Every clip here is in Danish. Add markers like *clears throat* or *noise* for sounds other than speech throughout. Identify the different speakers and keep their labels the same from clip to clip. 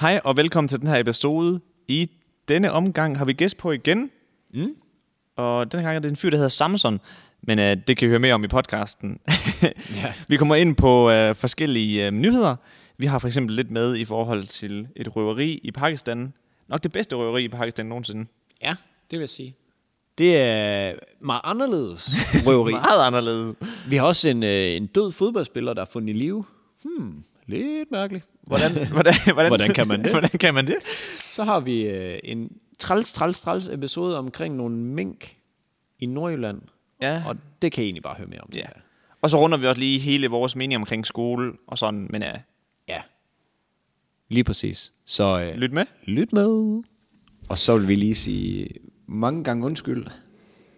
Speaker 1: Hej og velkommen til den her episode. I denne omgang har vi gæst på igen. Mm. Og denne gang er det en fyr, der hedder Samson. Men øh, det kan I høre mere om i podcasten. yeah. Vi kommer ind på øh, forskellige øh, nyheder. Vi har for eksempel lidt med i forhold til et røveri i Pakistan. Nok det bedste røveri i Pakistan nogensinde.
Speaker 2: Ja, det vil jeg sige. Det er meget
Speaker 3: *laughs*
Speaker 2: anderledes røveri.
Speaker 1: Meget anderledes.
Speaker 2: Vi har også en, øh, en død fodboldspiller, der er fundet i live. Hmm, lidt mærkeligt.
Speaker 1: Hvordan, *laughs* hvordan, hvordan,
Speaker 2: Hvordan kan man det?
Speaker 1: hvordan kan man det?
Speaker 2: Så har vi øh, en træls, træls, træls episode omkring nogle mink i Nordjylland.
Speaker 1: Ja.
Speaker 2: Og det kan I egentlig bare høre mere om.
Speaker 1: Ja.
Speaker 2: tænker jeg.
Speaker 1: Og så runder vi også lige hele vores mening omkring skole og sådan. Men øh,
Speaker 2: ja. Lige præcis. Så øh,
Speaker 1: lyt med.
Speaker 2: lyt med.
Speaker 3: Og så vil vi lige sige mange gange undskyld,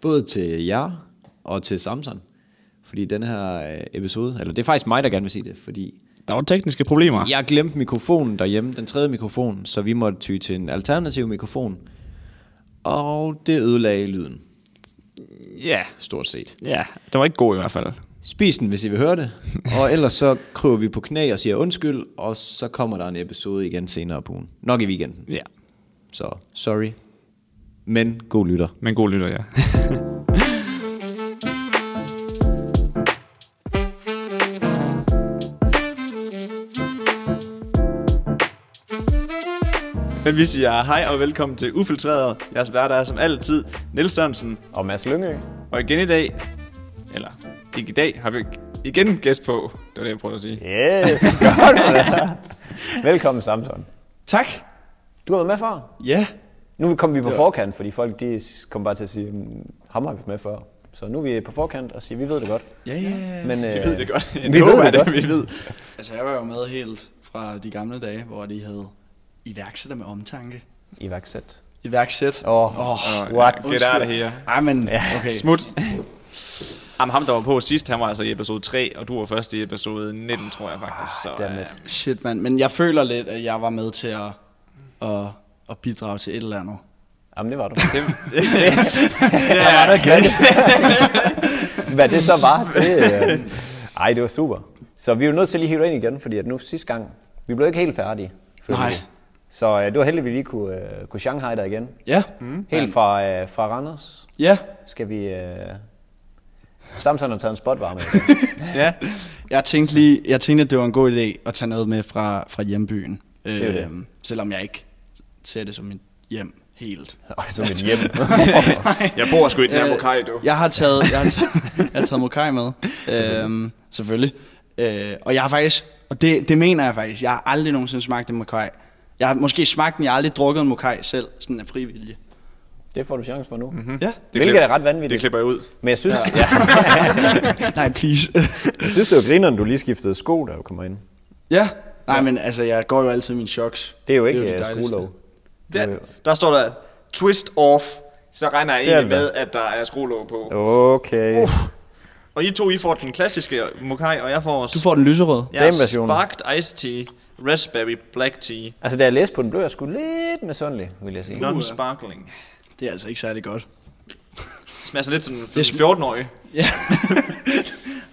Speaker 3: både til jer og til Samson, fordi den her øh, episode, eller det er faktisk mig, der gerne vil sige det, fordi
Speaker 1: Der var tekniske problemer.
Speaker 3: jeg glemte mikrofonen derhjemme, den tredje mikrofon, så vi måtte ty til en alternativ mikrofon, og det ødelagde lyden,
Speaker 1: Ja,
Speaker 3: stort set.
Speaker 1: ja. Det var ikke god i hvert fald.
Speaker 3: Spis den, hvis I vil høre det, og ellers så kryber vi på knæ og siger undskyld, og så kommer der en episode igen senere på ugen. Nok i weekenden,
Speaker 1: Ja.
Speaker 3: så sorry, men god lytter.
Speaker 1: Men god lytter, ja. *laughs* Men vi siger hej og velkommen til Ufiltreret. Jeres værter er som altid Niels Sørensen.
Speaker 4: Og Mads Lyngø.
Speaker 1: Og igen i dag, eller ikke i dag, har vi igen gæst på. Det var det, jeg prøvede at sige.
Speaker 4: Yes, *laughs* godt med det. Velkommen Samson.
Speaker 1: Tak.
Speaker 4: Du har været med før.
Speaker 1: Ja.
Speaker 4: Nu kom vi på forkant, fordi folk de kom bare til at sige, "Mm, ham har vi med før. Så nu er vi på forkant og siger, vi ved det godt.
Speaker 5: Ja, ja.
Speaker 4: Men, øh,
Speaker 1: Vi ved det godt.
Speaker 4: vi ved det godt.
Speaker 1: vi ved.
Speaker 5: Altså, jeg var jo med helt fra de gamle dage, hvor de havde iværksætter med omtanke.
Speaker 4: Iværksæt.
Speaker 5: Iværksæt.
Speaker 4: Åh, oh, oh, what?
Speaker 1: Get out of here.
Speaker 5: Ej, men okay.
Speaker 1: Smut. Jamen, ham, der var på sidst, han var altså i episode 3, og du var først i episode 19, tror jeg faktisk. Så,
Speaker 4: Damn
Speaker 1: øh,
Speaker 4: it.
Speaker 5: Shit, mand. Men jeg føler lidt, at jeg var med til at, at, at bidrage til et eller andet.
Speaker 4: Jamen, det var du.
Speaker 1: det,
Speaker 4: *laughs* Hvad det så var, det... Øh... Ej, det var super. Så vi er jo nødt til at lige hive dig ind igen, fordi at nu sidste gang, vi blev ikke helt færdige. følte
Speaker 5: Nej.
Speaker 4: vi. Så øh, det var heldigt, at vi lige kunne, øh, kunne Shanghai dig igen.
Speaker 5: Ja.
Speaker 4: Helt fra, øh, fra Randers.
Speaker 5: Ja.
Speaker 4: Skal vi... Øh... Samson har taget en *laughs* spotvarme.
Speaker 1: ja.
Speaker 5: Jeg tænkte lige, jeg tænkte, at det var en god idé at tage noget med fra, fra hjembyen.
Speaker 4: er jo det.
Speaker 5: Øhm, selvom jeg ikke ser det som mit hjem helt.
Speaker 4: Og så mit hjem.
Speaker 1: Jeg bor sgu i den her
Speaker 5: Øh,
Speaker 1: Hokkaido.
Speaker 5: Jeg har taget, jeg har *laughs* taget, jeg har taget Mokai med, øhm, selvfølgelig. Øh, og jeg har faktisk, og det, det mener jeg faktisk, jeg har aldrig nogensinde smagt en Mokai. Jeg har måske smagt den, jeg har aldrig drukket en Mokai selv, sådan af frivillige.
Speaker 4: *laughs* Det får du chance for nu. Mm-hmm.
Speaker 5: Ja.
Speaker 4: Hvilket er ret vanvittigt.
Speaker 1: Det klipper jeg ud.
Speaker 4: Men jeg synes, ja. *laughs* Ja,
Speaker 5: *laughs* Nej, please.
Speaker 4: jeg synes, det var grineren, du lige skiftede sko, da du kommer ind.
Speaker 5: ja. Nej, men altså, jeg går jo altid i mine choks.
Speaker 4: Det er jo ikke øh, det
Speaker 5: dejligste.
Speaker 4: skolov.
Speaker 1: Der, der står der twist off. Så regner jeg
Speaker 4: Det er
Speaker 1: egentlig
Speaker 4: det.
Speaker 1: med, at der er skruelåg på.
Speaker 4: Okay. Uh,
Speaker 1: Og I to, I får den klassiske Mokai, og jeg får...
Speaker 5: Du får den lyserød.
Speaker 1: jeg
Speaker 4: den version.
Speaker 1: Sparked Iced Tea, Raspberry Black Tea, Uh,
Speaker 4: altså, da jeg læste på den, blev jeg sgu lidt misundelig, vil jeg sige.
Speaker 1: Non-Sparkling.
Speaker 5: Det er altså ikke særlig godt.
Speaker 1: Det smager sådan lidt som en 14-årig.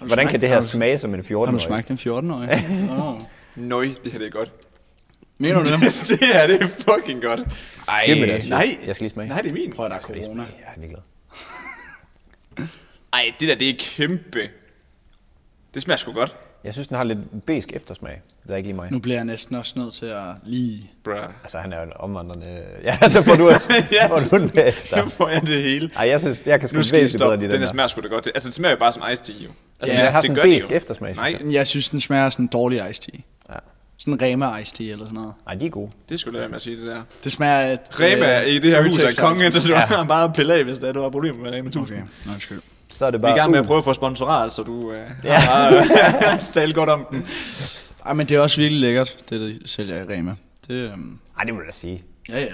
Speaker 4: Hvordan kan det her smage som en
Speaker 5: Har du
Speaker 4: 14-årig?
Speaker 5: smagt den *laughs* 14-årig? oh.
Speaker 1: Nøj, det her det er godt.
Speaker 5: Mener du *laughs* det?
Speaker 1: *laughs* det her det er fucking godt. Ej,
Speaker 4: Giv mig det, altså.
Speaker 1: Øh, nej.
Speaker 4: Jeg skal lige smage.
Speaker 1: Nej, det er min.
Speaker 5: Prøv at der er corona.
Speaker 4: Jeg er ligeglad.
Speaker 1: Ej, det der, det er kæmpe. Det smager sgu godt.
Speaker 4: Jeg synes, den har lidt besk eftersmag. Det er ikke lige mig.
Speaker 5: Nu bliver jeg næsten også nødt til at lige...
Speaker 4: *laughs*
Speaker 1: Bruh.
Speaker 4: Altså, han er jo en omvandrende... Ja, så får
Speaker 1: *laughs*
Speaker 4: du,
Speaker 1: Ja.
Speaker 4: ja. får du den med
Speaker 1: *laughs*
Speaker 4: efter.
Speaker 1: Nu får jeg det hele.
Speaker 4: Ej, jeg synes, jeg kan sgu
Speaker 1: Nu skal I
Speaker 4: væsentligt bedre
Speaker 1: stoppe. Den,
Speaker 4: lide den
Speaker 1: den her
Speaker 4: der.
Speaker 1: smager sgu da godt. Det- Altså, det smager jo bare som iced tea, jo. Altså,
Speaker 4: Ja, den har sådan en besk eftersmag, synes
Speaker 1: Nej,
Speaker 4: jeg.
Speaker 5: Jeg synes, den smager af sådan en dårlig iced tea.
Speaker 4: Ja.
Speaker 5: Sådan en Rema iced tea eller sådan noget.
Speaker 4: Ej, de er gode.
Speaker 1: det skulle jeg med at sige, det der.
Speaker 5: Det smager af... et,
Speaker 1: Rema
Speaker 5: øh,
Speaker 1: i det her hus
Speaker 5: Føtex-ice.
Speaker 1: er konge, så du har bare at pille af, hvis det er, du har problemer med Rema 1000.
Speaker 5: Okay, nå, undskyld.
Speaker 4: Så er det
Speaker 1: Vi
Speaker 4: bare...
Speaker 1: er i gang med at
Speaker 4: uh,
Speaker 1: prøve at få sponsorat, så du øh, har øh, tale godt om den.
Speaker 5: Ej, men det er også virkelig lækkert, det de sælger i Rema. Det, øhm,
Speaker 4: Ej, det må jeg da sige.
Speaker 5: ja, ja.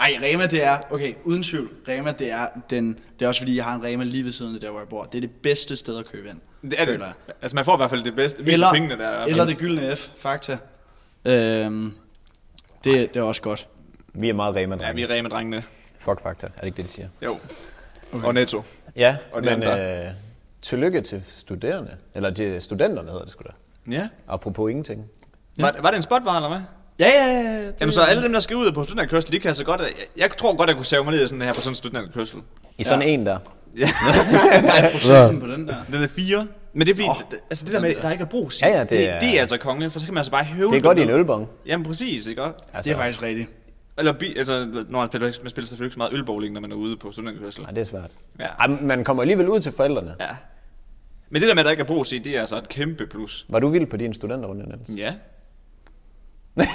Speaker 5: Ej, Rema det er, okay, uden tvivl, Rema det er den, det er også fordi, jeg har en Rema lige ved siden af der, hvor jeg bor. Det er det bedste sted at købe ind,
Speaker 1: Det er
Speaker 5: føler jeg.
Speaker 1: det. Altså, man får i hvert fald det bedste. Eller,
Speaker 5: Eller,
Speaker 1: pengene, der er.
Speaker 5: eller det gyldne F, fakta. Øhm, det, det er også godt.
Speaker 4: Vi er meget rema
Speaker 1: Ja, vi er Rema-drengene.
Speaker 4: Fuck fakta, er det ikke det, de siger?
Speaker 1: Jo. Okay. Og Netto.
Speaker 4: Ja,
Speaker 1: Og de
Speaker 4: men
Speaker 1: andre.
Speaker 4: øh, tillykke til studerende. Eller til studenterne hedder det sgu da.
Speaker 1: Ja.
Speaker 4: Apropos ingenting.
Speaker 1: Var, var det en spotvare, eller hvad?
Speaker 5: Ja, ja, ja. Det,
Speaker 1: Jamen så alle dem, der skal ud på sådan en kørsel, de kan altså godt... Jeg, jeg tror godt, jeg kunne save mig ned i sådan her på sådan en slutning kørsel.
Speaker 4: I sådan en der.
Speaker 5: procenten på den der.
Speaker 1: Den er fire. Men det er fordi, oh, d- altså det der med, der ikke er brug,
Speaker 4: Ja, ja, det
Speaker 1: det,
Speaker 4: er-
Speaker 1: det er altså konge, for så kan man altså bare høve
Speaker 4: Det er
Speaker 1: dem
Speaker 4: godt i en
Speaker 1: ned.
Speaker 4: ølbong. Altså,
Speaker 1: Jamen præcis, ikke også?
Speaker 5: Det er faktisk rigtigt.
Speaker 1: Eller bi, altså, når man spiller, man spiller selvfølgelig ikke så meget ølbowling, når man er ude på studenterkørsel.
Speaker 4: Nej, det er svært.
Speaker 1: Ja.
Speaker 4: Ej, men man kommer alligevel ud til forældrene.
Speaker 1: ja. Men det der med, at der ikke er brug i, det er altså et kæmpe plus.
Speaker 4: Var du vild på din studenterrunde, Niels?
Speaker 1: Ja.
Speaker 4: *laughs*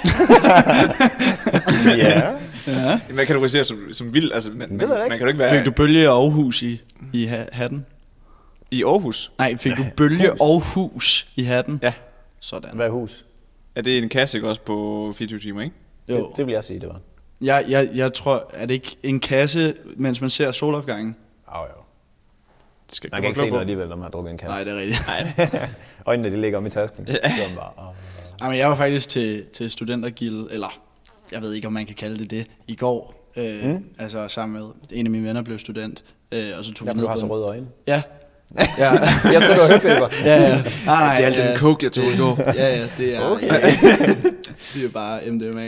Speaker 4: Ja.
Speaker 1: Man kan kategorisere som, som vild, altså, man, man,
Speaker 4: ved jeg ikke.
Speaker 1: man kan jo ikke være
Speaker 5: Fik du bølge og Aarhus i, i ha- hatten?
Speaker 1: i Aarhus.
Speaker 5: Nej, fik du bølge og hus i hatten?
Speaker 1: Ja.
Speaker 5: Sådan.
Speaker 4: Hvad er hus?
Speaker 1: Er det en kasse ikke også på 24 timer, ikke?
Speaker 5: Jo.
Speaker 4: Det, det vil jeg sige, det var.
Speaker 5: Jeg, jeg, jeg tror, er det ikke en kasse, mens man ser solopgangen?
Speaker 4: Au, jo.
Speaker 1: Det skal
Speaker 4: Man kan ikke se noget alligevel, når man har drukket en kasse.
Speaker 5: Nej, det er rigtigt. *laughs*
Speaker 4: Øjnene, de ligger om i tasken. Så er man bare, åh.
Speaker 5: Ej, men jeg var faktisk til, til studentergilde, eller jeg ved ikke, om man kan kalde det det, i går. Øh, mm. Altså sammen med, en af mine venner blev student, øh, og så tog vi
Speaker 4: Derfor
Speaker 5: ned
Speaker 4: du har
Speaker 5: på
Speaker 4: så
Speaker 5: en-
Speaker 4: røde øjne.
Speaker 5: Ja. ja.
Speaker 4: *laughs* Jeg tror, du har høfeber.
Speaker 5: ja, ja. *laughs* Nej, nej,
Speaker 1: Det er alt
Speaker 5: ja,
Speaker 1: den coke, jeg tog i går.
Speaker 5: Ja, ja, det er, okay.
Speaker 1: *laughs*
Speaker 5: det er bare MDMA.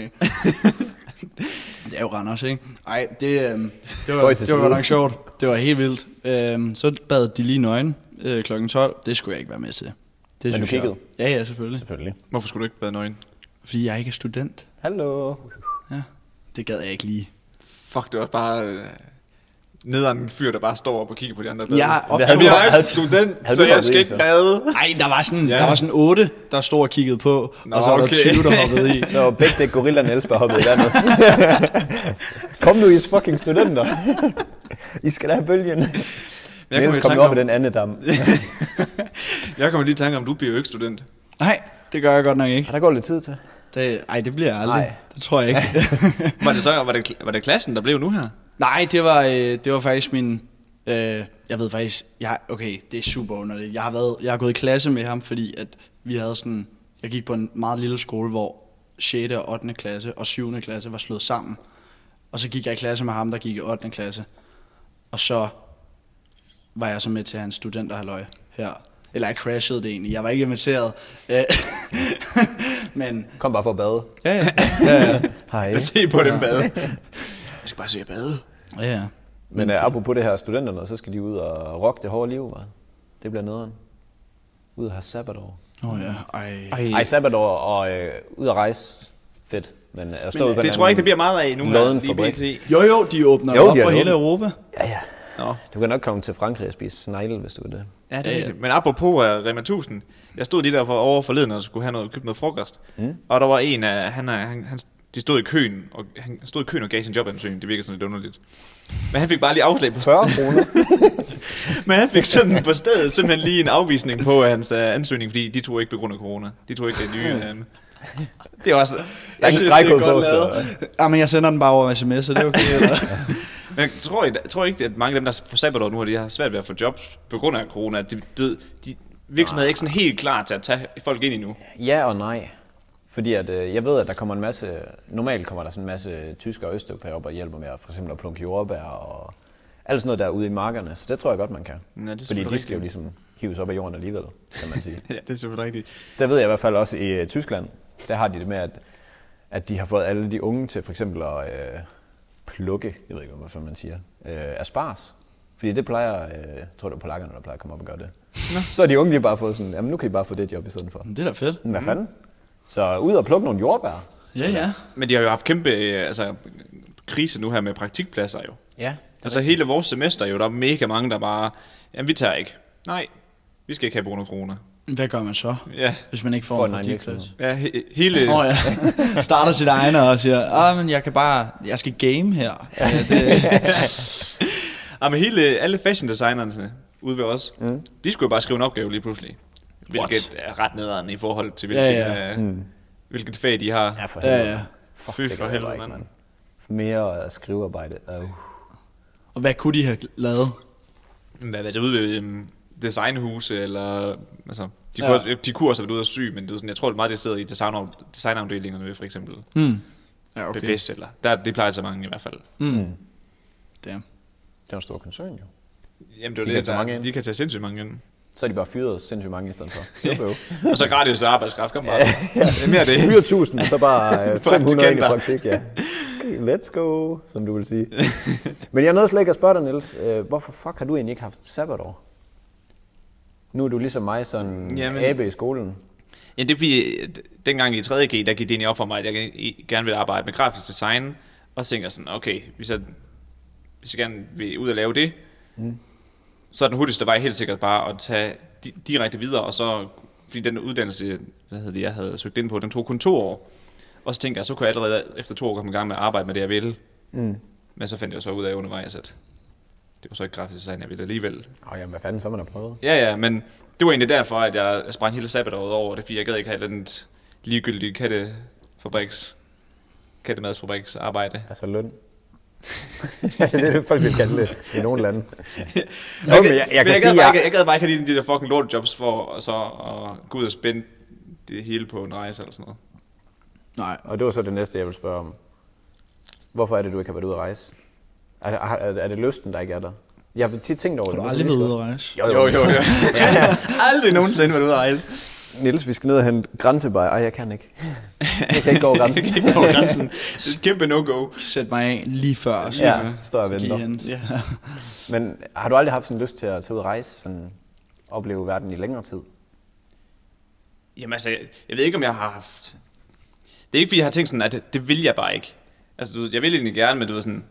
Speaker 5: det er jo Randers, ikke? Ej, det, øhm, det var,
Speaker 4: Spøj til
Speaker 5: det var
Speaker 4: side.
Speaker 5: godt nok sjovt. Det var helt vildt. Øhm, så bad de lige nøgen øh, kl. 12. Det skulle jeg ikke være med til. Det
Speaker 4: Men du
Speaker 5: synes jeg-
Speaker 4: kiggede?
Speaker 5: Ja, ja, selvfølgelig.
Speaker 4: Selvfølgelig.
Speaker 1: Hvorfor skulle du ikke bade nøgen?
Speaker 5: Fordi jeg ikke er student.
Speaker 4: Hallo.
Speaker 5: Det gad jeg ikke lige.
Speaker 1: Fuck, det var bare... Øh, nederen en fyr, der bare står op og kigger på de andre
Speaker 5: Jeg optog-
Speaker 1: Jamen,
Speaker 4: *laughs*
Speaker 1: jeg er
Speaker 4: Havde-
Speaker 1: ikke student,
Speaker 4: havde
Speaker 1: så
Speaker 4: du
Speaker 1: jeg
Speaker 4: været
Speaker 1: skal
Speaker 4: rig,
Speaker 1: ikke
Speaker 4: så?
Speaker 1: bade.
Speaker 5: Nej, der var sådan,
Speaker 1: Ja.
Speaker 5: ja. der var sådan 8, der stod og kiggede på, Nå,
Speaker 1: Nå,
Speaker 5: og så var okay.
Speaker 1: okay.
Speaker 5: der 20, der hoppede i. *laughs*
Speaker 4: Så var begge det gorilla Niels bare hoppet i vandet. Kom nu, I fucking studenter. I skal da have bølgen.
Speaker 1: Men Jeg kommer
Speaker 4: Niels
Speaker 1: i
Speaker 4: kom
Speaker 1: tanke
Speaker 4: op i
Speaker 1: om,
Speaker 4: den anden dam.
Speaker 1: *laughs* jeg kommer lige i tanke om, du bliver jo ikke student.
Speaker 5: Nej, det gør jeg godt nok ikke.
Speaker 4: Der går lidt tid til.
Speaker 5: Det, ej, det bliver jeg aldrig.
Speaker 4: Nej.
Speaker 5: Det tror jeg *laughs* ikke.
Speaker 1: Var det så, var det, var det klassen, der blev nu her?
Speaker 5: Nej, det var, øh, det var faktisk min... Øh, jeg ved faktisk... Jeg, okay, det er super underligt. Jeg har, været, jeg har gået i klasse med ham, fordi at vi havde sådan... Jeg gik på en meget lille skole, hvor 6. og 8. klasse og 7. klasse var slået sammen. Og så gik jeg i klasse med ham, der gik i 8. klasse. Og så var jeg så med til hans studenterhalløj her. Eller jeg crashede det egentlig. Jeg var ikke inviteret. *laughs* Øh, Men
Speaker 4: Kom bare for at bade.
Speaker 5: ja, ja. ja, ja.
Speaker 4: Hej.
Speaker 1: Lad os se på dem bade. Jeg skal bare se, at bade.
Speaker 5: ja, ja.
Speaker 4: Men uh, apropos det her studenterne, så skal de ud og rocke det hårde liv, hva'? Det bliver nederen. Ud og have sabbatår.
Speaker 5: Oh, ja. Ej.
Speaker 4: Ej, sabbatår og øh, ud at rejse. Fedt. Men øh, at stå ude på
Speaker 1: øh, Det
Speaker 4: en
Speaker 1: tror jeg ikke, det
Speaker 4: anden-
Speaker 1: bliver meget af nu her,
Speaker 4: Lodden
Speaker 1: lige
Speaker 4: fabrik.
Speaker 1: bt.
Speaker 5: Jo, jo, de åbner
Speaker 4: Jo,
Speaker 5: jo, op
Speaker 4: de har
Speaker 5: for hele
Speaker 4: åbnet.
Speaker 5: Europa.
Speaker 4: Ja, ja.
Speaker 1: Nå,
Speaker 4: Du kan nok komme til Frankrig og spise snegle, hvis du vil det.
Speaker 1: ja, det er rigtigt. Men apropos uh, Rema 1000, jeg stod lige der for over forleden og skulle have noget, købe noget frokost. Mm. Og der var en af, han, er- han, han, de stod i køen, og han stod i køen og gav sin jobansøgning. Det virker sådan lidt underligt. Men han fik bare lige afslag på *laughs*
Speaker 4: 40 kroner.
Speaker 1: Men han fik sådan på stedet simpelthen lige en afvisning på hans uh, ansøgning, fordi de tog ikke på grund af corona. De tog ikke det nye. Um, det var også...
Speaker 4: Der er ikke stregkode på, så...
Speaker 5: lavet. Ja, men jeg sender den bare over sms, så det er okay. Eller?
Speaker 1: Men jeg tror, jeg tror ikke, at mange af dem, der får sabbatår nu, de har svært ved at få jobs på grund af corona. at De, de, de virksomheder er ikke sådan helt klar til at tage folk ind endnu.
Speaker 4: Ja og nej. Fordi at, øh, jeg ved, at der kommer en masse... Normalt kommer der sådan en masse tyskere og østeuropæere op og hjælper med at, for eksempel at plunke jordbær og alt sådan noget der ude i markerne. Så det tror jeg godt, man kan.
Speaker 1: det er
Speaker 4: Fordi
Speaker 1: selvfølgelig
Speaker 4: de skal jo
Speaker 1: rigtigt.
Speaker 4: ligesom hives op af jorden alligevel, kan man sige. *laughs*
Speaker 1: Ja, det er selvfølgelig rigtigt.
Speaker 4: Der ved jeg i hvert fald også i øh, Tyskland, der har de det med, at, at de har fået alle de unge til for eksempel at øh, plukke, jeg ved ikke, hvad fanden man siger, øh, aspars. Fordi det plejer, øh, jeg tror det er polakkerne, der plejer at komme op og gøre det. Nå. Så er de unge, de har bare fået sådan, jamen nu kan I bare få det job i stedet for.
Speaker 5: Men det er da fedt.
Speaker 4: Men hvad
Speaker 1: Mm.
Speaker 4: fanden? Så ud og plukke nogle jordbær.
Speaker 5: Ja, ja.
Speaker 1: Men de har jo haft kæmpe øh, altså, krise nu her med praktikpladser jo.
Speaker 4: Ja.
Speaker 1: Altså hele vores semester jo, der er mega mange, der bare... Jamen, vi tager ikke. Nej, vi skal ikke have på grund af corona.
Speaker 5: Hvad gør man så,
Speaker 1: Ja,
Speaker 5: hvis man ikke får
Speaker 4: For
Speaker 5: en
Speaker 4: en egen
Speaker 5: praktikplads?
Speaker 4: virksomhed.
Speaker 1: ja he, hele...
Speaker 4: *laughs*
Speaker 5: Nå ja, starter sit egen og siger, ah, men jeg kan bare, jeg skal game her. Ja, det,
Speaker 1: Ja, men hele, alle fashion designerne ude ved os, mm. de skulle jo bare skrive en opgave lige pludselig. Hvilket What? er ret nederen i forhold til, hvilket,
Speaker 5: Ja,
Speaker 1: ja, ja. Mm. hvilket fag de har.
Speaker 4: Ja, for
Speaker 5: ja,
Speaker 4: helvede.
Speaker 5: ja.
Speaker 1: Fy
Speaker 4: det
Speaker 1: for
Speaker 4: kan jeg
Speaker 1: helvede,
Speaker 4: ikke,
Speaker 1: mand.
Speaker 4: mand. Mere øh, skrivearbejde. Uh.
Speaker 5: Og hvad kunne de have lavet?
Speaker 1: Hvad var det ude ved um, designhuse, eller... Altså, de,
Speaker 5: Ja.
Speaker 1: ja. kunne, de kunne også have været ude og sy, men det er sådan, jeg tror, det er meget det sidder i designer, designafdelingerne ved, for eksempel.
Speaker 4: Mm.
Speaker 1: Okay.
Speaker 5: Ja,
Speaker 1: Ved bestseller. Der, det plejer så mange i hvert fald.
Speaker 5: Damn.
Speaker 4: Det er en stor koncern jo.
Speaker 1: Jamen, det er de
Speaker 4: De kan
Speaker 1: det,
Speaker 4: tage mange
Speaker 1: der,
Speaker 4: ind.
Speaker 1: de kan tage sindssygt mange ind.
Speaker 4: Så er de bare fyret sindssygt mange i stedet for.
Speaker 1: *laughs*
Speaker 4: Det var jo.
Speaker 1: Og så gratis arbejdskraft, kom bare. Det er mere det.
Speaker 4: 4000, og så
Speaker 1: *laughs*
Speaker 4: bare øh, 500 ind i
Speaker 1: Praktikanter.
Speaker 4: praktik, ja. Let's go, som du vil sige. *laughs* Men jeg nåede slet ikke at spørge dig, Niels. Øh, hvorfor fuck har du egentlig ikke haft sabbatår? Nu er du ligesom mig sådan
Speaker 1: Jamen.
Speaker 4: Jamen. abe i skolen.
Speaker 1: Ja, det er fordi, øh, dengang i 3.G, der gik det ind op for mig, at jeg ge- gerne ville arbejde med grafisk design, og så tænker jeg sådan, okay, hvis jeg, hvis jeg gerne vil ud og lave det, mm. så er den hurtigste vej helt sikkert bare at tage di- direkte videre, og så, fordi den uddannelse, hvad hedder det, jeg havde søgt ind på, den tog kun to år. Og så tænkte jeg, så kunne jeg allerede efter to år komme i gang med at arbejde med det, jeg ville.
Speaker 4: Mm.
Speaker 1: Men så fandt jeg så ud af undervejs, at det var så ikke grafisk design, jeg ville alligevel.
Speaker 4: Åh, jamen, hvad fanden, så har man da prøvet.
Speaker 1: Ja, ja, men det var egentlig derfor, at jeg sprang hele sabbatåret over det, fordi jeg gad ikke have et eller andet ligegyldigt kattefabriks, kattemadsfabriks arbejde.
Speaker 4: Altså løn. *laughs* ja, det er det, folk vil kalde det i *laughs* nogle lande. Nå, men jeg, jeg kan
Speaker 1: jeg,
Speaker 4: sige,
Speaker 1: gad bare,
Speaker 4: jeg,
Speaker 1: ikke, jeg gad bare ikke have de, de der fucking lortejobs for og så at gå ud og spænde det hele på en rejse eller sådan noget.
Speaker 5: Nej.
Speaker 4: Og det var så det næste, jeg vil spørge om. Hvorfor er det, du ikke har været ude at rejse? Er, er, er er det lysten, der ikke er der? Jeg har tit tænkt over
Speaker 5: Har
Speaker 4: det.
Speaker 5: du
Speaker 4: men
Speaker 5: aldrig
Speaker 4: det
Speaker 5: været
Speaker 4: er
Speaker 5: ude at rejse?
Speaker 4: Jo, jo, jo. jo.
Speaker 1: Aldrig nogensinde været ude at rejse.
Speaker 4: *laughs* Niels, vi skal ned og hente grænsebajer. Ej, jeg kan ikke. *laughs* Jeg kan ikke gå over grænsen.
Speaker 1: *laughs* Det gik over grænsen. Det er et kæmpe no-go.
Speaker 5: Sæt mig af lige før. og så-
Speaker 4: ja, så står jeg og
Speaker 5: Lige
Speaker 4: venter.
Speaker 5: hen. Ja.
Speaker 4: Men har du aldrig haft sådan lyst til at tage ud og rejse? Sådan, opleve verden i længere tid?
Speaker 1: Jamen altså, jeg, jeg ved ikke, om jeg har haft... Det er ikke, fordi jeg har tænkt sådan, at det, det vil jeg bare ikke. Altså, du, ved, jeg vil egentlig gerne, men du ved sådan...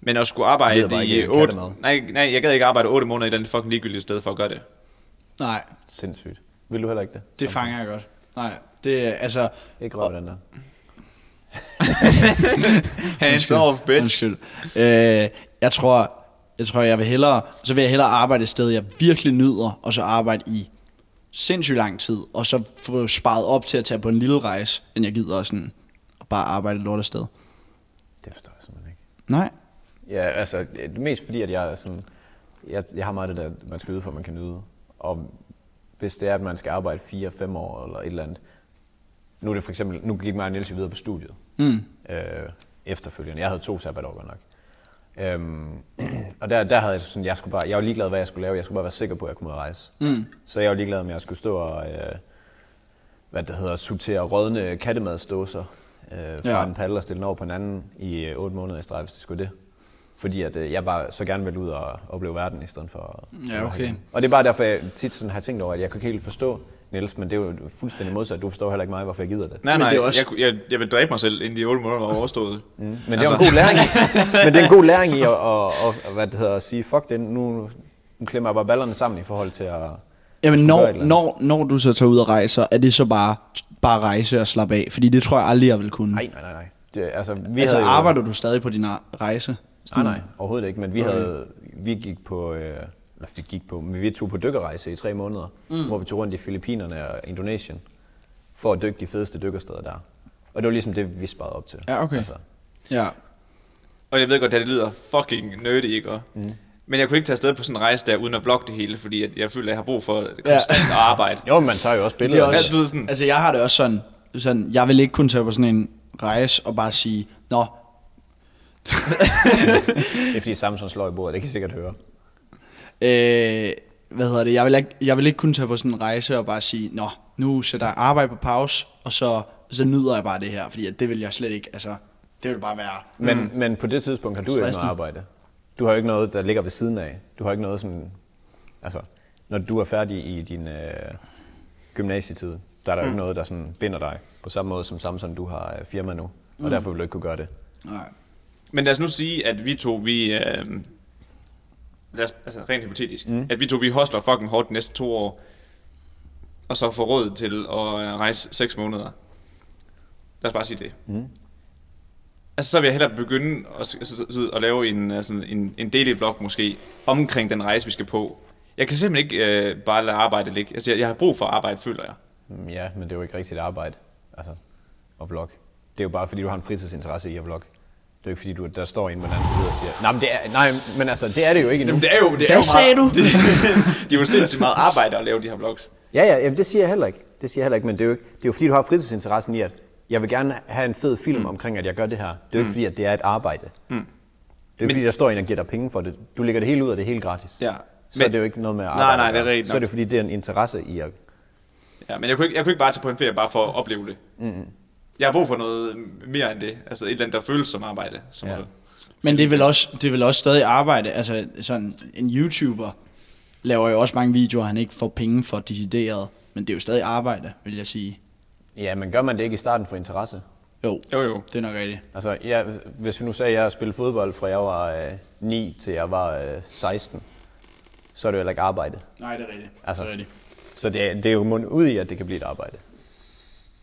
Speaker 1: Men at skulle
Speaker 4: Du gider
Speaker 1: arbejde
Speaker 4: bare
Speaker 1: i
Speaker 4: ikke
Speaker 1: øh,
Speaker 4: have
Speaker 1: otte...
Speaker 4: kattemad.
Speaker 1: Nej, nej, jeg gad ikke arbejde 8 måneder i den fucking ligegyldige sted for at gøre det.
Speaker 5: *laughs* Nej,
Speaker 4: Sindssygt. Vil du heller ikke det?
Speaker 5: det fanger jeg godt. Nej, det er altså...
Speaker 4: Ikke røv den der.
Speaker 1: Hands off, bitch.
Speaker 5: Undskyld. Øh, jeg tror, jeg tror, jeg vil hellere, så vil jeg hellere arbejde et sted, jeg virkelig nyder, og så arbejde i sindssygt lang tid, og så få sparet op til at tage på en lille rejse, end jeg gider sådan, og bare arbejde et lort af sted.
Speaker 4: Det forstår jeg simpelthen ikke.
Speaker 5: Nej.
Speaker 4: Ja, altså, det er mest fordi, at jeg er sådan... Jeg, jeg har meget det der, at man skal yde, for at man kan nyde. Og hvis det er, at man skal arbejde 4-5 år eller et eller andet... Nu er det for eksempel... Nu gik mig og Niels jo videre på studiet. Mm. Øh, efterfølgende. Jeg havde to sabbatår godt nok. Øhm, *clears throat* og der, der havde jeg sådan, jeg skulle bare, jeg var ligeglad, hvad jeg skulle lave. Jeg skulle bare være sikker på, at jeg kunne ud at rejse. Mm. Så jeg var ligeglad, om jeg skulle stå og, øh, hvad det hedder, sortere rådne kattemadsdåser øh, fra
Speaker 5: Ja.
Speaker 4: ja. en palle og stille den over på en anden i øh, otte måneder i streg, hvis det skulle det. Fordi at, øh, jeg bare så gerne ville ud og opleve verden, i stedet for... at-
Speaker 5: Ja, okay.
Speaker 4: Og det er bare derfor, jeg tit sådan har tænkt over, at jeg kan ikke helt forstå, Niels, men det er jo fuldstændig modsat. Du forstår heller ikke mig, hvorfor jeg gider det.
Speaker 1: Nej,
Speaker 5: Men
Speaker 1: nej,
Speaker 5: det er også-
Speaker 1: jeg, kunne- jeg, jeg vil dræbe mig selv, inden de 8 måneder var overstået. Mm.
Speaker 4: Men det er jo en god læring. men det er en god læring i at, at, at, hvad det hedder, at sige, fuck det, nu, nu klemmer jeg bare ballerne sammen i forhold til at... skulle
Speaker 5: Jamen,
Speaker 4: gøre et
Speaker 5: når,
Speaker 4: eller andet.
Speaker 5: når, når du så tager ud og rejser, er det så bare, bare rejse og slappe af? Fordi det tror jeg aldrig, jeg vil kunne.
Speaker 4: Nej, nej, nej, nej. Det, altså, vi
Speaker 5: altså,
Speaker 4: havde jo-
Speaker 5: arbejder du stadig på din ar- rejse?
Speaker 4: Nej, nej, overhovedet ikke. Men vi, havde, vi gik på... Øh, eller vi gik på... Men vi tog på dykkerrejse i tre måneder, mm. hvor vi tog rundt i Filippinerne og Indonesien for at dykke de fedeste dykkersteder der. Og det var ligesom det, vi sparede op til. Altså,
Speaker 5: Ja, okay. Ja.
Speaker 1: Og jeg ved godt, at det lyder fucking nerdy, ikke? Og- Men jeg kunne ikke tage afsted på sådan en rejse der, uden at vlogge det hele, fordi at jeg føler, at jeg har brug for konstant at arbejde.
Speaker 4: *laughs* jo, men man tager jo også
Speaker 5: Det er
Speaker 4: billeder.
Speaker 5: også,
Speaker 1: Ja, du ved sådan-
Speaker 5: altså, jeg har det også sådan, sådan, jeg vil ikke kunne tage på sådan en rejse og bare sige, nå,
Speaker 4: Det er fordi Samson slår i bordet, det kan I sikkert høre.
Speaker 5: øh, hvad hedder det, jeg vil, ikke, jeg vil ikke kunne tage på sådan en rejse og bare sige, nå, nu sætter jeg arbejde på pause, og så, så nyder jeg bare det her, fordi at det vil jeg slet ikke, altså, det vil bare være,
Speaker 4: Men, mm. men på det tidspunkt har du jo ikke noget
Speaker 5: Stressende.
Speaker 4: arbejde. Du har jo ikke noget, der ligger ved siden af. Du har ikke noget sådan... Altså, når du er færdig i din øh, gymnasietid, der er der
Speaker 5: Mm.
Speaker 4: jo ikke noget, der sådan binder dig. På samme måde som Samson, du har øh, firma nu. Og
Speaker 5: Mm.
Speaker 4: derfor vil du ikke kunne gøre det.
Speaker 5: nej.
Speaker 1: Men lad os nu sige, at vi to, vi... Øh, lad os, altså rent hypotetisk. Mm. At vi to, vi hostler fucking hårdt de næste to år. Og så får råd til at øh, rejse 6 måneder. Lad os bare sige det. Mm. Altså, så vil jeg hellere begynde at, s- s- s- at lave en, øh, sådan en, en daily vlog måske, omkring den rejse, vi skal på. Jeg kan simpelthen ikke øh, bare lade arbejde ligge. Altså, jeg, jeg har brug for arbejde, føler jeg.
Speaker 4: Mm, Ja, men det er jo ikke rigtigt arbejde. Altså, at vlog. Det er jo bare, fordi du har en fritidsinteresse i at vlog. Det er jo ikke, fordi du, der står en på den anden side og siger, nej, men, det er, nej, men altså, det er det jo ikke endnu.
Speaker 1: Jamen, det er jo, det er
Speaker 5: Hvad
Speaker 1: jo
Speaker 5: sagde
Speaker 1: meget, Det, *laughs* det er jo sindssygt meget arbejde at lave de her vlogs.
Speaker 4: Ja, ja, jamen, det siger jeg heller ikke. Det siger jeg heller ikke, men det er jo, ikke, det er jo fordi, du har fritidsinteressen i, at jeg vil gerne have en fed film mm. omkring, at jeg gør det her. Det er jo ikke fordi, at
Speaker 1: Mm.
Speaker 4: det er et arbejde. Mm. Det er jo ikke fordi, der står en og giver dig penge for det. Du lægger det hele ud, og det er helt gratis.
Speaker 1: Ja.
Speaker 4: så
Speaker 1: Men-
Speaker 4: er det jo ikke noget med at
Speaker 1: Nej,
Speaker 4: arbejde.
Speaker 1: nej,
Speaker 4: at
Speaker 1: det er
Speaker 4: gøre.
Speaker 1: rigtigt
Speaker 4: Så er
Speaker 1: nok.
Speaker 4: det fordi, det er en interesse i at...
Speaker 1: Ja, men jeg kunne, ikke, jeg kunne ikke bare tage på en ferie bare for at opleve det. Mm.
Speaker 4: Mm-hmm.
Speaker 1: Jeg har brug for noget mere end det. Altså et eller andet, der føles som arbejde. Som
Speaker 4: Ja.
Speaker 1: noget.
Speaker 5: Men det er, vel også, det er vel også stadig arbejde. Altså, sådan en YouTuber laver jo også mange videoer, han ikke får penge for decideret. Men det er jo stadig arbejde, vil jeg sige.
Speaker 4: Ja, men gør man det ikke i starten for interesse?
Speaker 5: Jo,
Speaker 1: Jo, jo.
Speaker 5: det er nok rigtigt.
Speaker 4: Altså, jeg, hvis vi nu sagde, at jeg spillede fodbold fra jeg var øh, 9 til jeg var øh, 16, så er det jo heller ikke arbejde.
Speaker 5: Nej, det er rigtigt.
Speaker 4: Altså,
Speaker 5: det er rigtigt.
Speaker 4: Så det, er- det er jo mundt ud i, at det kan blive et arbejde.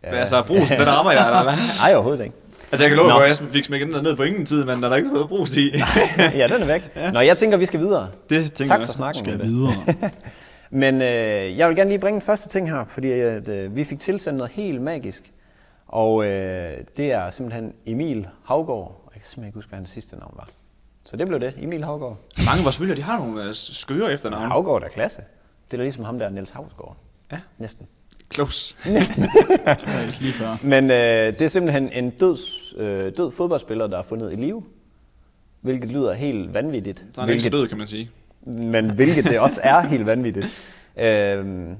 Speaker 1: Ja. Men altså, brusen, den rammer jeg, eller hvad?
Speaker 4: Nej, overhovedet ikke.
Speaker 1: Altså, jeg kan love, at jeg sådan fik smækket den der ned på ingen tid, men der er der ikke noget brus
Speaker 4: *laughs*
Speaker 1: i.
Speaker 4: Ja, den er
Speaker 1: *laughs*
Speaker 4: væk. Nå, jeg tænker, vi skal videre.
Speaker 1: det tænker
Speaker 4: Tak
Speaker 1: jeg
Speaker 4: for
Speaker 1: også.
Speaker 4: snakken.
Speaker 5: Skal
Speaker 4: Mette.
Speaker 5: videre.
Speaker 4: Men øh, jeg vil gerne lige bringe den første ting her, fordi at, øh, vi fik tilsendt noget helt magisk. Og øh, det er simpelthen Emil Havgård. Og Jeg kan simpelthen ikke huske, hvad hans sidste navn var. Så det blev det. Emil Havgård.
Speaker 1: Mange af vores følgere, de har nogle øh, skøre efternavne.
Speaker 4: Havgård er klasse. Det er da ligesom ham der, Niels Havsgaard.
Speaker 1: Ja.
Speaker 4: Næsten.
Speaker 1: Close.
Speaker 5: Lige før.
Speaker 4: Men øh, det er simpelthen en døds, øh, død fodboldspiller, der er fundet i live. Hvilket lyder helt vanvittigt.
Speaker 1: Så er den ikke så
Speaker 4: hvilket,
Speaker 1: død, kan man sige.
Speaker 4: men hvilket det også er helt vanvittigt. Øhm,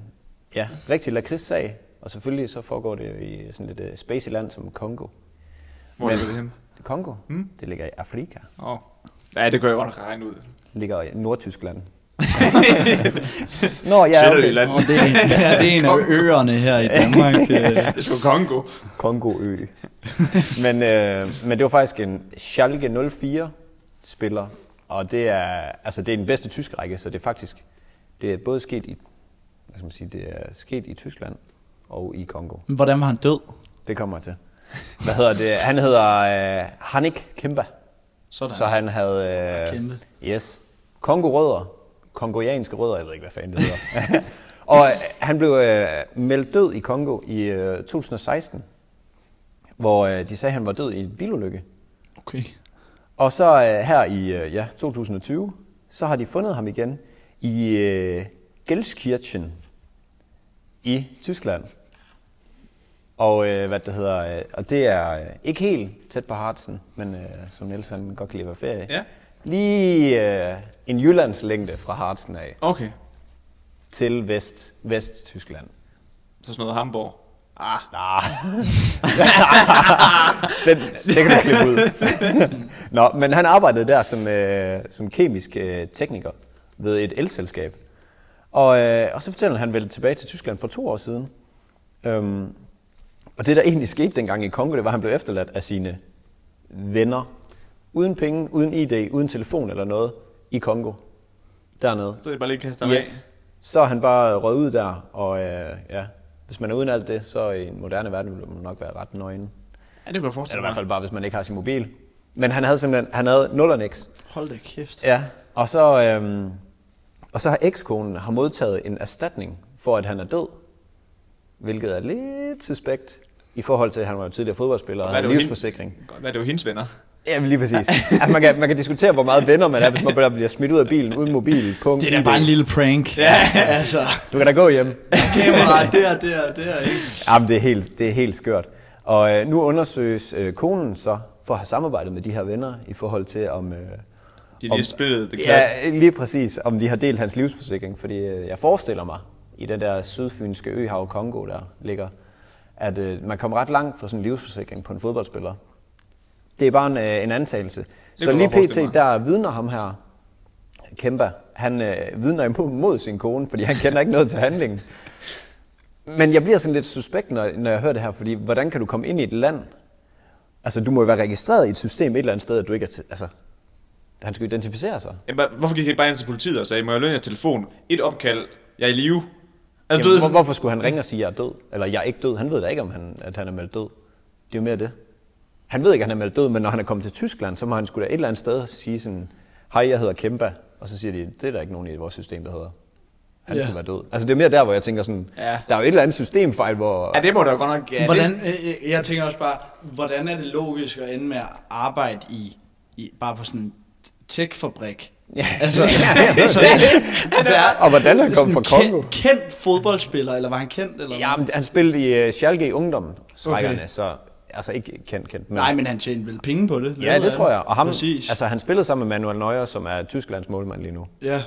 Speaker 4: ja, rigtig lakridssag. Og selvfølgelig så foregår det jo i sådan lidt øh, spacey land som Kongo.
Speaker 1: Hvor er
Speaker 4: Men-
Speaker 1: det henne?
Speaker 4: Kongo? Mm. Det ligger i Afrika.
Speaker 1: Åh. Ja, det gør jeg godt regne ud.
Speaker 4: Det ligger i Nordtyskland. Nå, ja, okay.
Speaker 1: Sønderjylland.
Speaker 5: Og det, er, *laughs* ja, det er en af øerne her i Danmark. øh. *laughs*
Speaker 1: Det er sgu Kongo.
Speaker 4: Kongoø. men, øh, men det var faktisk en Schalke 04 spiller, og det er, altså det er den bedste tysk række, så det er faktisk det er både sket i, hvad skal man sige, det er sket i Tyskland og i Kongo.
Speaker 5: Men Hvordan var han død?
Speaker 4: Det kommer jeg til. Hvad hedder det? Han hedder øh, Hanik Kimba.
Speaker 5: Sådan.
Speaker 4: Så han havde... Øh,
Speaker 5: Kæmpe.
Speaker 4: Yes. Kongo-rødder. Kongolianske rødder, jeg ved ikke, hvad fanden det hedder. *laughs* og øh, han blev øh, meldt død i Kongo i øh, 2016, hvor øh, de sagde, at han var død i en bilulykke.
Speaker 5: Okay.
Speaker 4: Og så øh, her i øh, ja, 2020, så har de fundet ham igen i øh, Gelskirchen i Tyskland. Og øh, hvad det hedder, øh, og det er øh, ikke helt tæt på Harzen, men øh, som Niels han godt kan lide at være ferie.
Speaker 1: Ja.
Speaker 4: Lige øh, en Jyllandslængde fra Harzen af
Speaker 1: Okay.
Speaker 4: til Vest, Vest-Tyskland.
Speaker 1: Så sådan noget Hamburg.
Speaker 4: Ah. Nah. den, det kan du klippe ud. Nå, men han arbejdede der som, øh, som kemisk øh, tekniker ved et elselskab. Og, øh, og så fortæller han, at han vendte tilbage til Tyskland for to år siden. Øhm, og det, der egentlig skete dengang i Kongo, det var, at han blev efterladt af sine venner. Uden penge, uden ID, uden telefon eller noget i Kongo. Dernede.
Speaker 1: Så er det bare lige kaste yes.
Speaker 4: Yes. Så er han bare røget ud der, og øh, ja, hvis man er uden alt det, så i en moderne verden ville man nok være ret nøgen.
Speaker 1: af. Ja, det kunne jeg
Speaker 4: Eller
Speaker 1: forestille
Speaker 4: i hvert
Speaker 1: mig.
Speaker 4: fald bare, hvis man ikke har sin mobil. Men han havde simpelthen, han havde nul og niks.
Speaker 5: Hold da kæft.
Speaker 4: Ja. Og så, øhm, og så har ekskonen har modtaget en erstatning for, at han er død. Hvilket er lidt suspekt i forhold til, at han var jo tidligere fodboldspiller og
Speaker 1: Hvad er
Speaker 4: havde
Speaker 1: det, hun-
Speaker 4: livsforsikring.
Speaker 1: Godt, Hvad er det jo hendes venner?
Speaker 4: Ja, lige præcis. *laughs* altså, man, kan, man kan diskutere, hvor meget venner man er, hvis man bare bliver smidt ud af bilen uden mobil. Punkt,
Speaker 5: Det er da bare en lille prank. Ja. *laughs* Altså,
Speaker 4: Du kan da gå hjem. *laughs*
Speaker 5: kamera der, der, der, ikke?
Speaker 4: Jamen, det er helt, det er helt skørt. Og øh, nu undersøges øh, konen så for at have samarbejdet med de her venner i forhold til om... Øh,
Speaker 1: De er lige spillet. Det ja.
Speaker 4: ja, lige præcis, om de har delt hans livsforsikring. Fordi øh, jeg forestiller mig, i den der sydfynske øhav Kongo, der ligger, at øh, man kommer ret langt fra sådan en livsforsikring på en fodboldspiller. Det er bare en, øh, en antagelse. Så
Speaker 1: jeg
Speaker 4: lige
Speaker 1: godt forestille
Speaker 4: pt. der vidner ham her, Kæmper, han øh, vidner imod mod sin kone, fordi han kender ikke noget til handlingen. Men jeg bliver sådan lidt suspekt, når, når jeg hører det her, fordi hvordan kan du komme ind i et land? Altså, du må jo være registreret i et system et eller andet sted, at du ikke er til, altså, han skal jo identificere sig.
Speaker 1: Jamen, hvad- hvorfor gik jeg ikke bare ind til politiet og sagde, må jeg lønne jeres telefon? Et opkald, jeg er i live. Altså, du
Speaker 4: Jamen,
Speaker 1: ved,
Speaker 4: hvor, hvorfor skulle han ringe og sige, at jeg er død? Eller jeg er ikke død. Han ved da ikke, om han, at han er meldt død. Det er jo mere det. Han ved ikke, at han er meldt død, men når han er kommet til Tyskland, så må han skulle da et eller andet sted sige sådan, hej, jeg hedder Kempa. Og så siger de, det er der ikke nogen i vores system, der hedder. Han
Speaker 5: Ja.
Speaker 4: ja. skulle være død. Altså det er mere der, hvor jeg tænker sådan,
Speaker 1: Ja.
Speaker 4: ja. der er jo et eller andet systemfejl, hvor...
Speaker 1: ja, det må da jo godt nok... Ja,
Speaker 5: Hvordan,
Speaker 1: Det,
Speaker 5: øh, øh, jeg tænker også bare, hvordan er det logisk at ende med at arbejde i, i bare på sådan en tech-fabrik? Ja.
Speaker 4: *laughs*
Speaker 5: Altså, *laughs* altså, der er-
Speaker 4: Og hvordan han
Speaker 5: det er
Speaker 4: kom
Speaker 5: sådan
Speaker 4: fra
Speaker 5: en
Speaker 4: Kongo.
Speaker 5: Kendt, kendt fodboldspiller, eller var han kendt? Eller
Speaker 4: Ja,
Speaker 5: noget?
Speaker 4: men han spillede i uh, Schalke i ungdomsrækkerne,
Speaker 5: Okay.
Speaker 4: okay. så altså ikke kendt, kendt. Men,
Speaker 5: Nej, men han tjente vel penge på det?
Speaker 4: ja,
Speaker 5: levede
Speaker 4: det
Speaker 5: af
Speaker 4: tror jeg. Og ham,
Speaker 5: Præcis.
Speaker 4: altså, han spillede sammen med Manuel Neuer, som er Tysklands målmand lige nu.
Speaker 5: ja.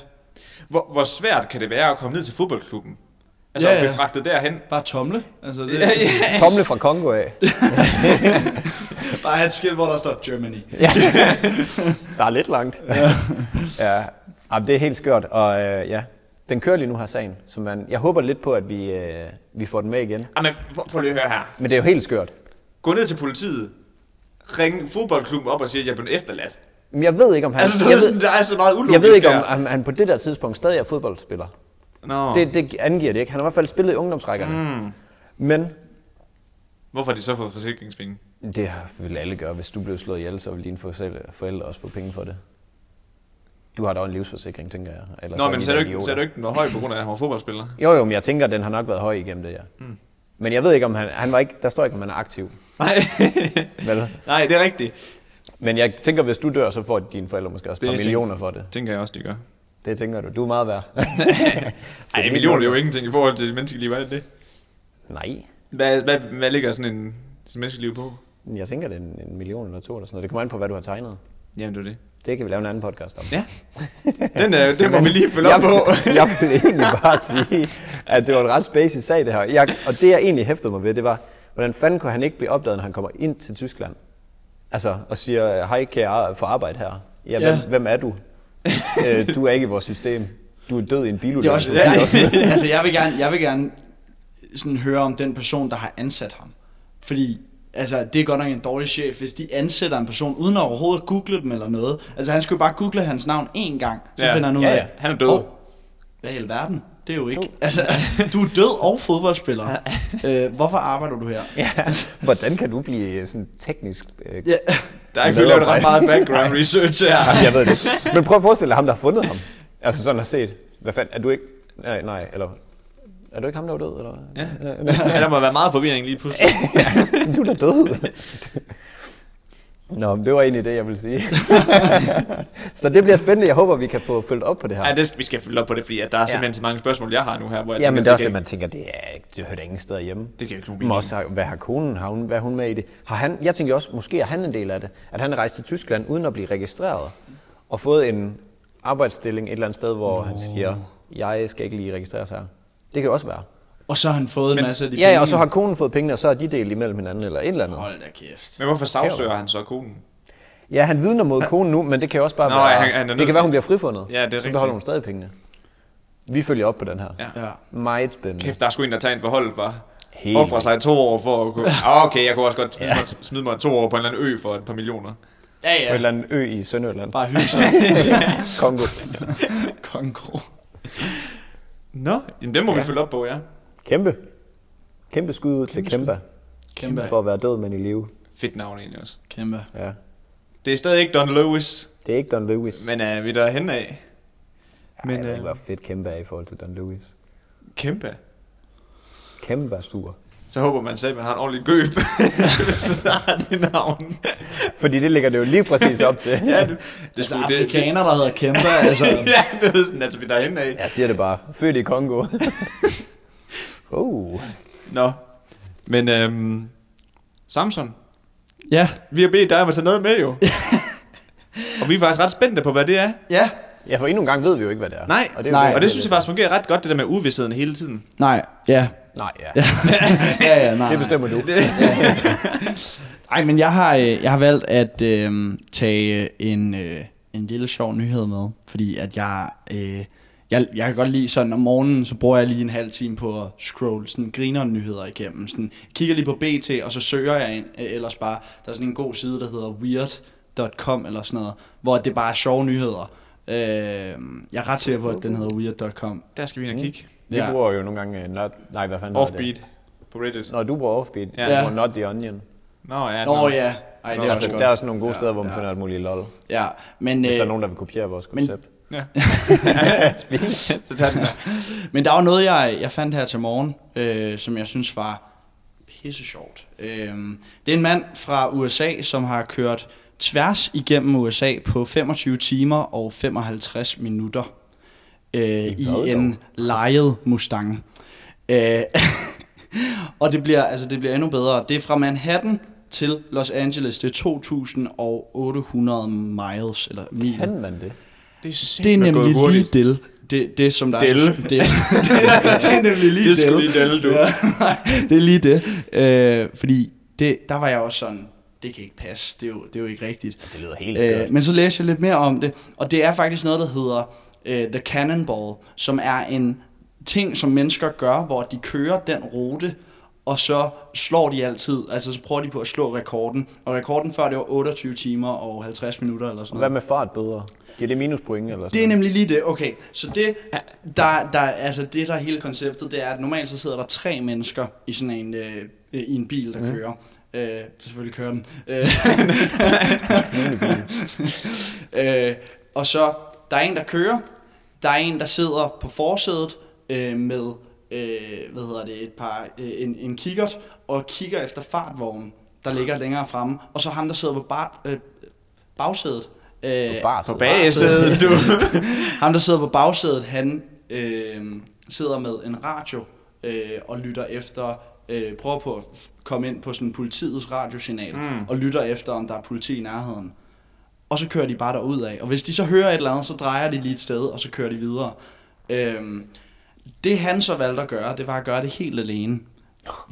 Speaker 1: Hvor, hvor svært kan det være at komme ned til fodboldklubben? Altså
Speaker 5: Ja,
Speaker 1: at blive
Speaker 5: ja.
Speaker 1: fragtet derhen?
Speaker 5: Bare tomle. Altså, det,
Speaker 4: Tomle fra Kongo af.
Speaker 5: *laughs* Bare have et skilt, hvor der står Germany.
Speaker 4: Der er lidt langt. *laughs* ja. Jamen, det er helt skørt, og øh, ja, den kører lige nu her sagen. Så man, jeg håber lidt på, at vi, øh, vi får den med igen.
Speaker 1: Jamen, prøv- prøv lige at høre her.
Speaker 4: Men det er jo helt skørt.
Speaker 1: Gå ned til politiet, ring fodboldklubben op og sige, at jeg er blevet efterladt.
Speaker 4: Men jeg ved ikke, om han...
Speaker 1: Altså, du
Speaker 4: jeg,
Speaker 1: ved, sådan, der er så meget ulogisk
Speaker 4: jeg ved ikke, om,
Speaker 1: her.
Speaker 4: om han på det der tidspunkt stadig er fodboldspiller.
Speaker 1: Nå,
Speaker 4: Det, det angiver det ikke. Han har i hvert fald spillet i ungdomsrækkerne. Mm. Men
Speaker 1: hvorfor har de så fået forsikringspenge?
Speaker 4: det vil alle gøre. Hvis du blev slået ihjel, så vil dine forældre- forældre også få penge for det. Du har da en livsforsikring, tænker jeg. Ellers
Speaker 1: Nå,
Speaker 4: er
Speaker 1: men
Speaker 4: de
Speaker 1: så er
Speaker 4: da
Speaker 1: du ikke,
Speaker 4: idioter.
Speaker 1: så er du ikke den var høj på grund af, at han var
Speaker 4: *laughs*
Speaker 1: fodboldspiller.
Speaker 4: Jo, jo, men jeg tænker, at den har nok været høj igennem det, ja. Mm. Men jeg ved ikke, om han, han var ikke, der står ikke, om han er aktiv.
Speaker 1: Nej,
Speaker 4: Vel?
Speaker 1: Nej det er rigtigt.
Speaker 4: Men jeg tænker, hvis du dør, så får dine forældre måske også et
Speaker 1: Det
Speaker 4: par
Speaker 1: er
Speaker 4: millioner for det.
Speaker 1: Tænker jeg også, de gør.
Speaker 4: Det tænker du. Du er meget
Speaker 1: *laughs*
Speaker 4: værd. Så
Speaker 1: Ej,
Speaker 4: det
Speaker 1: millioner er jo
Speaker 4: nok-
Speaker 1: ingenting i forhold til menneskeliv, er det det?
Speaker 4: Nej.
Speaker 1: Hvad, hvad, hvad ligger sådan en sådan menneskeliv på?
Speaker 4: Men Jeg tænker, det er en, en million eller to eller sådan noget. Det kommer an på, hvad du har tegnet.
Speaker 1: Jamen, det er det.
Speaker 4: Det kan vi lave en anden podcast om.
Speaker 1: Ja. Den, øh, den må vi lige følge op
Speaker 4: jeg,
Speaker 1: på.
Speaker 4: jeg vil egentlig bare sige, at det var en ret spacey sag, det her. Jeg, og det, jeg egentlig hæftede mig ved, det var, hvordan fanden kunne han ikke blive opdaget, når han kommer ind til Tyskland? Altså, og siger, hej, kan jeg få arbejde her? Ja, hvem,
Speaker 5: Ja.
Speaker 4: hvem er du? øh, du er ikke i vores system. Du er død i en bilulykke.
Speaker 5: Det er også,
Speaker 4: Du er også-
Speaker 5: ja, *laughs* altså, jeg vil gerne, jeg vil gerne sådan høre om den person, der har ansat ham. Fordi altså, det er godt nok en dårlig chef, hvis de ansætter en person, uden at overhovedet google dem eller noget. Altså, han skulle bare google hans navn én gang, så
Speaker 1: Ja.
Speaker 5: finder han ud
Speaker 1: Ja,
Speaker 5: af,
Speaker 1: ja. Han er død.
Speaker 5: "Hov, hvad i alverden? Det er jo ikke. Altså, du er død og
Speaker 1: *laughs*
Speaker 5: fodboldspiller. øh, hvorfor arbejder du her? Ja.
Speaker 4: *laughs* Hvordan kan du blive sådan teknisk... Øh, *laughs*
Speaker 5: ja. *laughs*
Speaker 1: Der er ikke blevet lavet ret meget background research her.
Speaker 4: Jeg ved det ikke. Men prøv at forestille dig ham, der har fundet ham. Altså sådan har set. Hvad fanden, er du ikke... Nej, nej, eller... Er du ikke ham, der var død, eller?
Speaker 1: Ja. ja, der må være meget forvirring lige pludselig.
Speaker 4: *laughs* Du er da død. Nå, men det var egentlig det, jeg ville *laughs* sige. så det bliver spændende. Jeg håber, vi kan få følt op på det her.
Speaker 1: Ja, det, vi skal følge op på det, fordi at der er simpelthen så mange spørgsmål, jeg har nu her, hvor jeg
Speaker 4: Ja,
Speaker 1: tænker,
Speaker 4: men det er også
Speaker 1: kan,
Speaker 4: det, man tænker, det, er, ikke- det hører da ingen steder hjemme.
Speaker 1: Det giver ikke nogen
Speaker 4: Men
Speaker 1: mening.
Speaker 4: også, hvad har konen, har hun, hvad er hun med i det? Har han, jeg tænker også, måske er han en del af det, at han er rejst til Tyskland uden at blive registreret, og fået en arbejdsstilling et eller andet sted, hvor han siger, jeg skal ikke lige registreres her. Det kan jo også være.
Speaker 5: Og så har han fået en masse af de
Speaker 4: Ja,
Speaker 5: penge.
Speaker 4: ja, og så har konen fået pengene, og så er de delt imellem hinanden, eller et eller andet.
Speaker 5: Hold da kæft.
Speaker 1: Men hvorfor sagsøger han så konen?
Speaker 4: Ja, han vidner mod konen nu, men det kan jo også bare
Speaker 1: Nå,
Speaker 4: være...
Speaker 1: ja, han- han er nødt
Speaker 4: det
Speaker 1: til-
Speaker 4: kan være, hun bliver frifundet.
Speaker 1: Ja, det er
Speaker 4: så
Speaker 1: rigtigt.
Speaker 4: beholder hun stadig pengene. Vi følger op på den her.
Speaker 1: Ja.
Speaker 5: Ja.
Speaker 4: Meget spændende.
Speaker 1: Kæft, der er sgu en, der tager en forhold, var.
Speaker 4: Helt
Speaker 1: Offrer sig to år for at kunne... Ah, okay, jeg kunne også godt smide, mig, smide mig to år på en eller anden ø for et par millioner.
Speaker 4: På
Speaker 5: Ja,
Speaker 4: en
Speaker 5: ja.
Speaker 4: eller anden ø i Sønderjylland.
Speaker 5: Bare
Speaker 1: *laughs*
Speaker 5: hygge sig.
Speaker 4: Kongo.
Speaker 5: Kongo.
Speaker 1: Nå, jamen den må ja. vi følge op på, ja.
Speaker 4: Kæmpe. Kæmpe skud ud til Kæmpe.
Speaker 5: Kæmpe.
Speaker 4: For at være død, men i live.
Speaker 1: Fedt navn egentlig også.
Speaker 5: Kæmpe.
Speaker 4: Ja.
Speaker 1: Det er stadig ikke Don Lewis,
Speaker 4: Det er ikke Don Lewis.
Speaker 1: men er vi er der hen af?
Speaker 4: men,
Speaker 1: Men
Speaker 4: Ej, jeg
Speaker 1: øh,
Speaker 4: ved ikke, hvor fedt Kæmpe er i forhold til Don Lewis.
Speaker 1: kæmpe.
Speaker 4: Kæmpe er sur.
Speaker 1: Så håber man selv, at man har en ordentlig *laughs* gøb, hvis man har det navn.
Speaker 4: Fordi det ligger det jo lige præcis op til.
Speaker 1: *laughs* Ja, det, det,
Speaker 5: Altså,
Speaker 1: det, det, det,
Speaker 5: afrikaner, der hedder Kæmpe, altså...
Speaker 1: *laughs* ja, det er sådan, altså, vi er derhen af.
Speaker 4: Jeg siger det bare. Født
Speaker 1: *laughs*
Speaker 4: i Kongo. oh.
Speaker 1: Nå. Men øhm, Samson,
Speaker 5: Ja.
Speaker 1: vi har bedt dig om at tage noget *laughs* med jo. og vi er faktisk ret spændte på, hvad det er.
Speaker 5: Ja.
Speaker 4: Ja, for endnu en gang ved vi jo ikke, hvad det er.
Speaker 1: Nej,
Speaker 4: og det, er jo
Speaker 5: Nej.
Speaker 1: og
Speaker 4: der
Speaker 1: det synes jeg
Speaker 4: er
Speaker 1: faktisk fungerer ret godt, det der med uvidsheden hele tiden.
Speaker 5: Nej, ja.
Speaker 4: lidt- Nej, ja.
Speaker 5: *laughs* Ja, *laughs* ja, nej.
Speaker 4: Det bestemmer du.
Speaker 5: Ej, men jeg har, øh, jeg har valgt at øh, tage øh, en, øh, en lille sjov nyhed med, fordi at jeg, øh, jeg, jeg kan godt lide sådan om morgenen, så bruger jeg lige en halv time på at scrolle sådan griner nyheder igennem. Sådan, kigger lige på BT, og så søger jeg ind, øh, ellers bare, der er sådan en god side, der hedder weird.com eller sådan noget, hvor det bare er sjove nyheder. Øh, jeg er ret sikker på, at den hedder weird.com.
Speaker 1: *laughs* Der skal vi ind og kigge.
Speaker 4: Vi
Speaker 5: Ja.
Speaker 4: bruger jo nogle gange... Uh, not, nej, hvad fanden hedder
Speaker 1: Offbeat på Reddit.
Speaker 4: Det? Når du bruger offbeat,
Speaker 1: Ja.
Speaker 4: ja. du bruger not the onion.
Speaker 1: Nå ja.
Speaker 5: Nå
Speaker 1: nå.
Speaker 5: ja, Ej, det er også
Speaker 4: altså, der er
Speaker 5: godt.
Speaker 4: også nogle gode steder, hvor man finder alt muligt lol. Hvis
Speaker 5: Ja, men,
Speaker 4: der
Speaker 5: øh,
Speaker 4: er nogen, der vil kopiere vores
Speaker 5: men-
Speaker 4: koncept.
Speaker 1: Ja.
Speaker 4: Spil.
Speaker 1: *laughs* Så tager den der.
Speaker 5: Men der var noget, jeg, jeg fandt her til morgen, øh, som jeg synes var pisse sjovt. Øh, det er en mand fra USA, som har kørt tværs igennem USA på 25 timer og 55 minutter øh, i
Speaker 4: hvad
Speaker 5: en lejet Mustang. Øh, *laughs* og det bliver, altså, det bliver endnu bedre. Det er fra Manhattan til Los Angeles. Det er 2.800 miles, eller mil.
Speaker 4: Kan man det?
Speaker 1: Det er,
Speaker 5: Det er
Speaker 1: sindssygt
Speaker 5: nemlig
Speaker 1: gået
Speaker 5: lige
Speaker 1: hurtigt.
Speaker 5: det. det, det som der
Speaker 1: Delle.
Speaker 5: er... *laughs* Det, det, det er nemlig lige
Speaker 1: Det er sgu
Speaker 5: Delle.
Speaker 1: lige Delle, du.
Speaker 5: Ja, *laughs* nej, det er lige det. Øh, fordi det, der var jeg også sådan, det kan ikke passe, det er jo, det er jo ikke rigtigt.
Speaker 4: Det lyder helt skørt.
Speaker 5: Øh, men så læser jeg lidt mere om det, og det er faktisk noget, der hedder øh, The Cannonball, som er en ting, som mennesker gør, hvor de kører den rute, og så slår de altid, altså så prøver de på at slå rekorden. Og rekorden før, det var 28 timer og 50 minutter eller sådan
Speaker 4: Og
Speaker 5: noget.
Speaker 4: hvad med fartbøder? Giver det minuspoint eller sådan
Speaker 5: Det er nemlig lige det, okay. Så det, der, der, altså det der er hele konceptet, det er, at normalt så sidder der tre mennesker i sådan en, øh, øh, i en bil, der
Speaker 4: Mhm.
Speaker 5: mm. kører. Øh, selvfølgelig kører den. Øh, øh, og så, der er en, der kører, der er en, der sidder på forsædet øh, med, øh, hvad hedder det, et par, øh, en, en kikkert, og kigger efter fartvognen, der ligger længere fremme. Og så ham, der sidder på bar, øh, bagsædet. Øh,
Speaker 4: noget? Bars.
Speaker 1: På bagesædet, du.
Speaker 5: *laughs* ham, der sidder på bagsædet, han øh, sidder med en radio øh, og lytter efter, øh, prøver på at f- komme ind på sådan politiets radiosignal, mm. og lytter efter, om der er politi i nærheden. Og så kører de bare derud af. Og hvis de så hører et eller andet, så drejer de lige et sted, og så kører de videre. Øhm, det han så valgte at gøre, det var at gøre det helt alene.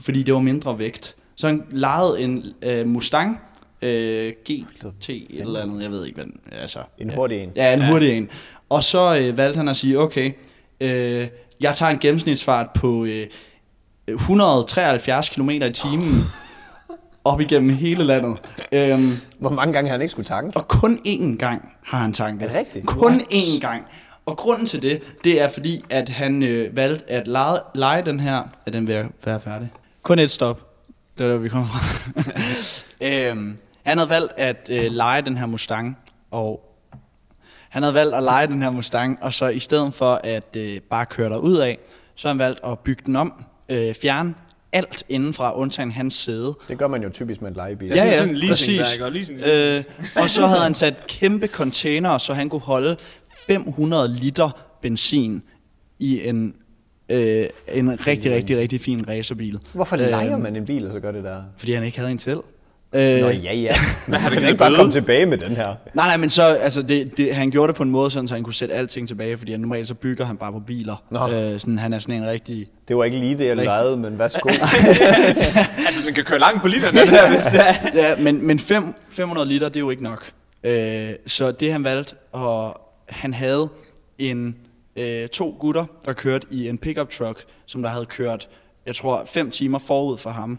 Speaker 5: Fordi det var mindre vægt. Så han lejede en øh, Mustang øh, GT eller andet, jeg ved ikke hvad den, altså,
Speaker 4: En hurtig en.
Speaker 5: Ja, en hurtig en. Og så øh, valgte han at sige, okay, øh, jeg tager en gennemsnitsfart på øh, 173 km i timen op igennem hele landet. Øhm,
Speaker 4: Hvor mange gange har han ikke skulle tanke?
Speaker 5: og kun én gang har han tanket.
Speaker 4: Er det rigtigt?
Speaker 5: Kun
Speaker 4: What?
Speaker 5: én gang. Og grunden til det, det er fordi, at han øh, valgte at lege, lege den her... Er den ved at være færdig? Kun et stop. Det var der, vi kom fra.
Speaker 4: *laughs*
Speaker 5: øhm, han havde valgt at øh, lege den her Mustang, og han havde valgt at lege den her Mustang, og så i stedet for at øh, bare køre der ud af, så har han valgt at bygge den om, øh, fjerne alt indenfra, undtagen hans sæde,
Speaker 4: Det gør man jo typisk med en lejebil.
Speaker 1: Ja. sådan en leasing, der, ikke? Og leasing-
Speaker 5: Øh, og så havde han sat kæmpe container, så han kunne holde 500 liter benzin i en, øh, en rigtig, rigtig, rigtig fin racerbil.
Speaker 4: Hvorfor
Speaker 5: Øh,
Speaker 4: leger man en bil, og så gør det der?
Speaker 5: Fordi han ikke havde en selv.
Speaker 4: Nå
Speaker 5: Øh,
Speaker 4: ja,
Speaker 1: *laughs*
Speaker 4: ja. Men
Speaker 1: har det
Speaker 4: kan
Speaker 1: ikke
Speaker 4: ikke bare
Speaker 1: bøde?
Speaker 4: komme tilbage med den her?
Speaker 5: Nej, nej, men så, altså, det, det, han gjorde det på en måde, sådan, så han kunne sætte alting tilbage, fordi han, normalt så bygger han bare på biler.
Speaker 4: Nå.
Speaker 5: Øh, sådan, han er sådan en rigtig...
Speaker 4: Det var ikke lige det, jeg
Speaker 5: Rigtigt.
Speaker 4: lejede, men
Speaker 5: *laughs*
Speaker 4: værsgo.
Speaker 1: altså, den kan køre langt på literen, den her, hvis det er.
Speaker 5: *laughs* Ja, men, men fem, 500 liter, det er jo ikke nok. Øh, så det han valgte, og han havde en, øh, to gutter, der kørte i en pickup truck, som der havde kørt, jeg tror, fem timer forud for ham,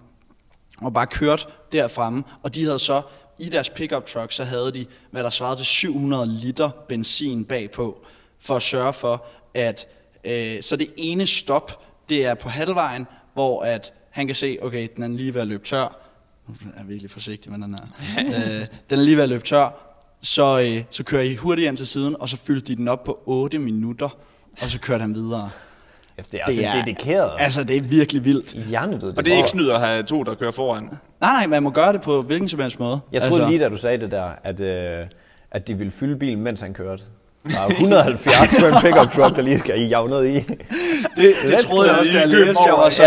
Speaker 5: og bare kørt derfremme, og de havde så i deres pickup truck, så havde de, hvad der svarede til 700 liter benzin bagpå, for at sørge for, at øh, så det ene stop, det er på halvvejen, hvor at han kan se, okay, den er lige ved at løbe tør. Nu er jeg virkelig forsigtig med den her. *laughs* øh, den er lige ved at løbe tør. Så, øh, så kører I hurtigt ind til siden, og så fyldte de den op på 8 minutter, og så kørte han videre.
Speaker 4: Ja, Det er altså dedikeret.
Speaker 5: Altså, det er virkelig vildt.
Speaker 4: Hjernet,
Speaker 1: Og det er ikke snyd at have to, der kører foran.
Speaker 5: Nej, nej, man må gøre det på hvilken som helst måde. Altså,
Speaker 4: Jeg troede lige, da du sagde det der, at, øh, at de ville fylde bilen, mens han kørte. Der er jo 170 *laughs* på en pickup truck, der lige skal i javnet i.
Speaker 5: Det, det
Speaker 4: Let's
Speaker 5: troede jeg
Speaker 4: go,
Speaker 5: også, da jeg
Speaker 4: lige køb
Speaker 5: læste. Jeg
Speaker 4: over,
Speaker 5: var så,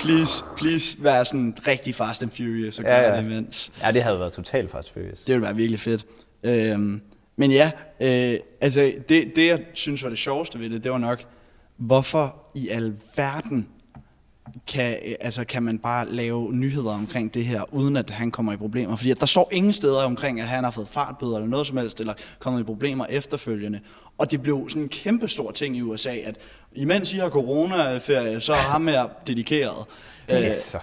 Speaker 5: please, please, vær sådan rigtig Fast and Furious og gør
Speaker 4: Ja,
Speaker 5: ja,
Speaker 4: ja.
Speaker 5: ja. det imens.
Speaker 4: Ja, det havde været totalt fast furious.
Speaker 5: Det ville være virkelig fedt. Øhm, men ja, øh, altså det, det, jeg synes var det sjoveste ved det, det var nok, hvorfor i alverden kan, øh, altså, kan man bare lave nyheder omkring det her, uden at han kommer i problemer. Fordi at der står ingen steder omkring, at han har fået fartbøder eller noget som helst, eller kommet i problemer efterfølgende. Og det blev sådan en kæmpe stor ting i USA, at imens I har corona-ferie, så er ham her dedikeret. Øh,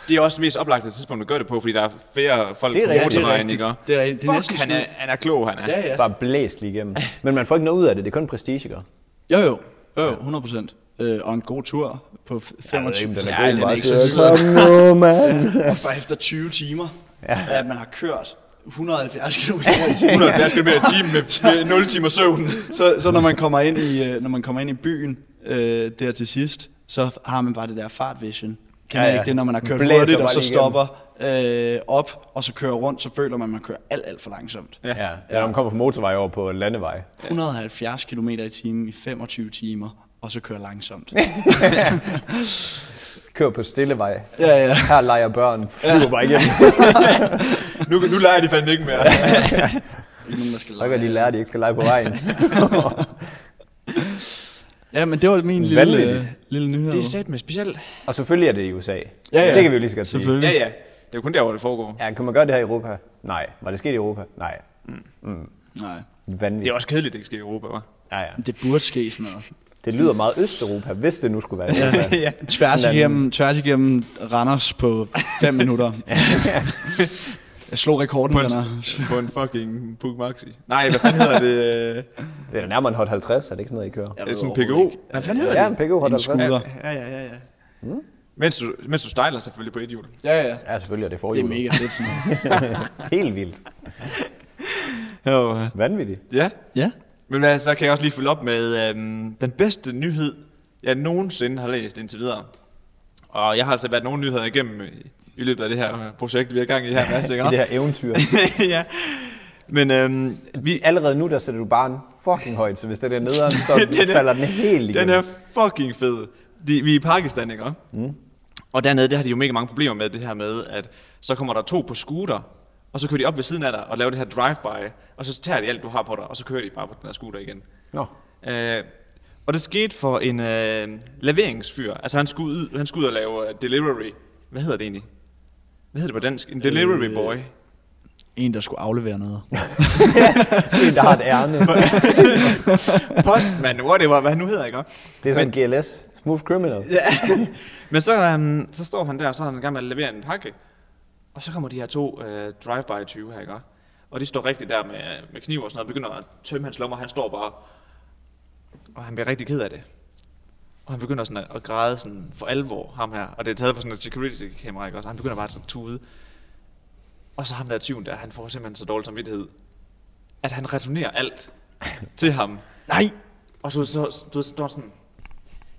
Speaker 1: Det er også det mest oplagte tidspunkt at gøre det på, fordi der er flere folk
Speaker 4: Det er
Speaker 1: på
Speaker 4: rigtigt.
Speaker 1: motorvejen,
Speaker 5: Det er
Speaker 1: ikke?
Speaker 5: rigtigt. Det er rigtigt. Det er næsten
Speaker 1: Fuck, han er,
Speaker 5: sådan-
Speaker 1: han er klog, han er.
Speaker 5: ja, ja.
Speaker 4: Bare blæst lige igennem. Men man får ikke noget ud af det, det er kun prestige, gør.
Speaker 5: Jo, jo. Jo, jo, 100 procent. Øh, og en god tur på f- 25.
Speaker 4: ved ikke, om den er
Speaker 5: Ja,
Speaker 4: god,
Speaker 5: den
Speaker 4: bare
Speaker 5: er ikke så
Speaker 3: Kom nu, mand.
Speaker 5: vild. Bare efter 20 timer, ja. at man har kørt 170 km i timen.
Speaker 1: 170 km i timen med, med 0 timer søvn.
Speaker 5: Så, så når, man kommer ind i, øh, når man kommer ind i byen øh, der til sidst, så har man bare det der fart vision. Kan
Speaker 4: Ja,
Speaker 5: ja,
Speaker 4: ja.
Speaker 5: ja. ikke det, når man har kørt
Speaker 4: Blæser
Speaker 5: hurtigt, og
Speaker 4: bare
Speaker 5: så
Speaker 4: lige igennem.
Speaker 5: stopper øh, op, og så kører rundt, så føler man, at man kører alt, alt for langsomt.
Speaker 4: Ja, ja. når man kommer fra motorvej over på landevej.
Speaker 5: 170 km i timen i 25 timer, og så kører langsomt.
Speaker 4: Kør på stillevej.
Speaker 5: Ja, ja.
Speaker 4: Her leger børn. Flyver bare igennem.
Speaker 1: Nu, nu leger de fandme ikke mere.
Speaker 5: Ikke nogen, der skal
Speaker 4: Så kan de
Speaker 5: lege.
Speaker 4: lære, at de ikke skal lege på vejen.
Speaker 5: Ja, men det var min lille, øh,
Speaker 4: Vanvittigt.
Speaker 5: lille nyhed.
Speaker 1: Det er sat med specielt.
Speaker 4: Og selvfølgelig er det i USA. Ja,
Speaker 5: ja.
Speaker 4: Det kan vi jo lige så godt sige.
Speaker 5: Selvfølgelig.
Speaker 1: *laughs* Ja, ja. Det er jo kun der, hvor det foregår.
Speaker 4: Ja, kan man gøre det her i Europa? Nej. Var det sket i Europa? Nej.
Speaker 5: Nej,
Speaker 4: Vanvittigt.
Speaker 1: Det er også kedeligt, det ikke sker i Europa, hva'?
Speaker 4: Ja, ja.
Speaker 5: det burde ske sådan noget.
Speaker 4: Det lyder meget Østeuropa, hvis det nu skulle være Europa. ja.
Speaker 5: Tværs
Speaker 4: Sådan.
Speaker 5: igennem, tværs igennem Randers på
Speaker 4: *laughs*
Speaker 5: 5 minutter. Jeg slog rekorden,
Speaker 1: På en-
Speaker 5: Randers.
Speaker 1: På en fucking Puk Maxi. Nej, hvad fanden hedder det? *laughs*
Speaker 4: Det er da nærmere en hot 50, er det ikke sådan noget, I kører?
Speaker 5: Jeg
Speaker 1: Det
Speaker 5: ved
Speaker 1: er sådan en
Speaker 5: overhovedet
Speaker 1: PKO.
Speaker 5: ikke.
Speaker 1: Hvad fanden hedder det?
Speaker 4: Ja, en PKO hot
Speaker 5: En
Speaker 4: 50. Ja,
Speaker 5: skuder.
Speaker 1: Ja, ja, ja, ja. Mens du, mens du stejler selvfølgelig på et hjul.
Speaker 5: Ja, ja.
Speaker 4: ja selvfølgelig, og det får
Speaker 5: Det er mega fedt sådan noget.
Speaker 4: Helt vildt.
Speaker 1: Ja,
Speaker 4: Vanvittigt.
Speaker 1: ja.
Speaker 5: Ja.
Speaker 1: Men hvad, så kan jeg også lige følge op med øhm, den bedste nyhed, jeg nogensinde har læst indtil videre. Og jeg har altså været nogle nyheder igennem øh, i løbet af det her øh, projekt, vi har gang i
Speaker 5: *laughs*
Speaker 1: her, Mads,
Speaker 4: I
Speaker 1: ikke
Speaker 4: det
Speaker 1: også?
Speaker 4: her eventyr.
Speaker 1: *laughs* ja. Men øhm, vi,
Speaker 4: Allerede nu, der sætter du barn fucking højt, så hvis det er nederen, så falder den helt igennem.
Speaker 1: den er fucking fed. De, vi er i Pakistan, ikke også? Mm. Og dernede, der har de jo mega mange problemer med det her med, at så kommer der to på scooter, og så kører de op ved siden af dig og laver det her drive-by, og så tager de alt, du har på dig, og så kører de bare på den her scooter igen.
Speaker 4: Nå.
Speaker 1: Øh, og det skete for en øh, laveringsfyr. Altså han skulle, ud, han skulle ud og lave øh, delivery. Hvad hedder det egentlig? Hvad hedder det på dansk? En delivery boy.
Speaker 5: En, der skulle aflevere noget.
Speaker 4: En, der har et ærne.
Speaker 1: Postman, whatever, hvad han nu hedder, ikke?
Speaker 4: Det er sådan GLS. Smooth Criminal.
Speaker 1: Men så, øhm, så står han der, og så er han i gang med at levere en pakke. Og så kommer de her to øh, drive-by 20 her, ikke? Og de står rigtig der med, med kniv og sådan noget, og begynder at tømme hans lommer. Han står bare, og han bliver rigtig ked af det. Og han begynder sådan at, at græde sådan for alvor, ham her. Og det er taget på sådan et security-kamera, ikke også? Og han begynder bare sådan at tude. Og så ham der tyven der, han får simpelthen så dårlig samvittighed, at han returnerer alt til ham.
Speaker 5: Nej!
Speaker 1: Og så, så, så, så står han sådan,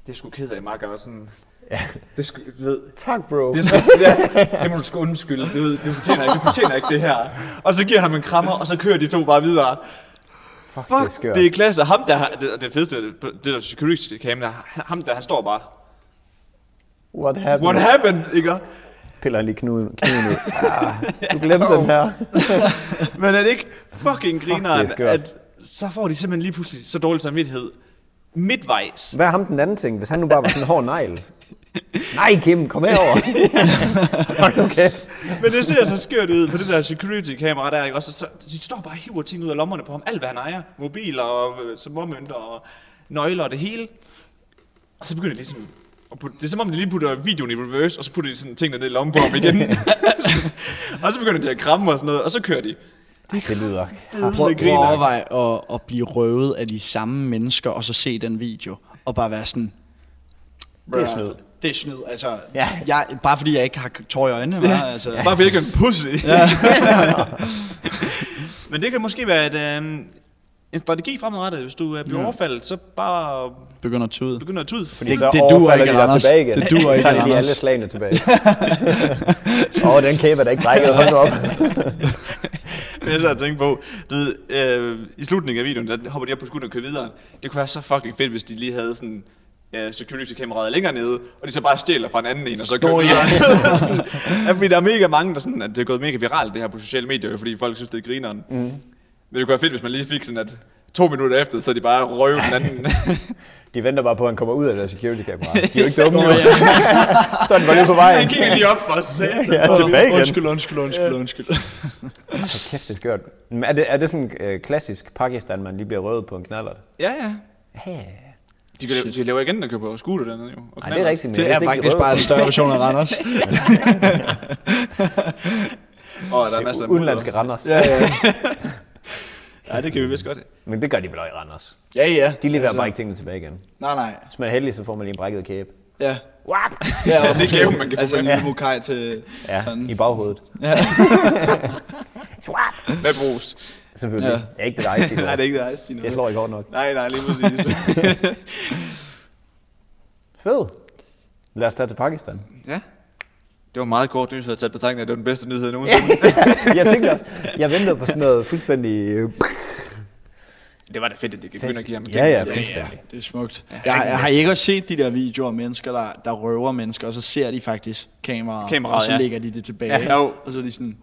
Speaker 1: det er sgu ked af, Mark, og sådan, ja. det er sgu, du ved,
Speaker 4: Tak, bro.
Speaker 1: det, er sgu, ja, det må du sgu undskylde, du, ved, du, fortjener ikke, du fortjener ikke det her. Og så giver han ham en krammer, og så kører de to bare videre. Fuck,
Speaker 4: det er skørt.
Speaker 1: det er klasse. Ham der, har- det, og det fedeste, det, det der security cam, der, han- ham der, han står bare,
Speaker 4: What happened?
Speaker 1: what happened, ikke?
Speaker 4: Piller han lige knuden, kniven ud. Ah, du glemte den her.
Speaker 1: Men er det ikke fucking grineren,
Speaker 4: Fuck, det er skørt.
Speaker 1: at så får de simpelthen lige pludselig så dårlig samvittighed midtvejs.
Speaker 4: Hvad er ham den anden ting, hvis han nu bare var sådan en hård negl? Nej, Kim, kom herover. *laughs* Hold nu kæft.
Speaker 1: Men det ser så skørt ud på det der security-kamera der, ikke? Og så, så, de står bare og hiver ting ud af lommerne på ham. Alt, hvad han ejer. Mobiler og øh, småmønter og nøgler og det hele. Og så begynder de ligesom... at putte, det er som om, de lige putter videoen i reverse, og så putter de sådan tingene ned i lommen på ham igen. og så begynder de at kramme og sådan noget, og så kører de.
Speaker 4: Det lyder.
Speaker 5: Prøv, prøv at overveje at, at blive røvet af de samme mennesker, og så se den video, og bare være sådan...
Speaker 4: Det er snyd.
Speaker 5: Det er snyd, altså.
Speaker 4: Ja.
Speaker 5: Jeg, bare fordi jeg ikke har tår i øjnene, ja. altså.
Speaker 1: Bare hvilken pussy. Ja. *laughs* Men det kan måske være et, øh, en strategi fremadrettet. Hvis du øh, bliver overfaldet, så bare
Speaker 5: Begynder at tude.
Speaker 1: begynder at tude. Fordi
Speaker 4: Fordi
Speaker 5: Det-
Speaker 4: så
Speaker 5: det duer
Speaker 4: overfalder
Speaker 5: ikke,
Speaker 4: de dig
Speaker 5: Anders.
Speaker 4: tilbage igen.
Speaker 5: Det duer
Speaker 4: *laughs*
Speaker 5: ikke,
Speaker 4: Så tager de lige
Speaker 5: Anders.
Speaker 4: alle slagene
Speaker 5: *laughs*
Speaker 4: tilbage. *laughs* Åh, oh, den kæbe er da ikke brækket. Hold nu op.
Speaker 1: Men jeg sad og tænkte på, du ved, øh, i slutningen af videoen, der hopper de op på skulderen og kører videre. Det kunne være så fucking fedt, hvis de lige havde sådan øh, security-kameraet længere nede, og de så bare stjæler fra en anden en, og så kører oh, ja. *laughs* sådan, ja, fordi der er mega mange, der sådan, at det er gået mega viralt det her på sociale medier, jo, fordi folk synes, det er grineren. Mm. Men det kunne være fedt, hvis man lige fik sådan, at to minutter efter, så er de bare røv den anden.
Speaker 4: De venter bare på, at han kommer ud af deres security-kamera. De er jo ikke dumme. jo. *laughs* Står den bare lige på vejen.
Speaker 1: *laughs* Han kigger lige op for *laughs* os.
Speaker 4: *laughs* Ja, tilbage igen.
Speaker 5: Undskyld, undskyld, undskyld, undskyld.
Speaker 4: Så kæft, det er skørt. Men Er det, er det sådan øh, klassisk Pakistan, man lige bliver røvet på en knallert?
Speaker 1: Ja, ja. De, kan, lave- de laver igen, der køber scooter dernede jo. Og
Speaker 4: Nej, det er rigtigt. men jeg
Speaker 5: Det
Speaker 4: vidste
Speaker 5: er
Speaker 4: ikke, de røvede
Speaker 5: faktisk bare en
Speaker 4: på-
Speaker 5: større version af Randers.
Speaker 1: Og der er masser af
Speaker 4: Udenlandske Randers.
Speaker 1: Ja, det kan vi vist godt.
Speaker 4: Men det gør de vel også i Randers.
Speaker 5: *laughs* Ja, ja. Altså,
Speaker 4: De leverer bare ikke tingene tilbage igen.
Speaker 5: Nej, nej.
Speaker 4: Hvis man er heldig, så får man lige en brækket kæbe.
Speaker 5: Ja.
Speaker 4: Wap!
Speaker 5: Ja, og
Speaker 1: Det er gaven, man kan få
Speaker 5: altså,
Speaker 1: med.
Speaker 5: en lille mokaj til
Speaker 4: Ja,
Speaker 5: sådan.
Speaker 4: i baghovedet. Swap!
Speaker 1: Hvad bruges?
Speaker 4: Selvfølgelig.
Speaker 5: Ja.
Speaker 4: Ja. Det er ikke det, der
Speaker 5: *laughs*
Speaker 1: *laughs*
Speaker 4: er
Speaker 1: Nej, det er ikke det, Stine.
Speaker 4: Jeg slår ikke hårdt nok.
Speaker 1: Nej, nej, lige præcis.
Speaker 4: Fed. Lad os tage til Pakistan.
Speaker 1: ja. *laughs* Det var meget kort nyhed, at tage betragtning af, at det var den bedste nyhed nogensinde.
Speaker 4: jeg tænkte også, *laughs* jeg ventede på sådan noget fuldstændig... øh,
Speaker 1: *laughs* det var da fedt, at det gik begynde at give ham
Speaker 4: Ja, ja,
Speaker 5: Ja,
Speaker 4: fuldstændig.
Speaker 5: ja, det er smukt. Jeg, jeg har ikke også set de der videoer af mennesker, der, der røver mennesker, og så ser de faktisk kameraet,
Speaker 1: Kameraet,
Speaker 5: og så
Speaker 1: ja.
Speaker 5: lægger de det tilbage.
Speaker 1: Ja, jo.
Speaker 5: og så er de sådan,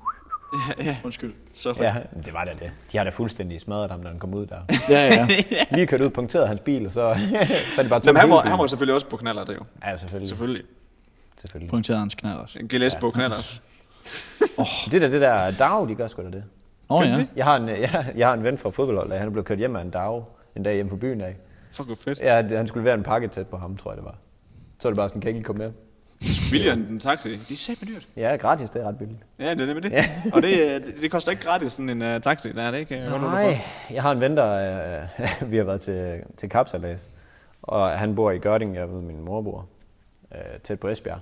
Speaker 5: Undskyld. Så ja.
Speaker 4: Ja, det var da det. De har da fuldstændig smadret ham, når han kom ud der.
Speaker 3: Ja, ja.
Speaker 4: Lige kørt ud, punkteret hans bil, og så, så er det bare to
Speaker 1: Jamen, han, må,
Speaker 4: bilbiler.
Speaker 1: han må selvfølgelig også på knaller, det er jo.
Speaker 4: Ja, selvfølgelig.
Speaker 1: Selvfølgelig.
Speaker 4: selvfølgelig.
Speaker 5: punkteret hans knallert.
Speaker 1: En Gillespie på knaller.
Speaker 4: Det der, det der DAO, de gør sgu da det.
Speaker 5: Åh oh, ja.
Speaker 4: Jeg har en, *laughs* jeg, jeg har en ven fra fodboldholdet, han er blevet kørt hjem af en DAO en dag hjemme på byen af.
Speaker 1: Fuck, hvor fedt.
Speaker 4: Ja, det- han skulle være en pakke tæt på ham, tror jeg det var. Så er det bare sådan, kan ikke lige komme med.
Speaker 1: Billigere end en taxi. Det er sæt dyrt.
Speaker 4: Ja, gratis, det er ret billigt.
Speaker 1: Ja, det er nemlig det. Og det, øh, det, det koster ikke gratis, sådan en uh, taxi. Nej, det kan jeg godt holde
Speaker 4: Nej, jeg har en ven, der øh, *laughs* vi har været til, til kapsalas, og han bor i Gørding, jeg ved, min mor bor, øh, tæt på Esbjerg.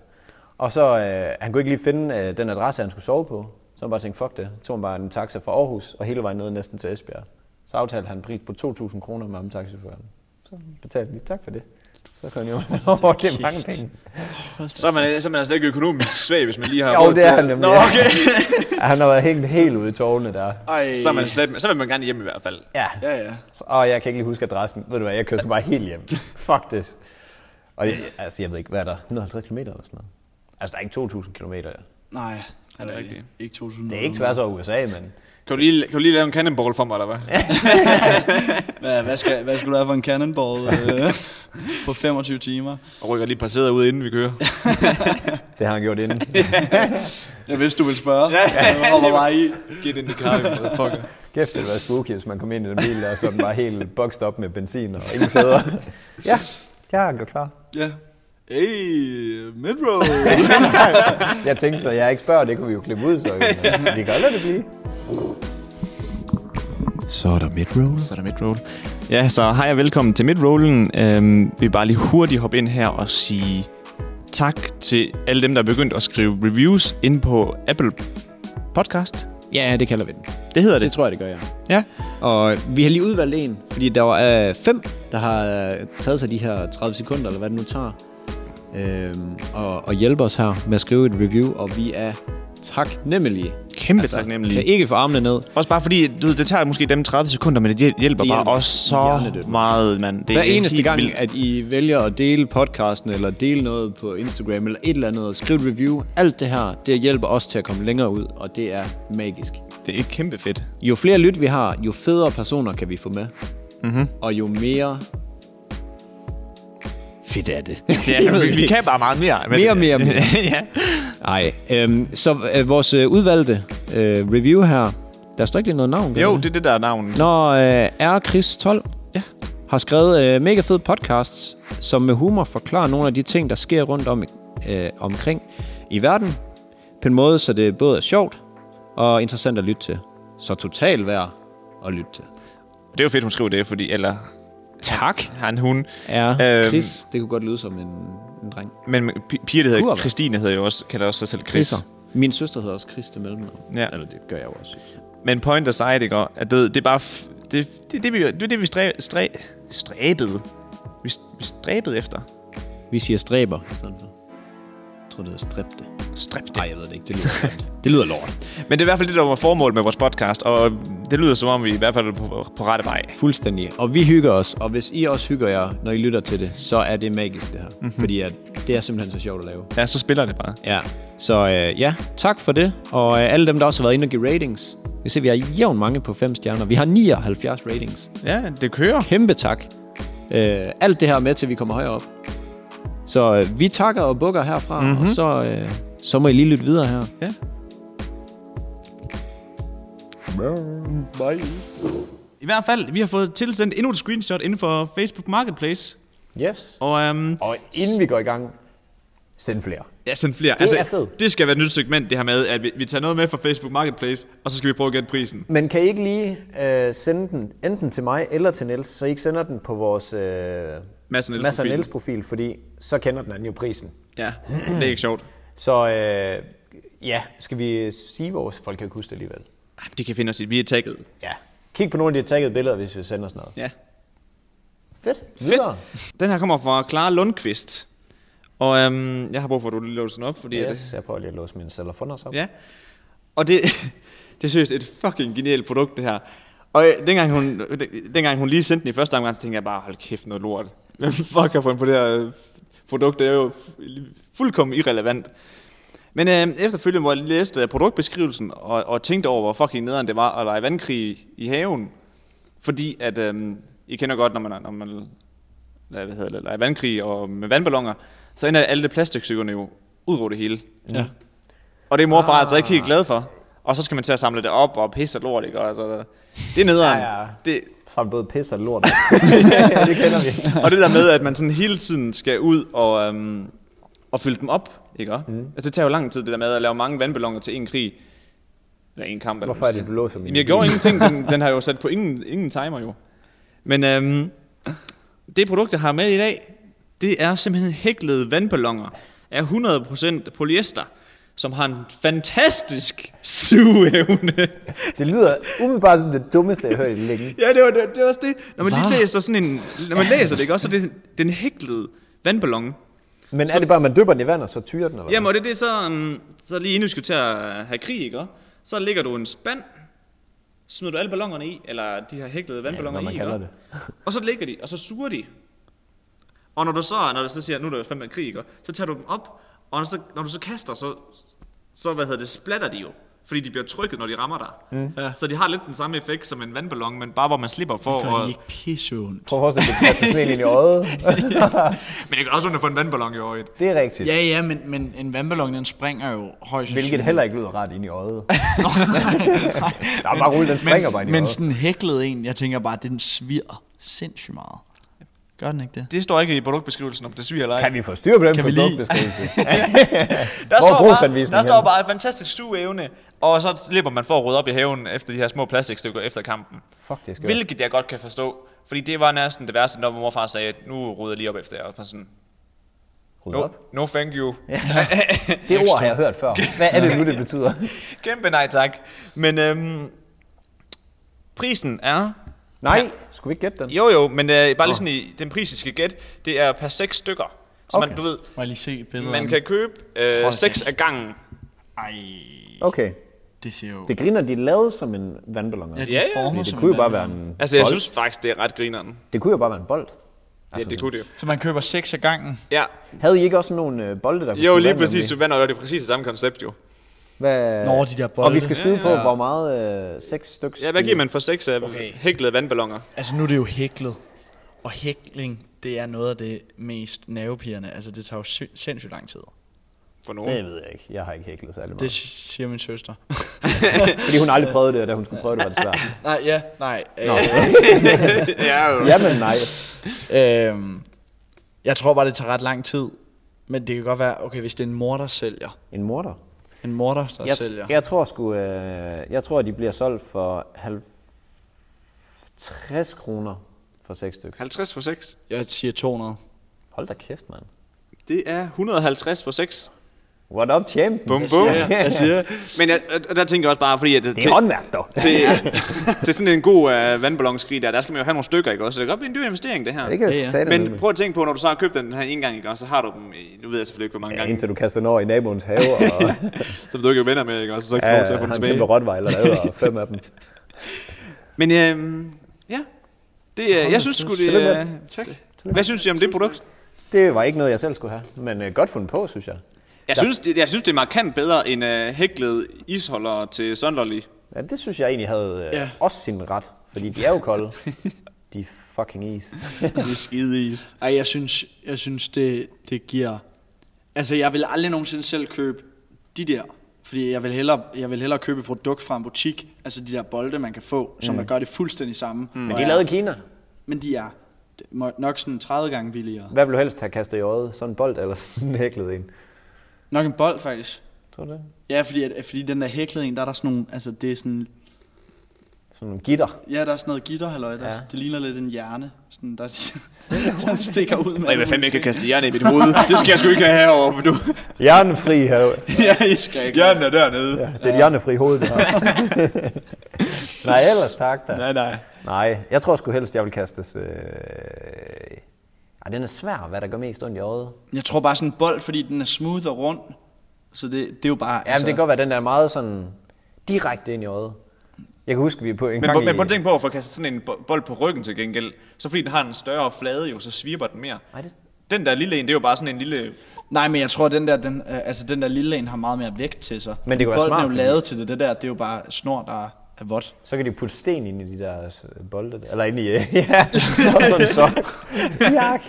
Speaker 4: Og så, øh, han kunne ikke lige finde øh, den adresse, han skulle sove på, så han bare tænkte, fuck det, tog han bare en taxa fra Aarhus, og hele vejen ned næsten til Esbjerg. Så aftalte han en pris på 2.000 kroner med ham taxiføreren. Så betalte han lige, tak for det. Så kan han *laughs* jo over, det er mange penge.
Speaker 1: Så er man, så er man altså ikke økonomisk svag, hvis man lige har
Speaker 4: Jo,
Speaker 1: råd
Speaker 4: det
Speaker 1: til-
Speaker 4: er han nemlig,
Speaker 1: Nå,
Speaker 4: ja.
Speaker 1: okay.
Speaker 4: Han har været helt, helt ude i tårlene der.
Speaker 5: Ej.
Speaker 1: Så, er man, sat- så vil man gerne hjem i hvert fald.
Speaker 4: Ja,
Speaker 5: Ja, ja.
Speaker 4: Så- Åh, jeg kan ikke lige huske adressen. Ved du hvad, jeg kører sgu bare helt hjem. Fuck det. Og jeg, altså, jeg ved ikke, hvad er der? 150 km eller sådan noget? Altså, der er ikke 2.000 km. Det
Speaker 5: Nej, han er
Speaker 1: rigtigt.
Speaker 5: rigtig. Ikke 2000.
Speaker 4: er ikke tværs over USA, men...
Speaker 1: Kan du lige, kan du lige lave en cannonball for mig, eller hvad?
Speaker 5: Hvad, hvad, skal, hvad skulle du have for en cannonball øh, på 25 timer?
Speaker 1: Og rykker lige et par sæder ud, inden vi kører.
Speaker 4: Det har han gjort *laughs* inden.
Speaker 5: Jeg vidste, du ville spørge. Ja, ja. Hopper bare i.
Speaker 1: Get in the car, you motherfucker.
Speaker 4: Kæft, det ville være spooky, hvis man kom ind i den bil, og så er den bare helt bokset op med benzin og ingen sæder. ja, jeg er klar.
Speaker 5: Ja. Hey, *laughs* midroll.
Speaker 4: Jeg tænkte så, jeg er ikke spørger, det kunne vi jo klippe ud, så øh, vi kan godt lade det blive.
Speaker 3: Så er der midroll.
Speaker 1: Så er der midroll. Ja, så hej og velkommen til midrollen. Øhm, vi vil bare lige hurtigt hoppe ind her og sige tak til alle dem, der er begyndt at skrive reviews ind på Apple Podcast.
Speaker 2: Ja, det kalder vi den.
Speaker 1: Det hedder
Speaker 2: Det
Speaker 1: det.
Speaker 2: tror jeg, det gør, ja.
Speaker 1: Ja.
Speaker 2: Og vi har lige udvalgt en, fordi der var øh, fem, der har øh, taget sig de her 30 sekunder, eller hvad det nu tager, øh, og, og hjælper os her med at skrive et review, og vi er taknemmelige.
Speaker 1: Kæmpe altså,
Speaker 2: Kan
Speaker 1: taknemmelig.
Speaker 2: ikke få armene ned.
Speaker 1: Også bare fordi, du ved, det tager måske dem 30 sekunder, men det hjæl- hjælper
Speaker 2: Det
Speaker 1: bare
Speaker 2: hjælper
Speaker 1: os så
Speaker 2: hjernedødt.
Speaker 1: meget, mand. Det
Speaker 2: Hver
Speaker 1: er
Speaker 2: eneste
Speaker 1: helt
Speaker 2: gang,
Speaker 1: vildt.
Speaker 2: at I vælger at dele podcasten, eller dele noget på Instagram, eller et eller andet, og skrive et review, alt det her, det hjælper os til at komme længere ud, og det er magisk.
Speaker 1: Det er kæmpe fedt.
Speaker 2: Jo flere lyt vi har, jo federe personer kan vi få med.
Speaker 1: Mhm.
Speaker 2: Mm-hmm. Og jo mere fedt er det. *laughs*
Speaker 1: Ja, vi, vi kan bare meget mere. Men
Speaker 2: Mere, mere, mere.
Speaker 1: *laughs* ja.
Speaker 2: Ej, øhm, så øh, vores øh, udvalgte øh, review her, der står ikke lige noget navn. gør
Speaker 1: Jo,
Speaker 2: der?
Speaker 1: det er det, der er navnet.
Speaker 2: Når øh, R. Chris 12 ja. har skrevet øh, mega fed podcasts, som med humor forklarer nogle af de ting, der sker rundt om øh, omkring i verden, på en måde, så det både er sjovt og interessant at lytte til. Så totalt værd at lytte til.
Speaker 1: Det er jo fedt, hun skriver det, fordi... Eller
Speaker 2: Tak,
Speaker 1: han, hun.
Speaker 2: R.
Speaker 1: Øhm.
Speaker 2: Øhm. Chris. Det kunne godt lyde som en, en dreng.
Speaker 1: Men pi- piger, der hedder
Speaker 2: Kurve.
Speaker 1: Christine, hedder jo også, kalder også sig selv Chris.
Speaker 2: Chris'er. Min søster hedder også Chris til mellemnavn.
Speaker 1: Ja.
Speaker 2: Eller det gør jeg jo også.
Speaker 1: Men point aside, ikke? og At det, det er bare... F- det, det, er det, vi, det er det, vi stræ, stræ, stræbede. Vi, st- vi stræbede efter.
Speaker 2: Vi siger stræber i stedet for. Jeg tror, det hedder stræbte.
Speaker 1: Stræbte.
Speaker 2: Nej, jeg ved det ikke. Det *laughs* lyder lort. det lyder lort.
Speaker 1: Men det er i hvert fald det, der var formålet med vores podcast, og det lyder som om, vi i hvert fald er på, på rette vej.
Speaker 2: Fuldstændig. Og vi hygger os. Og hvis I også hygger jer, når I lytter til det, så er det magisk det her. Mm-hmm. Fordi at det er simpelthen så sjovt at lave.
Speaker 1: Ja, så spiller det bare.
Speaker 2: Ja. Så øh, ja, tak for det. Og øh, alle dem, der også har været inde og give ratings. Vi kan se, vi har jævn mange på 5 stjerner. Vi har 79 ratings.
Speaker 1: Ja, det kører.
Speaker 2: Kæmpe tak. Øh, alt det her er med til, at vi kommer højere op. Så øh, vi takker og bukker herfra, mm-hmm. og så, øh, så må I lige lytte videre her.
Speaker 1: Ja. I hvert fald, vi har fået tilsendt endnu et screenshot inden for Facebook Marketplace.
Speaker 4: Yes.
Speaker 1: Og øhm,
Speaker 4: Og inden vi går i gang, send flere.
Speaker 1: ja, sendt flere. Det,
Speaker 4: er fedt.
Speaker 1: det skal være et nyt segment, det her med, at vi, vi tager noget med fra Facebook Marketplace, og så skal vi prøve at gætte prisen.
Speaker 4: Men kan I ikke lige øh, sende den enten til mig eller til Niels, så I ikke sender den på vores øh,
Speaker 1: Mads og Niels
Speaker 4: Mads og
Speaker 1: profil.
Speaker 4: Niels profil, fordi så kender den anden jo prisen.
Speaker 1: Ja, det er ikke sjovt.
Speaker 4: Så øh, ja, skal vi sige vores, folk kan ikke huske det alligevel.
Speaker 1: Ej, men De kan finde os i, vi er tagget.
Speaker 4: Ja. Kig på nogle af de taggede billeder, hvis vi sender sådan noget.
Speaker 1: Ja.
Speaker 4: Fedt. Videre.
Speaker 1: Fedt. Den her kommer fra Clara Lundqvist. Og øhm, jeg har brug for, at du lige låser den op, fordi yes.
Speaker 4: Yes, jeg prøver lige at låse min telefoner op.
Speaker 1: Ja. Og det, *laughs* det synes jeg er et fucking genialt produkt, det her. Og øh, dengang hun, den- dengang hun lige sendte den i første omgang, så tænkte jeg bare, hold kæft, noget lort. *laughs* Hvem fuck har fundet på det her øh, produkt? Det er jo fu- fuldkommen irrelevant. Men øh, efterfølgende, hvor jeg læste øh, produktbeskrivelsen og, og tænkte over, hvor fucking nederen det var at lege vandkrig i haven, fordi at, øh, I kender godt, når man, når man hvad hedder det, leger vandkrig og med vandballoner, så ender alle det plastikstykkerne jo ud over det hele.
Speaker 5: Ja.
Speaker 1: Og det er mor og far altså ikke
Speaker 4: Ah.
Speaker 1: helt glad for. Og så skal man til at samle det op og pisse og lort, ikke? Og altså, det er nederen.
Speaker 4: Ja, ja.
Speaker 1: Det,
Speaker 4: Samt både pis og
Speaker 1: *laughs*
Speaker 4: lort. ja, det kender vi.
Speaker 1: og det der med, at man sådan hele tiden skal ud og, øhm, og fylde dem op, ikke? Mm. Altså, det tager jo lang tid, det der med at lave mange vandballoner til en krig. Eller en kamp. eller
Speaker 4: Hvorfor er
Speaker 1: hvad
Speaker 4: det,
Speaker 1: man
Speaker 4: du låser min
Speaker 1: Jamen, jeg gjorde ingenting. Den, den har jo sat på ingen, ingen timer jo. Men øhm, det produkt, jeg har med i dag, det er simpelthen hæklede vandballoner af 100% polyester, som har en fantastisk sugeevne.
Speaker 4: Det lyder umiddelbart som det dummeste, jeg har hørt i længe.
Speaker 1: Ja, det var, det, det var også det. Når man lige læser sådan en... Når man læser det, ikke også? Så er det den hæklede vandballon.
Speaker 4: Men er det bare, at man dypper den i vand, og så tyrer den? Eller?
Speaker 1: Jamen, og det er det så... Um, så lige inden du skal til at have krig, ikke? også? Så ligger du en spand, smider du alle ballongerne i, eller de her hæklede vandballoner
Speaker 4: hvad man
Speaker 1: i,
Speaker 4: kalder
Speaker 1: ikke? også? og så ligger de, og så suger de. Og når du så, når du så siger, nu er der jo fandme krig, ikke? også? så tager du dem op, og når, så, når du så kaster, så, så hvad hedder det, splatter de jo. Fordi de bliver trykket, når de rammer dig. Mm. Ja. Så de har lidt den samme effekt som en vandballon, men bare hvor man slipper for
Speaker 5: Gør
Speaker 1: at...
Speaker 5: de ikke pisse ondt?
Speaker 4: Prøv at forestille dig, at du kaster sådan en ind i
Speaker 1: *laughs*
Speaker 4: øjet.
Speaker 1: Men det gør også ondt at få en vandballon i øjet.
Speaker 4: Det er rigtigt.
Speaker 5: Ja, ja, men, men en vandballon, den springer jo højst
Speaker 4: Hvilket
Speaker 5: sandsynligt.
Speaker 4: heller ikke lyder ret ind i øjet. *laughs* Der er bare rulle, den springer bare ind i
Speaker 5: Men
Speaker 4: øjet.
Speaker 5: sådan en hæklet en, jeg tænker bare, den svir sindssygt meget. Gør den ikke det?
Speaker 1: Det står ikke i produktbeskrivelsen, om det syger eller ej.
Speaker 4: Kan vi få styr på den
Speaker 5: Kan vi lige-
Speaker 4: produktbeskrivelse? *laughs*
Speaker 1: Der,
Speaker 4: Hvor er
Speaker 1: står bare,
Speaker 4: brugsanvisningen
Speaker 1: der står
Speaker 4: henne?
Speaker 1: bare fantastisk stueevne, og så slipper man for at rydde op i haven efter de her små plastikstykker efter kampen.
Speaker 4: Fuck, det er skørt.
Speaker 1: Hvilket jeg godt kan forstå, fordi det var næsten det værste, når min morfar sagde, at nu rydder jeg lige op efter jer. Og sådan,
Speaker 4: Rydde
Speaker 1: no,
Speaker 4: op.
Speaker 1: no thank you.
Speaker 4: Det ord har jeg hørt *laughs* før. Hvad er det nu, det betyder?
Speaker 1: Kæmpe nej tak. Men øhm, prisen er...
Speaker 4: Nej, skulle vi ikke gætte den?
Speaker 1: Jo jo, men øh, bare lige sådan i den pris, I skal gætte, det er per seks stykker. Så okay. man,
Speaker 4: Okay.
Speaker 1: du ved,
Speaker 5: Må jeg lige se billedet?
Speaker 1: man kan købe øh, seks af gangen.
Speaker 5: Ej,
Speaker 4: Okay.
Speaker 5: det ser jo...
Speaker 4: Det griner, de er lavet som en vandballon.
Speaker 5: ja,
Speaker 4: Altså.
Speaker 5: de
Speaker 1: Ja, ja,
Speaker 5: former
Speaker 4: Det
Speaker 5: som
Speaker 4: kunne
Speaker 5: en
Speaker 4: jo bare være
Speaker 5: vandballon.
Speaker 4: en
Speaker 1: Altså, jeg
Speaker 4: bold.
Speaker 1: synes faktisk, det er ret grineren.
Speaker 4: Det kunne jo bare være en bold.
Speaker 1: Ja, det kunne det jo.
Speaker 5: Så man køber seks af gangen.
Speaker 1: Ja,
Speaker 4: Havde I ikke også nogle øh, bolde, der kunne
Speaker 1: Jo,
Speaker 4: flyde
Speaker 1: lige
Speaker 4: vand,
Speaker 1: præcis.
Speaker 4: nemlig?
Speaker 1: Vand og det er præcis det samme koncept, jo.
Speaker 4: Hvad...
Speaker 5: Nå, de der
Speaker 4: Og
Speaker 5: bolde.
Speaker 4: vi skal skyde på, hvor meget øh, seks stykker
Speaker 1: Ja, hvad giver man for seks af okay.
Speaker 5: Okay.
Speaker 1: hæklede vandballoner?
Speaker 5: Altså, nu er det jo hæklet. Og hækling, det er noget af det mest nervepirrende. Altså, det tager jo sy- sindssygt lang tid.
Speaker 1: For nogen.
Speaker 4: Det ved jeg ikke. Jeg har ikke hæklet særlig meget.
Speaker 5: Det siger min søster. *laughs*
Speaker 4: Fordi hun aldrig prøvede det, og da hun skulle prøve det, var det svært.
Speaker 5: nej, ja, nej. Øh,
Speaker 1: ja, jo.
Speaker 4: Jamen nej.
Speaker 5: Øhm, jeg tror bare, det tager ret lang tid. Men det kan godt være, okay, hvis det er en mor, der sælger.
Speaker 4: En morter.
Speaker 5: En morter, der
Speaker 4: Jeg,
Speaker 5: sælger.
Speaker 4: jeg tror sgu, øh, jeg tror, at de bliver solgt for 50 kroner for seks stykker.
Speaker 1: 50 for 6.
Speaker 5: Jeg siger 200.
Speaker 4: Hold da kæft, mand.
Speaker 1: Det er 150 for 6.
Speaker 4: What up, champ?
Speaker 1: Bum, bum. Men jeg, og der tænker jeg også bare, fordi at,
Speaker 4: Det er håndværk, dog.
Speaker 1: til, *laughs* til sådan en god øh, vandballonskrig der, der skal man jo have nogle stykker, ikke også? Så det kan godt blive en dyr investering, det her.
Speaker 4: *laughs* Det kan jeg
Speaker 5: Ja, ja.
Speaker 4: sætte
Speaker 1: Men prøv at tænke på, når du så har købt den her en gang, ikke også? Så har du dem, i- nu ved jeg selvfølgelig ikke, hvor mange
Speaker 4: Ja,
Speaker 1: gange,
Speaker 4: indtil du kaster den over i naboens have, *laughs* og
Speaker 1: som du ikke er venner med, ikke også? Så kan
Speaker 4: ja,
Speaker 1: du til at få
Speaker 4: har
Speaker 1: den
Speaker 4: en kæmpe
Speaker 1: tilbage.
Speaker 4: rottweiler, der æder fem af dem.
Speaker 1: Men øhm, ja, det, øh, jeg synes sgu det...
Speaker 4: Tillykke med
Speaker 1: Øh, tak. Hvad synes I om det produkt?
Speaker 4: Det var ikke noget, jeg selv skulle have, men øh, godt fundet på, synes jeg.
Speaker 1: Jeg synes, det, jeg synes, det er markant bedre end øh, hæklede isholder til Sunderly.
Speaker 4: Ja, det synes jeg egentlig havde øh,
Speaker 5: Ja.
Speaker 4: også sin ret, fordi de er jo
Speaker 5: *laughs*
Speaker 4: kolde. de er fucking is.
Speaker 1: Det er skide is.
Speaker 5: Ej, jeg synes, jeg synes det, det giver... Altså, jeg vil aldrig nogensinde selv købe de der. Fordi jeg vil, hellere, jeg vil hellere købe et produkt fra en butik. Altså de der bolde, man kan få, som der gør det fuldstændig samme. Mm.
Speaker 4: Mm. Men de er lavet i Kina.
Speaker 5: men de er må- nok sådan 30 gange billigere.
Speaker 4: Hvad vil du helst have kastet i øjet? Sådan en bold eller *laughs* sådan en hæklet en?
Speaker 5: Nok en bold, faktisk.
Speaker 4: Tror du det?
Speaker 5: Ja, fordi, at, fordi den der hæklede en, der er der sådan nogle... Altså, det er sådan...
Speaker 4: Sådan nogle gitter.
Speaker 5: Ja, der er sådan noget gitterhalløj, der,
Speaker 4: Ja.
Speaker 5: ja. det ligner lidt en hjerne, sådan, der, *laughs* der stikker ud med.
Speaker 1: Nej, hvad fanden, jeg kan kaste jern i mit hoved. *laughs* Det skal jeg sgu ikke have herovre, for du...
Speaker 4: *laughs* Hjernefri have.
Speaker 1: ja, I skal ikke. Hjernen er dernede. Ja.
Speaker 4: Det er et hjernefri hoved, det her. *laughs* Nej, ellers tak da.
Speaker 1: Nej, nej.
Speaker 4: Nej, jeg tror sgu helst, jeg vil kastes... Øh... Ej, den er svær, hvad der gør mest ondt i øjet.
Speaker 5: Jeg tror bare sådan en bold, fordi den er smooth og rund, så det, det er jo bare... altså-
Speaker 4: Jamen, det kan godt være, den er meget sådan direkte ind i øjet. Jeg kan huske, vi på
Speaker 1: Men,
Speaker 4: en gang
Speaker 1: bo-
Speaker 4: i...
Speaker 1: men prøv at tænke på at få kastet sådan en bo- bold på ryggen til gengæld. Så fordi den har en større flade jo, så svirper den mere.
Speaker 4: Ej, det...
Speaker 1: Den der lille en, det er jo bare sådan en lille...
Speaker 5: Nej, men jeg tror, den der, den, øh, altså, den der lille en har meget mere vægt til sig.
Speaker 4: Men det kunne være
Speaker 5: Bolden
Speaker 4: smart,
Speaker 5: er jo
Speaker 4: fordi-
Speaker 5: lavet til det. Det der, det er jo bare snor, der er vådt.
Speaker 4: Så kan de putte sten ind i de der øh, bolde. der. Eller ind i... *laughs* øh, ja, sådan en sok. Jak.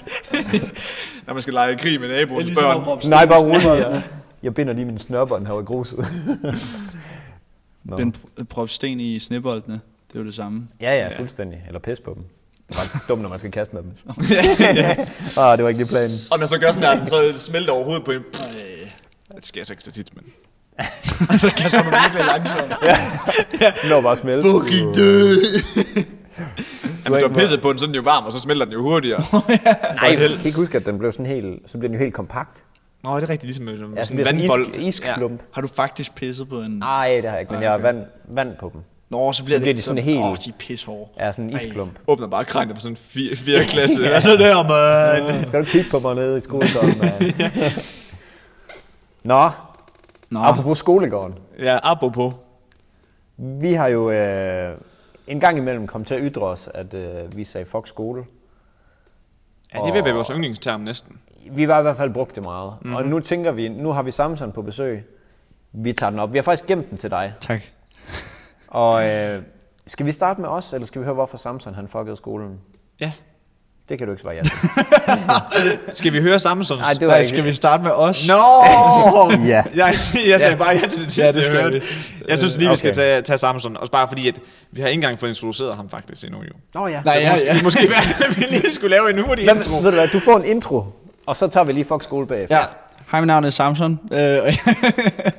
Speaker 1: Når man skal lege krig med naboens
Speaker 4: Nej, bare rolig. Jeg, jeg binder lige min snørbånd her i gruset. Nå.
Speaker 5: Men pr- prop sten i sneboldene, det er jo *laughs* det samme.
Speaker 4: Ja, ja, fuldstændig. Eller pis på dem. Det er bare dumt, når man skal kaste med dem. *laughs* ah, det var ikke det planen.
Speaker 1: Og man så gør sådan der, så smelter overhovedet på en. Det sker så ikke så tit, men...
Speaker 4: Den når bare at smelte.
Speaker 5: Fucking død!
Speaker 1: Jamen, du har pisset på den, så er den jo varm, og så smelter den jo *laughs* hurtigere.
Speaker 4: Nej, jeg kan ikke huske, at den blev sådan helt... Så bliver den jo helt kompakt.
Speaker 1: Nå, det er rigtigt ligesom som
Speaker 4: Ja, så
Speaker 1: sådan
Speaker 4: bliver
Speaker 1: en
Speaker 4: sådan
Speaker 1: vandbold.
Speaker 4: en isk, isklump.
Speaker 5: Har du faktisk pisset på en...
Speaker 4: Nej, det har jeg ikke, men jeg har vand, vand på dem.
Speaker 5: Nå, så bliver,
Speaker 4: Ah. bliver
Speaker 5: det
Speaker 4: de sådan helt-
Speaker 5: Åh, oh, de er pishårde.
Speaker 4: Ja, sådan en isklump.
Speaker 1: Åbner bare kranet på sådan en fire, fire klasse. *laughs* ja. så der, man.
Speaker 4: *laughs* Skal du kigge på mig nede i skolegården, mand? *laughs* Ah. Nå,
Speaker 5: Nå,
Speaker 4: apropos skolegården.
Speaker 1: Ja, apropos.
Speaker 4: Vi har jo øh, en gang imellem kommet til at ytre os, at øh, vi sagde fuck skole.
Speaker 1: Ja, det er ved at være vores yndlingsterm næsten.
Speaker 4: Vi var i hvert fald brugt det meget. Mm.
Speaker 5: Mhm.
Speaker 4: Og nu tænker vi, nu har vi Samson på besøg. Vi tager den op. Vi har faktisk gemt den til dig.
Speaker 5: tak.
Speaker 4: Og øh, skal vi starte med os, eller skal vi høre, hvorfor Samson han fuckede skolen?
Speaker 1: Ja.
Speaker 4: Det kan du ikke svare ja
Speaker 5: *laughs*
Speaker 4: til.
Speaker 1: Skal vi høre Samsons?
Speaker 4: Nej, det var
Speaker 5: Nej,
Speaker 4: ikke...
Speaker 5: skal vi starte med os? *laughs*
Speaker 1: Nå!
Speaker 4: Ja.
Speaker 1: Jeg, *laughs* jeg sagde bare ja til det sidste,
Speaker 5: Ja, det skal
Speaker 1: jeg hørte. Jeg synes lige, vi skal
Speaker 4: Okay.
Speaker 1: tage, tage Samson. Også bare fordi, at vi har ikke engang fået introduceret ham faktisk endnu, jo.
Speaker 4: Nå ja.
Speaker 5: Nej, ja, ja.
Speaker 1: Måske være, at vi lige skulle lave en hurtig
Speaker 4: Hvem,
Speaker 1: intro.
Speaker 4: ved du hvad, du får en intro, og så tager vi lige fuck skole bagefter.
Speaker 5: ja. Hej, mit navn er Samson, øh, og,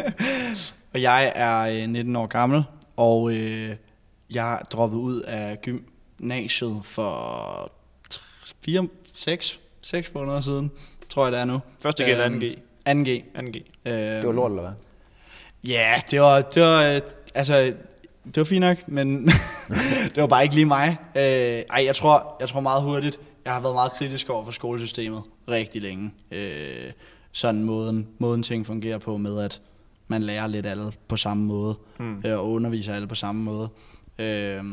Speaker 5: *laughs* og jeg er øh, 19 år gammel, og øh, jeg droppede ud af gymnasiet for 4, 6, 6 måneder siden, tror jeg det er nu.
Speaker 1: Første G eller anden G?
Speaker 5: 2G.
Speaker 1: 2G.
Speaker 5: Øh,
Speaker 4: Det var lort, eller hvad?
Speaker 5: Ja, det var, det var, øh, altså, det var fint nok, men *laughs* det var bare ikke lige mig. Øh, ej, jeg tror, jeg tror meget hurtigt, jeg har været meget kritisk over for skolesystemet rigtig længe. Øh, sådan måden, måden ting fungerer på med, at man lærer lidt alle på samme måde, mm. øh, og underviser alle på samme måde. Øh,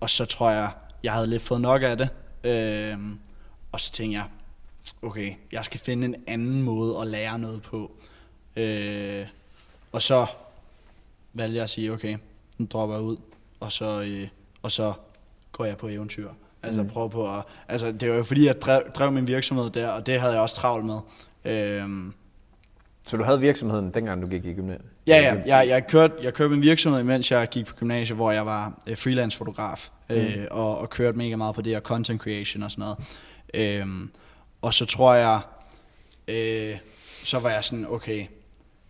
Speaker 5: og så tror jeg, jeg havde lidt fået nok af det. Øh, og så tænkte jeg, okay, jeg skal finde en anden måde at lære noget på. Øh, og så valgte jeg at sige, okay, nu dropper jeg ud, og så, øh, og så går jeg på eventyr. Altså mm. prøver på at, altså det var jo fordi, jeg drev, drev min virksomhed der, og det havde jeg også travlt med. Øhm,
Speaker 4: Så du havde virksomheden, dengang du gik i gymnasiet?
Speaker 5: Ja, ja. Jeg, jeg, kørte, jeg kørte min virksomhed, mens jeg gik på gymnasiet, hvor jeg var øh, freelance-fotograf, øh, og, og kørte mega meget på det, og content creation og sådan noget. Øhm, og så tror jeg, øh, så var jeg sådan, okay,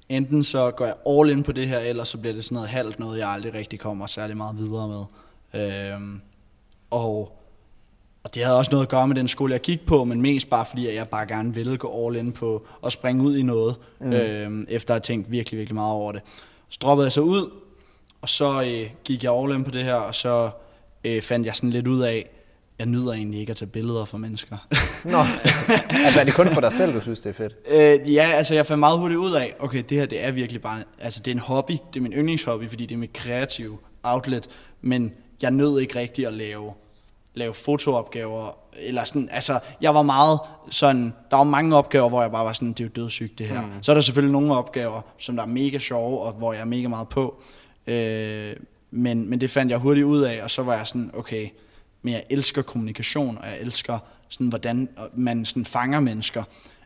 Speaker 5: enten så går jeg all in på det her, eller så bliver det sådan noget halvt noget, jeg aldrig rigtig kommer særlig meget videre med. Øhm, og, og det havde også noget at gøre med den skole, jeg gik på, men mest bare fordi, at jeg bare gerne ville gå all in på og springe ud i noget, mm. øhm, efter at have tænkt virkelig, virkelig meget over det. Så droppede jeg så ud, og så øh, gik jeg all in på det her, og så øh, fandt jeg sådan lidt ud af, jeg nyder egentlig ikke at tage billeder for mennesker.
Speaker 4: Nå. *laughs* altså, er det kun for dig selv, du synes, det er fedt?
Speaker 5: Øh, ja, altså jeg fandt meget hurtigt ud af, okay, det her det er virkelig bare, altså det er en hobby, det er min yndlingshobby, fordi det er mit kreative outlet, men jeg nød ikke rigtig at lave, lave fotoopgaver, eller sådan, altså jeg var meget sådan, der var mange opgaver, hvor jeg bare var sådan, det er jo dødssygt det her. Mm. Så er der selvfølgelig nogle opgaver, som der er mega sjove, og hvor jeg er mega meget på, øh, men, men det fandt jeg hurtigt ud af, og så var jeg sådan, okay, men jeg elsker kommunikation, og jeg elsker, sådan, hvordan man sådan fanger mennesker.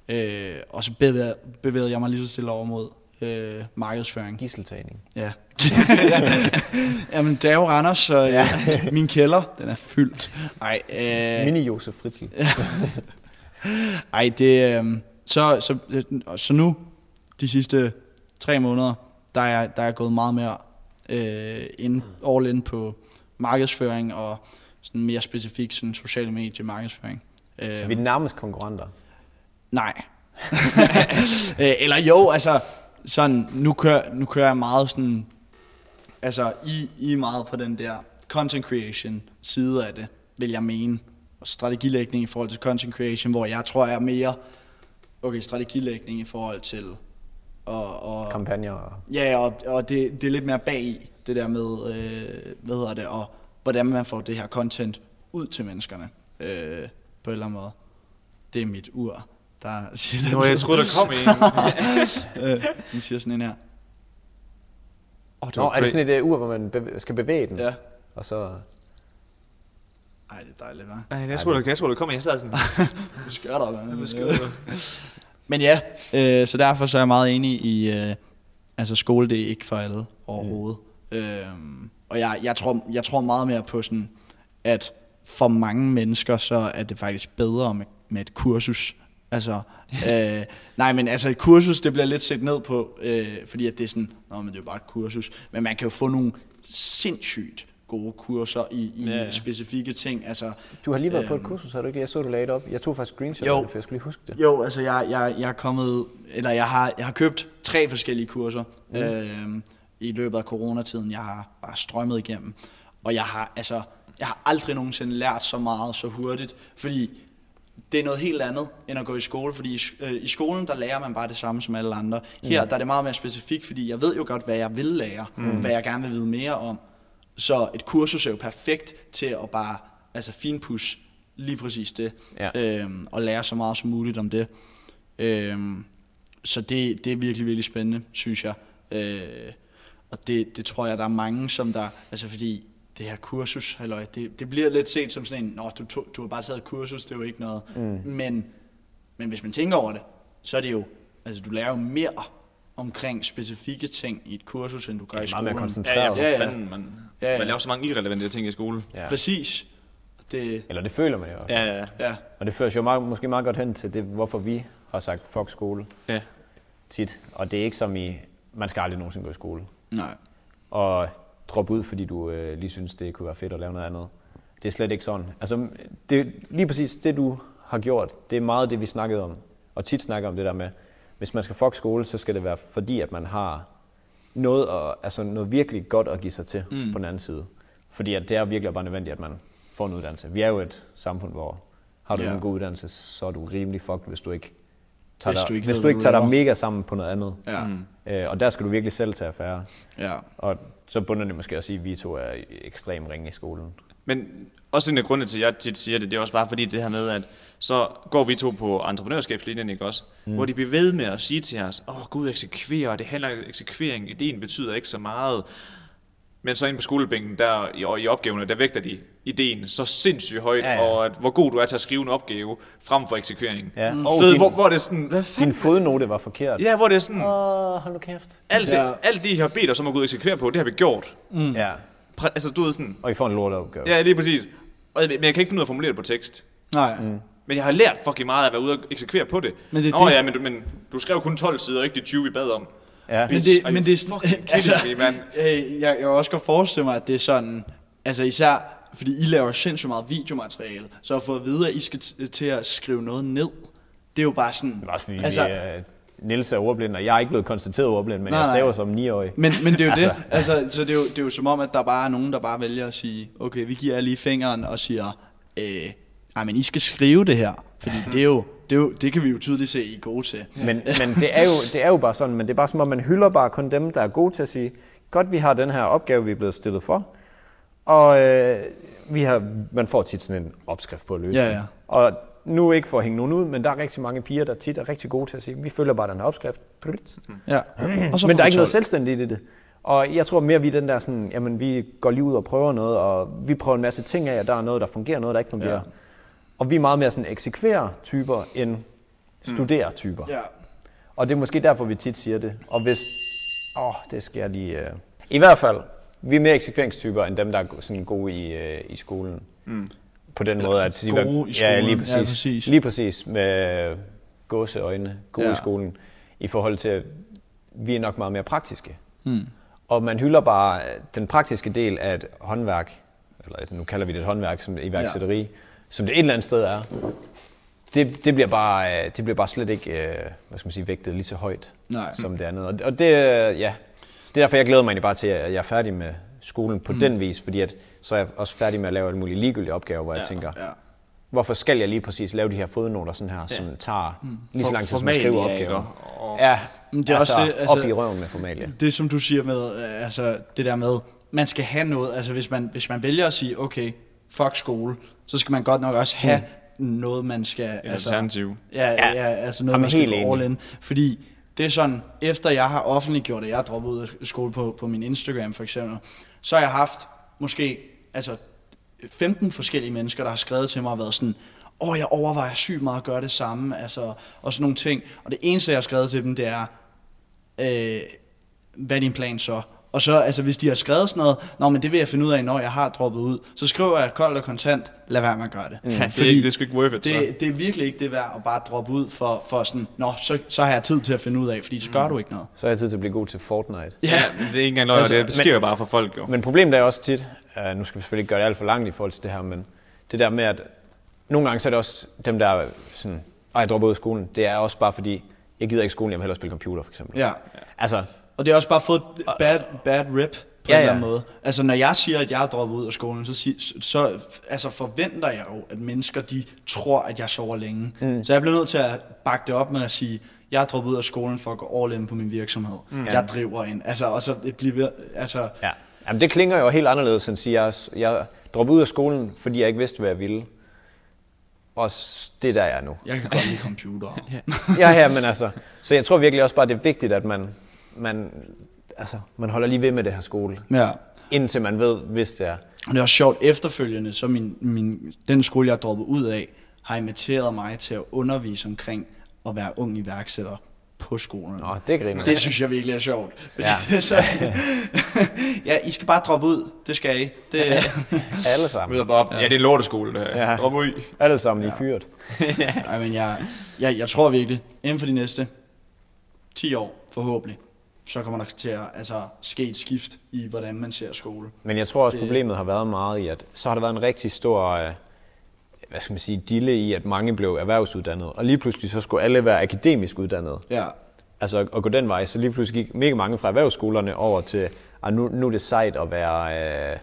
Speaker 5: Øh, og så bevægede, bevægede jeg mig lige så stille over mod øh, markedsføring.
Speaker 4: Gisseltagning.
Speaker 5: Ja. *laughs* Jamen, det er jo Randers, så ja. min kælder, den er fyldt. Ej, øh,
Speaker 4: Mini Josef Fritzl.
Speaker 5: *laughs* Ej, det... Øh, så, så, øh, så nu, de sidste tre måneder, der er, jeg- der er jeg gået meget mere øh, ind, all in på markedsføring og sådan mere specifikt sådan sociale medier markedsføring. Øh,
Speaker 4: Så vi er nærmest konkurrenter.
Speaker 5: Nej. *laughs* Øh, Eller jo, altså sådan, nu kører, nu kører jeg meget sådan, altså I, I er meget på den der content creation side af det, vil jeg mene. Og strategilægning i forhold til content creation, hvor jeg tror jeg er mere, okay, strategilægning i forhold til, og, og
Speaker 4: Kampagner og...
Speaker 5: Ja, og, og det, det er lidt mere bag i det der med, øh, hvad hedder det, og hvordan man får det her content ud til menneskerne øh, på en eller anden måde. Det er mit ur, der siger den.
Speaker 1: Nå, jeg troede, der kom en. Åh,
Speaker 5: *laughs* Øh, den siger sådan en her.
Speaker 1: oh, det
Speaker 4: Nå,
Speaker 1: var
Speaker 4: er det sådan et uh, ur, hvor man bev- skal bevæge den?
Speaker 5: Ja.
Speaker 4: Og så...
Speaker 5: Ej, det er dejligt, hva'?
Speaker 1: Ej, jeg troede, der, jeg troede, der kom en. Jeg sad sådan,
Speaker 5: Du skører dig, Men ja, øh, så derfor så er jeg meget enig i, øh, altså skole det er ikke for alle overhovedet. Mm. Øhm, og jeg, jeg, tror, jeg tror meget mere på sådan, at for mange mennesker, så er det faktisk bedre med, med et kursus. Altså, øh, nej, men altså et kursus, det bliver lidt set ned på, øh, fordi at det er sådan, nå, men det er jo bare et kursus. Men man kan jo få nogle sindssygt gode kurser i, i ja, ja. specifikke ting. Altså,
Speaker 4: Du har lige været øhm. på et kursus, har du ikke? Jeg så, du lagde det op. Jeg tog faktisk screenshot,
Speaker 5: Jo.
Speaker 4: af det, for jeg skulle lige huske det.
Speaker 5: Jo, altså jeg, jeg, jeg er kommet, eller jeg har, jeg har købt tre forskellige kurser mm. øh, i løbet af coronatiden. Jeg har bare strømmet igennem. Og jeg har, altså, jeg har aldrig nogensinde lært så meget så hurtigt, fordi det er noget helt andet end at gå i skole, fordi i, sk- øh, i skolen, der lærer man bare det samme som alle andre. Her, mm. der er det meget mere specifikt, fordi jeg ved jo godt, hvad jeg vil lære, mm. hvad jeg gerne vil vide mere om. Så et kursus er jo perfekt til at bare altså finpudse lige præcis det,
Speaker 4: Ja.
Speaker 5: øhm, og lære så meget som muligt om det. Øhm, så det, det er virkelig, virkelig spændende, synes jeg. Øh, og det, det tror jeg, der er mange, som der... Altså fordi det her kursus, halløj, det, det bliver lidt set som sådan en, Nå, du, tog, du har bare taget et kursus, det er jo ikke noget. Mm. Men, men hvis man tænker over det, så er det jo... Altså du lærer jo mere omkring specifikke ting i et kursus, end du gør i
Speaker 4: Meget
Speaker 5: skolen.
Speaker 4: mere
Speaker 1: ja, ja,
Speaker 4: koncentreret.
Speaker 1: for
Speaker 5: Ja, ja.
Speaker 1: fanden, man.
Speaker 5: Ja, ja.
Speaker 1: Man laver så mange irrelevante ting i skole.
Speaker 4: Ja.
Speaker 5: Præcis. Det,
Speaker 4: Eller det føler man jo.
Speaker 1: Ja, ja, ja.
Speaker 5: ja.
Speaker 4: Og det fører os jo meget, måske meget godt hen til det, hvorfor vi har sagt fuck skole
Speaker 1: ja.
Speaker 4: tit. Og det er ikke som i, man skal aldrig nogensinde gå i skole.
Speaker 5: Nej.
Speaker 4: og droppe ud, fordi du øh, lige synes, det kunne være fedt at lave noget andet. Det er slet ikke sådan. Altså, det, lige præcis det, du har gjort, det er meget det, vi snakkede om, og tit snakker om det der med, hvis man skal fuck skole, så skal det være fordi, at man har noget, at, altså noget virkelig godt at give sig til mm. på den anden side. Fordi at det er virkelig bare nødvendigt, at man får en uddannelse. Vi er jo et samfund, hvor har du
Speaker 5: Ja.
Speaker 4: en god uddannelse, så er du rimelig fucked, hvis du ikke tager,
Speaker 5: Hvis
Speaker 4: dig,
Speaker 5: du ikke
Speaker 4: hvis du
Speaker 5: ved, hvad
Speaker 4: ikke
Speaker 5: du
Speaker 4: tager dig
Speaker 5: laver.
Speaker 4: mega sammen på noget andet.
Speaker 5: Ja. Mm.
Speaker 4: Øh, og der skal du virkelig selv tage affære.
Speaker 5: Ja.
Speaker 4: Og så bunder det måske også i, at vi to er ekstremt ringe i skolen.
Speaker 1: Men også en af grundene til, at jeg tit siger det, det er også bare fordi det her med, at så går vi to på entreprenørskabslinjen, ikke også? Mm. Hvor de bliver ved med at sige til os, åh oh, gud, eksekverer, og det handler om eksekvering, ideen betyder ikke så meget. Men så inde på skolebænken, der i, og i opgaverne, der vægter de ideen så sindssygt højt, ja,
Speaker 4: Ja,
Speaker 1: ja.
Speaker 4: ja.
Speaker 1: og at, hvor god du er til at skrive en opgave frem for eksekveringen.
Speaker 4: Ja. Mm.
Speaker 1: Og
Speaker 4: Og
Speaker 1: ved,
Speaker 4: din-
Speaker 1: hvor, hvor det er sådan, hvad
Speaker 4: Din
Speaker 1: fanden?
Speaker 4: fodnote var forkert.
Speaker 1: Ja, hvor det er sådan,
Speaker 4: Åh, hold nu kæft.
Speaker 1: alt, det,
Speaker 5: Ja.
Speaker 1: alt det, I har bedt os om at gå ud og eksekvere på, det har vi gjort.
Speaker 4: Mm. Ja.
Speaker 1: Præ- altså, du ved sådan,
Speaker 4: Og I får en lorteopgave.
Speaker 1: ja, lige præcis. Og, men jeg kan ikke finde ud af at formulere det på tekst.
Speaker 5: Nej. Mm.
Speaker 1: Men jeg har lært fucking meget af at være ude og eksekvere på det.
Speaker 5: Men det er
Speaker 1: Nå
Speaker 5: det-
Speaker 1: ja, men du, men du skrev kun 12 sider, ikke de 20, vi bad om.
Speaker 4: Ja.
Speaker 5: Men
Speaker 1: Bitch,
Speaker 5: det,
Speaker 1: are
Speaker 5: men
Speaker 1: you
Speaker 5: det er sådan,
Speaker 1: fucking kidding
Speaker 5: altså,
Speaker 1: me,
Speaker 5: *laughs*
Speaker 1: mand?
Speaker 5: øh, jeg, jeg kan også godt forestille mig, at det er sådan, altså især, fordi I laver sindssygt meget videomateriale, så at få at vide, at I skal t- til at skrive noget ned, det er jo bare sådan,
Speaker 4: Det var også fordi,
Speaker 5: altså,
Speaker 4: altså, vi, øh, Niels er ordblind, og jeg er ikke blevet konstateret ordblind, men
Speaker 5: Nej,
Speaker 4: nej, jeg staver
Speaker 5: nej.
Speaker 4: som 9-årig.
Speaker 5: men, men det er jo det, altså, så det er jo, det er jo som om, at der bare er nogen, der bare vælger at sige, okay, vi giver jer lige fingeren og siger, øh, ej, men I skal skrive det her, fordi det er jo, det, er jo, det kan vi jo tydeligt se, I er gode til.
Speaker 4: Men, men det, er jo, det er jo bare sådan, men det er bare som om, man hylder bare kun dem, der er gode til at sige, godt, vi har den her opgave, vi er blevet stillet for, og øh, vi har, man får tit sådan en opskrift på at løse
Speaker 5: Ja,
Speaker 4: det.
Speaker 5: ja.
Speaker 4: Og nu ikke for at hænge nogen ud, men der er rigtig mange piger, der tit er rigtig gode til at sige, vi følger bare den her opskrift. Blit.
Speaker 5: Ja. Og
Speaker 4: Men der er ikke noget
Speaker 5: selv.
Speaker 4: selvstændigt i det. Og jeg tror mere, vi er den der sådan, jamen vi går lige ud og prøver noget, og vi prøver en masse ting af, og der er noget, der fungerer, noget, der ikke fungerer. Ja. Og vi er meget mere sådan eksekverer-typer end studerer-typer.
Speaker 5: Ja.
Speaker 4: Og det er måske derfor, vi tit siger det. Og hvis... Åh, oh, det skal jeg lige... Øh. I hvert fald, vi er mere eksekveringstyper, end dem, der er go- sådan gode i, øh, i skolen. Mm. På den måde, at... de
Speaker 5: gode
Speaker 4: var-
Speaker 5: i
Speaker 4: Ja,
Speaker 5: skolen.
Speaker 4: lige
Speaker 5: Ja,
Speaker 4: præcis.
Speaker 5: præcis.
Speaker 4: Lige præcis med gåseøjne. Gode ja.
Speaker 5: Ja.
Speaker 4: i skolen. I forhold til, at vi er nok meget mere praktiske. Mm. Og man hylder bare øh, den praktiske del af et håndværk, eller et- nu kalder vi det et håndværk, som iværksætteri, ja. som det et eller andet sted er det, det, bliver bare, øh, det bliver bare slet ikke øh, hvad skal man sige, vægtet lige så højt
Speaker 5: Nej.
Speaker 4: som det andet. Og, og det, øh, ja, det er derfor, jeg glæder mig egentlig bare til, at jeg er færdig med skolen på mm. den vis, fordi at, så er jeg også færdig med at lave alle mulige ligegyldige opgaver, hvor ja, jeg tænker,
Speaker 5: ja.
Speaker 4: hvorfor skal jeg lige præcis lave de her fodnoter sådan her, som tager mm. lige så lang tid, som at
Speaker 1: formalia,
Speaker 4: skrive
Speaker 1: ikke?
Speaker 4: opgaven.
Speaker 1: Og- og-
Speaker 4: Ja,
Speaker 5: Men det er også det, altså-
Speaker 4: op i røven med formalia.
Speaker 5: det som du siger med, øh, altså det der med, man skal have noget, altså hvis man, hvis man vælger at sige, okay, fuck skole, så skal man godt nok også have mm. noget, man skal... altså,
Speaker 1: Et alternativ.
Speaker 5: Ja, ja, ja, altså noget,
Speaker 2: Jamen,
Speaker 5: man skal
Speaker 2: helt
Speaker 5: gå
Speaker 2: enig.
Speaker 5: all in. Fordi det er sådan, efter jeg har offentliggjort, at jeg er droppet ud af skole på, på min Instagram for eksempel, så har jeg haft måske altså 15 forskellige mennesker, der har skrevet til mig og været sådan, åh, oh, jeg overvejer sygt meget at gøre det samme, altså, og sådan nogle ting. Og det eneste, jeg har skrevet til dem, det er, øh, hvad er din plan så? Og så, altså hvis de har skrevet sådan noget, nå, men det vil jeg finde ud af, når jeg har droppet ud, så skriver jeg koldt og kontant, lad være med at gøre det. Mm.
Speaker 1: det er ikke- det er sgu ikke worth it, så.
Speaker 5: det, det er virkelig ikke det værd at bare droppe ud for, for sådan, nå, så, så har jeg tid til at finde ud af, fordi så gør du ikke noget.
Speaker 4: Så er jeg tid til at blive god til Fortnite.
Speaker 1: Mm. Ja, det er ikke engang løgn, altså,
Speaker 4: Altså,
Speaker 1: det sker jo bare for folk jo.
Speaker 4: Men problemet er også tit, uh, nu skal vi selvfølgelig ikke gøre det alt for langt i forhold til det her, men det der med, at nogle gange så er det også dem, der er sådan, ej, jeg dropper ud af skolen, det er også bare fordi, jeg gider ikke skolen, jeg vil hellere spille computer, for eksempel.
Speaker 5: Ja.
Speaker 4: Altså,
Speaker 5: Og det har også bare fået et bad, bad rip på ja, en
Speaker 4: Ja,
Speaker 5: eller anden
Speaker 4: ja.
Speaker 5: måde. Altså når jeg siger, at jeg er droppet ud af skolen, så, sig, så altså, forventer jeg jo, at mennesker de tror, at jeg sover længe. Mm. Så jeg bliver nødt til at bakke det op med at sige, jeg er droppet ud af skolen for at gå all in på min virksomhed. Mm. Jeg driver en. Altså, og så det bliver, altså,
Speaker 4: ja. Jamen, det klinger jo helt anderledes, end at sige, jeg, jeg droppede ud af skolen, fordi jeg ikke vidste, hvad jeg ville. Og s- det er der, jeg er nu.
Speaker 5: jeg kan godt lide
Speaker 1: *laughs*
Speaker 5: computer.
Speaker 4: ja, ja, men altså. Så jeg tror virkelig også bare, det er vigtigt, at man, man, altså, man holder lige ved med det her skole.
Speaker 5: ja.
Speaker 4: Indtil man ved, hvis det er.
Speaker 5: Og det er også sjovt, efterfølgende, så min, min, den skole, jeg droppede ud af, har inviteret mig til at undervise omkring at være ung iværksætter på skolen.
Speaker 4: Nå, det griner
Speaker 5: Det synes jeg virkelig er sjovt. Ja.
Speaker 4: Ja.
Speaker 5: *laughs* så, ja, I skal bare droppe ud. Det skal I. Det,
Speaker 4: Alle sammen.
Speaker 1: Møder bare op. Ja, det er en lorteskole, det her. Ja.
Speaker 4: Ja.
Speaker 1: Drop ud.
Speaker 4: Alle sammen, I er fyret.
Speaker 5: *laughs* Ej, men jeg, jeg, jeg tror virkelig, inden for de næste 10 år, forhåbentlig, så kommer der til at altså, ske et skift i, hvordan man ser skole.
Speaker 4: Men jeg tror også, problemet har været meget i, at så har der været en rigtig stor, øh, hvad skal man sige, dille i, at mange blev erhvervsuddannede. Og lige pludselig så skulle alle være akademisk uddannede.
Speaker 5: Ja,
Speaker 4: Altså at- at gå den vej, så lige pludselig gik mega mange fra erhvervsskolerne over til, at nu, nu er det sejt at være øh,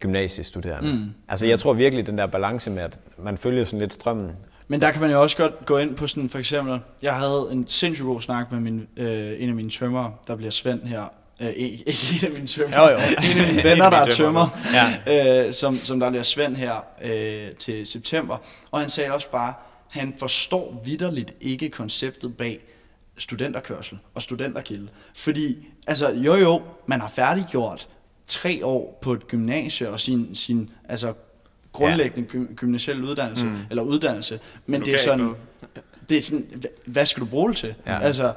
Speaker 4: gymnasiestuderende. Mm. Altså jeg tror virkelig, den der balance med, at man følger sådan lidt strømmen.
Speaker 5: Men der kan man jo også godt gå ind på sådan, for eksempel, jeg havde en sindssygt god snak med min, øh, en af mine tømmer, der bliver Svend her. Øh, ikke, ikke en af mine tømmer,
Speaker 4: Jo, jo.
Speaker 5: en af mine venner, der er tømmer,
Speaker 1: tømrer.
Speaker 5: ja. øh, som, som der bliver Svend her øh, til september. Og han sagde også bare, han forstår vidderligt ikke konceptet bag studenterkørsel og studenterkilde. Fordi, altså jo jo, man har færdiggjort tre år på et gymnasie og sin, sin altså, grundlæggende ja. gymnasiel uddannelse, mm. eller uddannelse, men det er
Speaker 1: Lokalt
Speaker 5: sådan,
Speaker 1: noget.
Speaker 5: det er sådan, hva- hvad skal du bruge det til? Ja.
Speaker 4: Ja.
Speaker 5: Altså,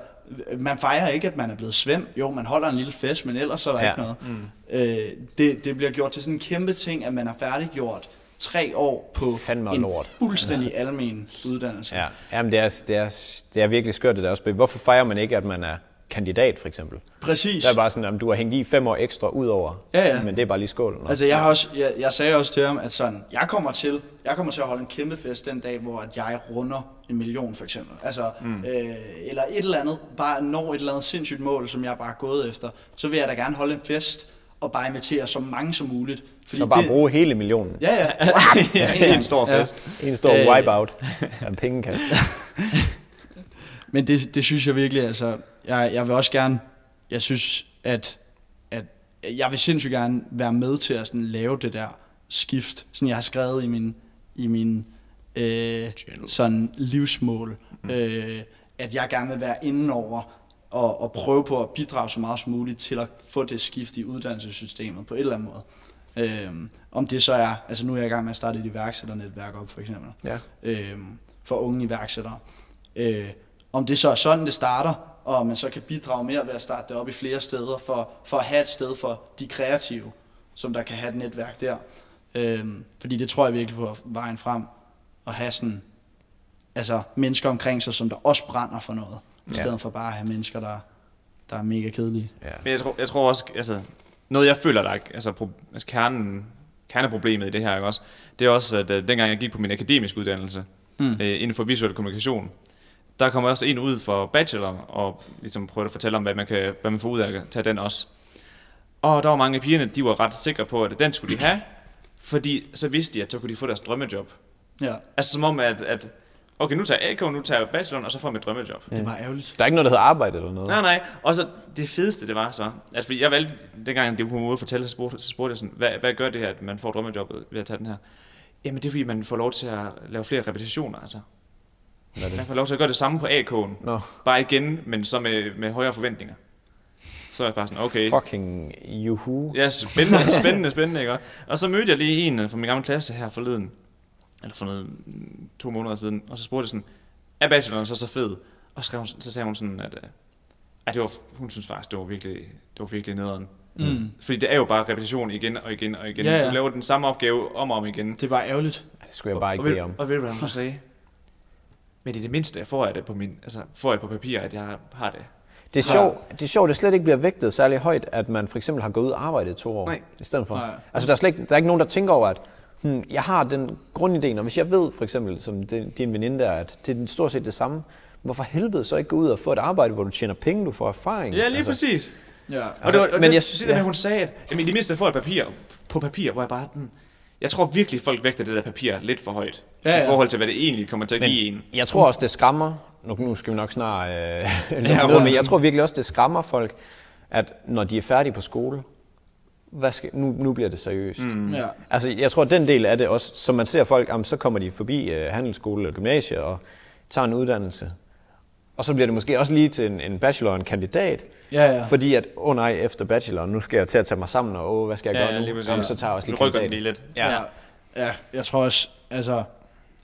Speaker 5: man fejrer ikke, at man er blevet svend. Jo, man holder en lille fest, men ellers er der ja.
Speaker 4: Ja.
Speaker 5: ikke noget. Mm. Øh, det, det bliver gjort til sådan en kæmpe ting, at man har færdiggjort tre år på
Speaker 4: Fandme
Speaker 5: en
Speaker 4: lort.
Speaker 5: fuldstændig ja. almen uddannelse.
Speaker 4: Ja, Jamen, det, er, det, er, det er virkelig skørt det der også. Hvorfor fejrer man ikke, at man er kandidat for eksempel?
Speaker 5: Præcis.
Speaker 4: Der er bare sådan, om du har hængt i fem år ekstra ud over,
Speaker 5: Ja, ja.
Speaker 4: men det er bare lige skål. Nå.
Speaker 5: Altså, jeg, har også, jeg, jeg sagde også til ham, at sådan, jeg kommer til, jeg kommer til at holde en kæmpe fest den dag, hvor at jeg runder en million, for eksempel. Altså, mm. øh, eller et eller andet, bare når et eller andet sindssygt mål, som jeg bare er gået efter, så vil jeg da gerne holde en fest, og bare invitere så mange som muligt. Fordi
Speaker 4: så bare
Speaker 5: det,
Speaker 4: bruge hele millionen.
Speaker 5: Ja, ja.
Speaker 1: Ja, en stor
Speaker 5: Ja.
Speaker 1: fest.
Speaker 4: En stor
Speaker 5: Øh.
Speaker 4: øh, wipeout af en pengekasse.
Speaker 5: Men det, det synes jeg virkelig, altså, jeg, jeg vil også gerne, jeg synes, at, at jeg vil sindssygt gerne være med til at sådan, lave det der skift, sådan jeg har skrevet i min, i min øh, sådan livsmål, mm. øh, at jeg gerne vil være indenover og, og prøve på at bidrage så meget som muligt til at få det skift i uddannelsessystemet på en eller anden måde. Øhm, om det så er, altså nu er jeg i gang med at starte et iværksætternetværk op for eksempel,
Speaker 4: Ja.
Speaker 5: øhm, for unge iværksættere. Øh, om det så er sådan, det starter, og man så kan bidrage mere ved at starte det op i flere steder, for, for at have et sted for de kreative, som der kan have et netværk der. Øhm, fordi det tror jeg virkelig på er vejen frem, at have sådan, altså mennesker omkring sig, som der også brænder for noget, i
Speaker 4: Ja.
Speaker 5: stedet for bare at have mennesker, der, der er mega kedelige.
Speaker 1: Men jeg tror, jeg tror også, altså, noget jeg føler, der er, altså, pro, altså kernen, kerneproblemet i det her, ikke også, det er også, at uh, dengang jeg gik på min akademiske uddannelse, mm. uh, inden for visuel kommunikation, der kom også en ud for bachelor, og ligesom prøvede at fortælle om, hvad man, kan, hvad man får ud af at tage den også. Og der var mange af pigerne, de var ret sikre på, at den skulle de have, fordi så vidste de, at så kunne de få deres drømmejob.
Speaker 5: Ja,
Speaker 1: Altså som om, at, at okay, nu tager jeg AK, nu tager jeg bacheloren, og så får jeg mit drømmejob.
Speaker 5: det var ærgerligt.
Speaker 4: Der er ikke noget, der hedder arbejde eller noget.
Speaker 1: Nej, nej. Og så det fedeste, det var så, at fordi jeg valgte, dengang det var på måde at fortælle, så spurgte, så spurgte jeg sådan, hvad, hvad gør det her, at man får drømmejobbet ved at tage den her? Jamen, det er fordi, man får lov til at lave flere repetitioner, altså. Hvad det? Man får lov til at gøre det samme på AK'en.
Speaker 4: Nå.
Speaker 1: Bare igen, men så med, med højere forventninger. Så er jeg bare sådan, okay.
Speaker 4: Fucking juhu.
Speaker 1: Ja, spændende, spændende, spændende, ikke? også? Og så mødte jeg lige en øh, fra min gamle klasse her forleden, eller for noget, mm, to måneder siden, og så spurgte jeg sådan, er bacheloren så så fed? Og så, skrev hun, så sagde hun sådan, at, øh, at det var, hun synes faktisk, det var virkelig, det var virkelig nederen. Mm. Fordi det er jo bare repetition igen og igen og igen.
Speaker 5: Ja, ja.
Speaker 1: Du laver den samme opgave om og om igen.
Speaker 5: Det er bare ærgerligt.
Speaker 4: Det skulle jeg bare
Speaker 1: Og
Speaker 4: ikke bede
Speaker 1: ved,
Speaker 4: om.
Speaker 1: og ved du, hvad hun så sagde? Men i det mindste får jeg det på, min, altså, får jeg det på papir, at jeg har det.
Speaker 4: Det er sjovt, det, er sjovt, det slet ikke bliver vægtet særlig højt, at man for eksempel har gået ud og arbejdet i to år
Speaker 1: Nej.
Speaker 4: i stedet for.
Speaker 5: Nej.
Speaker 4: Altså, der er, slet ikke, der er ikke nogen, der tænker over, at hmm, jeg har den grundidé, og hvis jeg ved for eksempel, som din din veninde der, at det er stort set det samme, hvorfor helvede så ikke gå ud og få et arbejde, hvor du tjener penge, du får erfaring?
Speaker 1: Ja, lige altså, præcis.
Speaker 5: Ja.
Speaker 1: Og det var,
Speaker 4: Altså,
Speaker 1: og
Speaker 4: men
Speaker 1: det,
Speaker 4: jeg
Speaker 1: jeg
Speaker 4: synes-
Speaker 1: synes, det der med,
Speaker 4: ja.
Speaker 1: hun sagde, at jamen, i det mindste får jeg et papir på papir, hvor jeg bare... Den, jeg tror virkelig, folk vægter det der papir lidt for højt.
Speaker 5: Ja,
Speaker 1: Ja, ja. I
Speaker 5: ja.
Speaker 1: forhold til, hvad det egentlig kommer til at give en.
Speaker 4: Jeg tror også, det skræmmer. Nu, nu skal vi nok snart øh, *laughs* ja,
Speaker 1: rundt.
Speaker 4: men jeg tror virkelig også, det skræmmer folk, at når de er færdige på skole, hvad skal, nu, nu bliver det seriøst. Mm.
Speaker 5: Ja.
Speaker 4: Altså, jeg tror, den del af det også, som man ser folk, jamen, så kommer de forbi øh, handelsskole eller gymnasie og tager en uddannelse. Og så bliver det måske også lige til en, en bachelor og en kandidat.
Speaker 5: Ja, ja.
Speaker 4: Fordi at, åh oh nej, efter bachelor, nu skal jeg til at tage mig sammen, og åh, hvad skal jeg
Speaker 1: Ja,
Speaker 4: gøre
Speaker 1: ja,
Speaker 4: nu?
Speaker 1: lige præcis.
Speaker 4: Jamen, så tager jeg også
Speaker 1: Nu
Speaker 4: lige
Speaker 1: rykker den
Speaker 4: kandidaten.
Speaker 1: lige lidt.
Speaker 4: Ja.
Speaker 5: ja. Ja, jeg tror også, altså,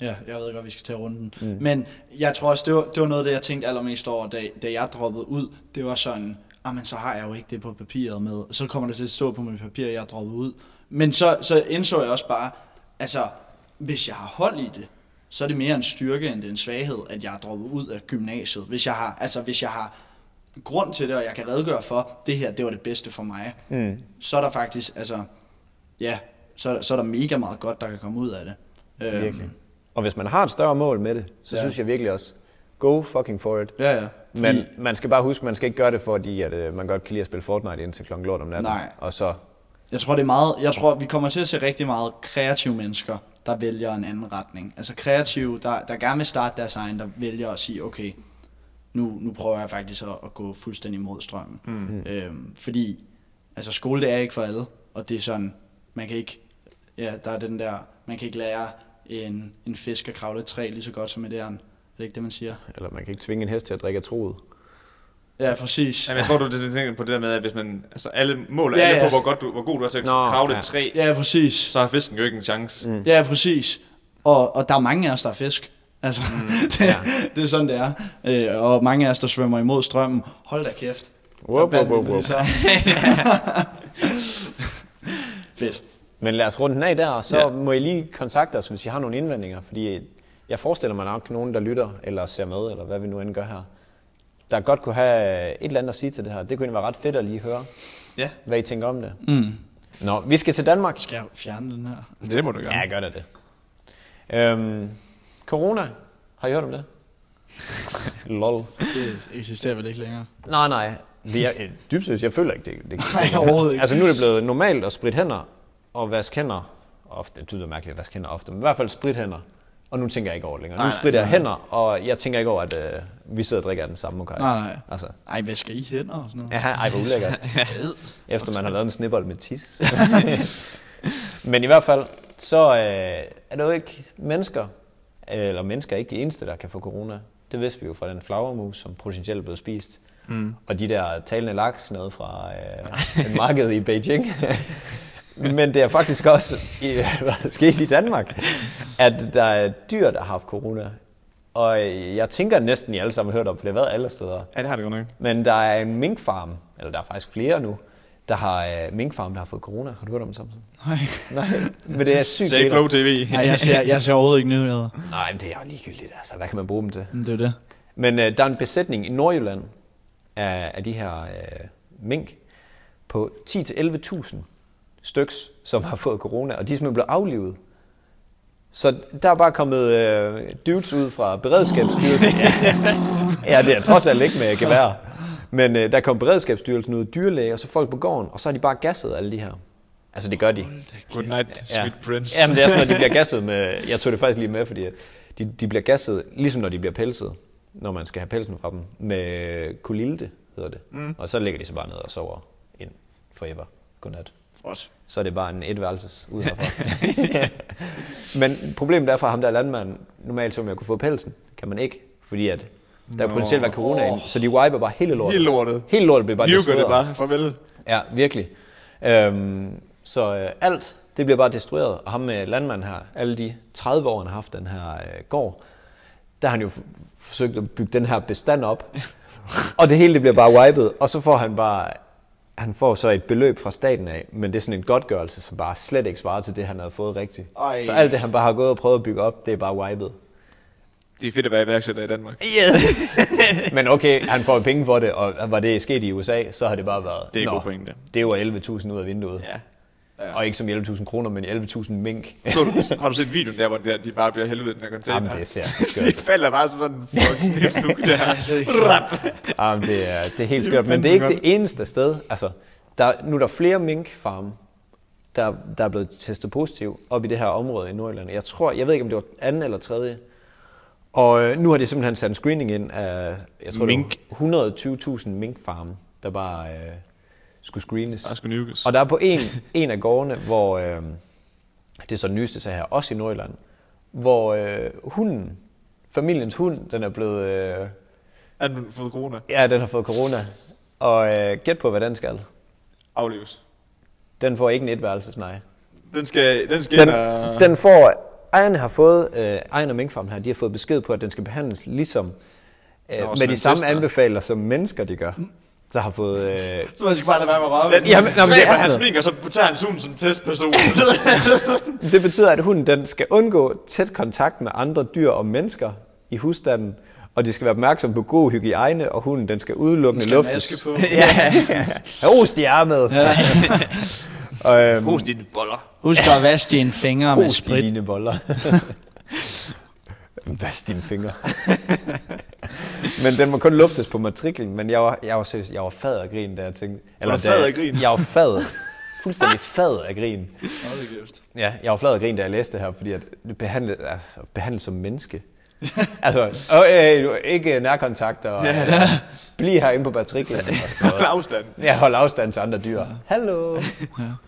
Speaker 5: ja, jeg ved godt, vi skal tage runden. Mm. Men jeg tror også, det var, det var noget af det, jeg tænkte allermest over, da, da jeg droppede ud. Det var sådan, ah, men så har jeg jo ikke det på papiret med. Så kommer det til at stå på mit papir, at jeg er droppet ud. Men så, så indså jeg også bare, altså, hvis jeg har hold i det, så er det mere en styrke, end det er en svaghed, at jeg er droppet ud af gymnasiet. Hvis jeg har, altså, hvis jeg har grund til det, og jeg kan redegøre for, det her, det var det bedste for mig, mm. så er der faktisk, altså, ja, så, er der- så er der mega meget godt, der kan komme ud af det. Øhm,
Speaker 4: Og hvis man har et større mål med det, så
Speaker 5: Ja.
Speaker 4: ja. synes jeg virkelig også, go fucking for it.
Speaker 5: ja, ja.
Speaker 4: Men man skal bare huske, man skal ikke gøre det, fordi at, øh, man godt kan lide at spille Fortnite indtil klokken lort om natten.
Speaker 5: Nej.
Speaker 4: Og så,
Speaker 5: Jeg tror, det er meget, jeg tror, vi kommer til at se rigtig meget kreative mennesker, der vælger en anden retning. Altså kreative, der, der gerne vil starte deres egen, der vælger at sige, okay, nu, nu prøver jeg faktisk at, at gå fuldstændig mod strømmen. Mm. Øhm, fordi, altså skole, det er ikke for alle, og det er sådan, man kan ikke, ja, der er den der, man kan ikke lære en, en fisk at kravle et træ lige så godt som et æren. Er det ikke det, man siger?
Speaker 4: eller man kan ikke tvinge en hest til at drikke af troet.
Speaker 5: Ja, præcis.
Speaker 1: Jamen, jeg tror, du det- det tænker på det der med, at hvis man... Altså, alle måler
Speaker 5: Ja,
Speaker 1: ja, alle på,
Speaker 5: ja.
Speaker 1: hvor, godt du, hvor god du er til at
Speaker 4: Nå,
Speaker 1: kravle
Speaker 4: ja.
Speaker 1: et træ,
Speaker 5: Ja, præcis.
Speaker 1: så har fisken jo ikke en chance. Mm.
Speaker 5: Ja, præcis. Og, og der er mange af os, der er fisk. Altså, mm, *laughs* det, ja. det er sådan, det er. Øh, og mange af os, der svømmer imod strømmen. Hold da kæft.
Speaker 4: Wup,
Speaker 5: Der bandt
Speaker 4: wup,
Speaker 5: vi
Speaker 4: wup,
Speaker 5: lige så. *laughs* Fedt.
Speaker 4: Men lad os runde den af der, og så ja. må I lige kontakte os, hvis I har nogle indvendinger. Fordi jeg forestiller mig nok nogen, der lytter eller ser med, eller hvad vi nu end gør her, der godt kunne have et eller andet at sige til det her. Det kunne egentlig være ret fedt at lige høre,
Speaker 1: Ja.
Speaker 4: hvad I tænker om det. Mm. Nå, vi skal til Danmark.
Speaker 5: Skal jeg fjerne den her?
Speaker 1: Det må du gøre.
Speaker 4: Mm. Ja, gør da det. Øhm, corona, har I hørt om det? *laughs* Lol.
Speaker 5: Det eksisterer vel ikke længere.
Speaker 4: Nej, nej. Det er, øh, dybt set, jeg føler ikke, det, det
Speaker 5: Nej, overhovedet ikke.
Speaker 4: Altså, nu er det blevet normalt at spritte hænder og vaske hænder. Ofte, det lyder mærkeligt at vaske hænder ofte, men i hvert fald spritte hænder. Og nu tænker jeg ikke over det længere. nu
Speaker 1: nej,
Speaker 4: spritter jeg hænder, og jeg tænker ikke over, at øh, vi sidder og drikker af den samme mokai.
Speaker 5: Nej, nej.
Speaker 4: Altså,
Speaker 5: Ej, hvad skal I hænder og sådan noget?
Speaker 4: ja, ej, hvor ulækkert. Efter man har lavet en snibbold med tis. *laughs* Men i hvert fald, så øh, er det jo ikke mennesker, eller mennesker er ikke de eneste, der kan få corona. Det vidste vi jo fra den flagermus, som potentielt blev spist. Mm. Og de der talende laks nede fra øh, markedet i Beijing. Men det er faktisk også i, *laughs* hvad der sket i Danmark, at der er dyr, der har haft corona. Og jeg tænker næsten, I alle sammen har hørt om, for det har været alle steder.
Speaker 1: Ja, det har det godt nok.
Speaker 4: Men der er en minkfarm, eller der er faktisk flere nu, der har øh, minkfarm, der har fået corona. Har du hørt om det samtidig?
Speaker 5: Nej.
Speaker 4: Nej, men det er sygt.
Speaker 1: Say
Speaker 4: grineren.
Speaker 1: Flow TV.
Speaker 5: Nej, jeg ser, jeg ser overhovedet ikke nyheder.
Speaker 4: Nej, men det er jo ligegyldigt, altså. Hvad kan man bruge dem til?
Speaker 5: Men det er jo det.
Speaker 4: Men øh, der er en besætning i Nordjylland af, af de her øh, mink på 10-11.000 styks, som har fået corona, og de er simpelthen blevet aflivet. Så der er bare kommet øh, dudes ud fra Beredskabsstyrelsen. ja, det er trods alt ikke med gevær. Men øh, der kom Beredskabsstyrelsen ud, dyrlæge, og så folk på gården, og så har de bare gasset alle de her. Altså, det gør de.
Speaker 1: Good night, sweet prince.
Speaker 4: Jamen, det er sådan, at de
Speaker 1: *laughs*
Speaker 4: bliver gasset med... Jeg tog det faktisk lige med, fordi at de, de bliver gasset, ligesom når de bliver pelset, når man skal have pelsen fra dem, med kolilte, hedder det. Mm. Og så ligger de så bare ned og sover ind forever. Godnat.
Speaker 5: Godt.
Speaker 1: *laughs*
Speaker 4: Så er det bare en etværelses ud herfra. *laughs* Men problemet er fra ham der landmand, normalt som jeg kunne få pelsen, kan man ikke, fordi at der kunne potentielt være corona inde, så de wiper bare hele lortet.
Speaker 1: Hele lortet.
Speaker 4: Hele lortet blev bare
Speaker 1: Nu gør det
Speaker 4: destrueret.
Speaker 1: bare. Farvel.
Speaker 4: Ja, virkelig. Øhm, så øh, alt, det bliver bare destrueret. Og ham med landmanden her, alle de 30 år, han har haft den her øh, gård, der har han jo f- forsøgt at bygge den her bestand op. og det hele det bliver bare wiped. Og så får han bare, han får så et beløb fra staten af, men det er sådan en godtgørelse, som bare slet ikke svarer til det, han havde fået rigtigt.
Speaker 5: Ej.
Speaker 4: Så alt det, han bare har gået og prøvet at bygge op, det er bare wiped.
Speaker 1: Det er fedt at være iværksætter i Danmark.
Speaker 4: Men okay, han får penge for det, og var det sket i USA, så har det bare været...
Speaker 1: Det er en
Speaker 4: "Nå,
Speaker 1: god pointe."
Speaker 4: Det var 11.000 ud af vinduet.
Speaker 1: Ja.
Speaker 4: Og ikke som 11.000 kroner, men 11.000 mink.
Speaker 1: Så du, har du set videoen der, hvor de, der, de bare bliver helvede i den her container? *laughs*
Speaker 4: Jamen, det ser
Speaker 1: De
Speaker 4: skørt.
Speaker 1: falder bare som sådan en fucking sneflug
Speaker 4: *laughs*
Speaker 1: der. Rap.
Speaker 4: Jamen, Ah, det er, det er helt skørt. Men det er ikke det eneste sted. Altså, der, nu er der flere minkfarme, der, der er blevet testet positiv op i det her område i Nordjylland. Jeg tror, jeg ved ikke, om det var anden eller tredje. Og øh, nu har de simpelthen sat en screening ind af, jeg tror,
Speaker 1: Mink.
Speaker 4: mink. det var 120.000 minkfarme, der bare øh, skulle screenes.
Speaker 1: Der skulle nukes.
Speaker 4: Og der er på en, en af gårdene, hvor øh, det er så den nyeste sag her, også i Nordjylland, hvor øh, hunden, familiens hund, den er blevet, øh,
Speaker 1: Han har fået corona.
Speaker 4: ja, den har fået corona. Og øh, gæt på, hvad den skal.
Speaker 1: Afleves.
Speaker 4: Den får ikke en etværelses, nej.
Speaker 1: Den skal, den skal
Speaker 4: Den,
Speaker 1: ind og...
Speaker 4: den får, ejerne har fået, øh, ejerne af minkfarmen her, de har fået besked på, at den skal behandles ligesom, øh,
Speaker 1: Nå, som
Speaker 4: med
Speaker 1: en
Speaker 4: de samme
Speaker 1: tester.
Speaker 4: anbefalinger, som mennesker de gør. Så har fået... Øh, jamen,
Speaker 5: Så man skal bare lade være med at røre ved den.
Speaker 4: jamen, det, er
Speaker 1: han
Speaker 4: sådan
Speaker 1: sminker, så tager han Zoom som testperson.
Speaker 4: noget. det betyder, at hunden den skal undgå tæt kontakt med andre dyr og mennesker i husstanden, og de skal være opmærksom på god hygiejne, og hunden den skal udelukkende
Speaker 5: Skal
Speaker 4: luftes. *laughs*
Speaker 5: maske på.
Speaker 4: Ja, Ost i ærmet! Ja. og, *laughs* øhm,
Speaker 1: Hos dine boller.
Speaker 5: Husk at vaske dine fingre med
Speaker 4: Ost i
Speaker 5: sprit.
Speaker 4: dine altså, boller. *laughs* Vask dine fingre. men den må kun luftes på matriklen, men jeg var, jeg var seriøst, jeg var fad af grin, da jeg tænkte.
Speaker 1: du
Speaker 4: da
Speaker 1: fad
Speaker 4: jeg-
Speaker 1: af grin?
Speaker 4: Jeg var fad.
Speaker 1: *laughs*
Speaker 4: Fuldstændig fad af grin.
Speaker 5: Nå, det er gift.
Speaker 4: Ja, jeg var flad af grin, da jeg læste det her, fordi at det behandlet, altså, behandlet som menneske.
Speaker 1: *laughs*
Speaker 4: altså, og, øh, du, ikke nærkontakt og *laughs* ja. bliv herinde på
Speaker 1: *laughs*
Speaker 4: matriklen. og sådan noget.
Speaker 1: På afstand.
Speaker 4: Ja, hold afstand til andre dyr. Hallo,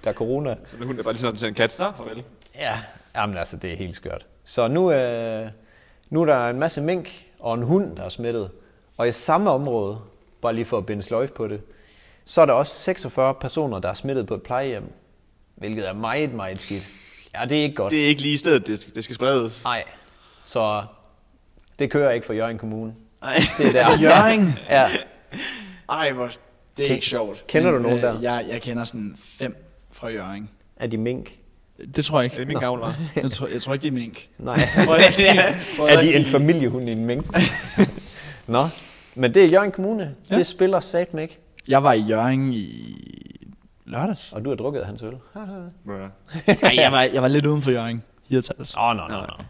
Speaker 4: der er corona.
Speaker 1: Så hun er bare lige sådan til en kat. Så, farvel.
Speaker 4: Ja, jamen altså, det er helt skørt. Så nu, øh, nu er der en masse mink og en hund, der er smittet. Og i samme område, bare lige for at binde sløjf på det, så er der også 46 personer, der er smittet på et plejehjem. Hvilket er meget, meget skidt. Ja, det er ikke godt.
Speaker 1: Det er ikke lige stedet, det skal, det skal spredes.
Speaker 4: Nej, så det kører ikke for Jørgen Kommune.
Speaker 1: Nej.
Speaker 4: Det er der.
Speaker 5: Jørgen?
Speaker 4: Ja,
Speaker 5: Ej, hvor... Det er ikke sjovt.
Speaker 4: Kender du nogen
Speaker 5: øh,
Speaker 4: der?
Speaker 5: Jeg, jeg kender sådan fem fra Jørgen.
Speaker 4: er de mink?
Speaker 5: Det tror jeg
Speaker 1: Det er
Speaker 5: ikke.
Speaker 1: min gavler.
Speaker 5: *laughs* Jeg tror, jeg tror ikke, det er
Speaker 4: *laughs*
Speaker 5: mink.
Speaker 4: Nej.
Speaker 5: Tror jeg ikke, det tror jeg
Speaker 4: er de
Speaker 5: ikke,
Speaker 4: en familiehund i en *laughs* mink? Nå, men det er Jørgen Kommune. Det spiller satme ikke.
Speaker 5: Jeg var i Jørgen i lørdags.
Speaker 4: Og du har drukket hans øl. Haha.
Speaker 5: Nej, jeg var, jeg var lidt uden for Jørgen. Hirtals.
Speaker 4: Åh, oh, nej, nej, nej.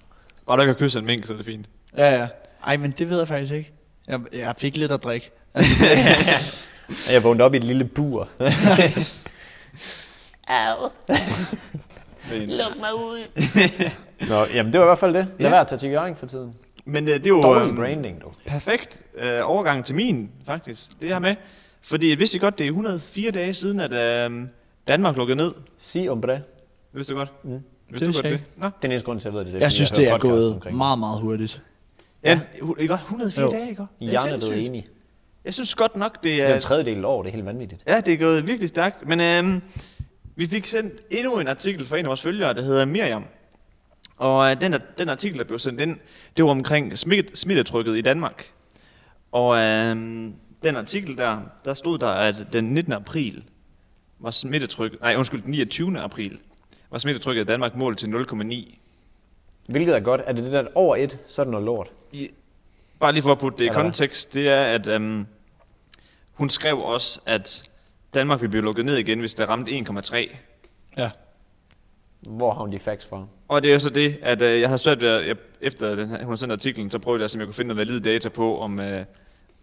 Speaker 1: Bare du ikke har kysset en mink, så er det fint.
Speaker 5: altså. Ja, ja. Ej, men det ved jeg faktisk ikke. Jeg, jeg fik lidt at drikke.
Speaker 4: Jeg vågnede op i et lille
Speaker 5: *laughs*
Speaker 4: bur.
Speaker 1: *laughs*
Speaker 6: Au.
Speaker 1: Men-
Speaker 6: Luk mig ud.
Speaker 4: Nå, jamen det var i hvert fald det. Lad være at tage til Jørgen for tiden.
Speaker 1: Men øh, det er jo
Speaker 4: Dårlig
Speaker 1: øhm,
Speaker 4: branding, du.
Speaker 1: perfekt øh, overgang til min, faktisk. Det her med. Fordi jeg vidste I godt, det er 104 dage siden, at øh, Danmark lukkede ned.
Speaker 4: Si om det.
Speaker 1: Vidste du godt? Mm. Vidste
Speaker 5: Det
Speaker 1: du
Speaker 5: vidste
Speaker 1: godt
Speaker 5: jeg
Speaker 1: det? Nå.
Speaker 4: Det er den eneste grund til, at jeg ved det. det
Speaker 5: Jeg synes, det er gået
Speaker 4: meget.
Speaker 5: meget, meget hurtigt.
Speaker 1: Ja, hu- ikke godt? 104
Speaker 5: Jo.
Speaker 1: dage, ikke godt? Det er
Speaker 4: Jørgen er
Speaker 1: sindssygt.
Speaker 4: blevet enig.
Speaker 1: Jeg synes godt nok, det
Speaker 4: Det er en
Speaker 1: er...
Speaker 4: tredjedel år, det er helt vanvittigt.
Speaker 1: Ja, det er gået virkelig stærkt. Men øhm, vi fik sendt endnu en artikel fra en af vores følgere, der hedder Miriam. Og øh, den, der- den artikel, der blev sendt ind, det var omkring smitt, smittetrykket i Danmark. Og øhm, den artikel der, der stod der, at den 19. april var smittetrykket... Nej, undskyld, den 29. april var smittetrykket i Danmark målt til 0,9.
Speaker 4: Hvilket er godt. Er det det der at over et, så er det noget lort.
Speaker 1: I- Bare lige for at putte det i
Speaker 4: Eller hvad?
Speaker 1: kontekst, det er, at øhm, hun skrev også, at Danmark ville blive lukket ned igen, hvis det ramte 1,3.
Speaker 5: Ja.
Speaker 4: Hvor har hun de facts fra?
Speaker 1: Og det er jo så det, at øh, jeg har svært ved, at jeg, efter den her, hun har sendt artiklen, så prøvede jeg, om jeg kunne finde noget valid data på, om øh,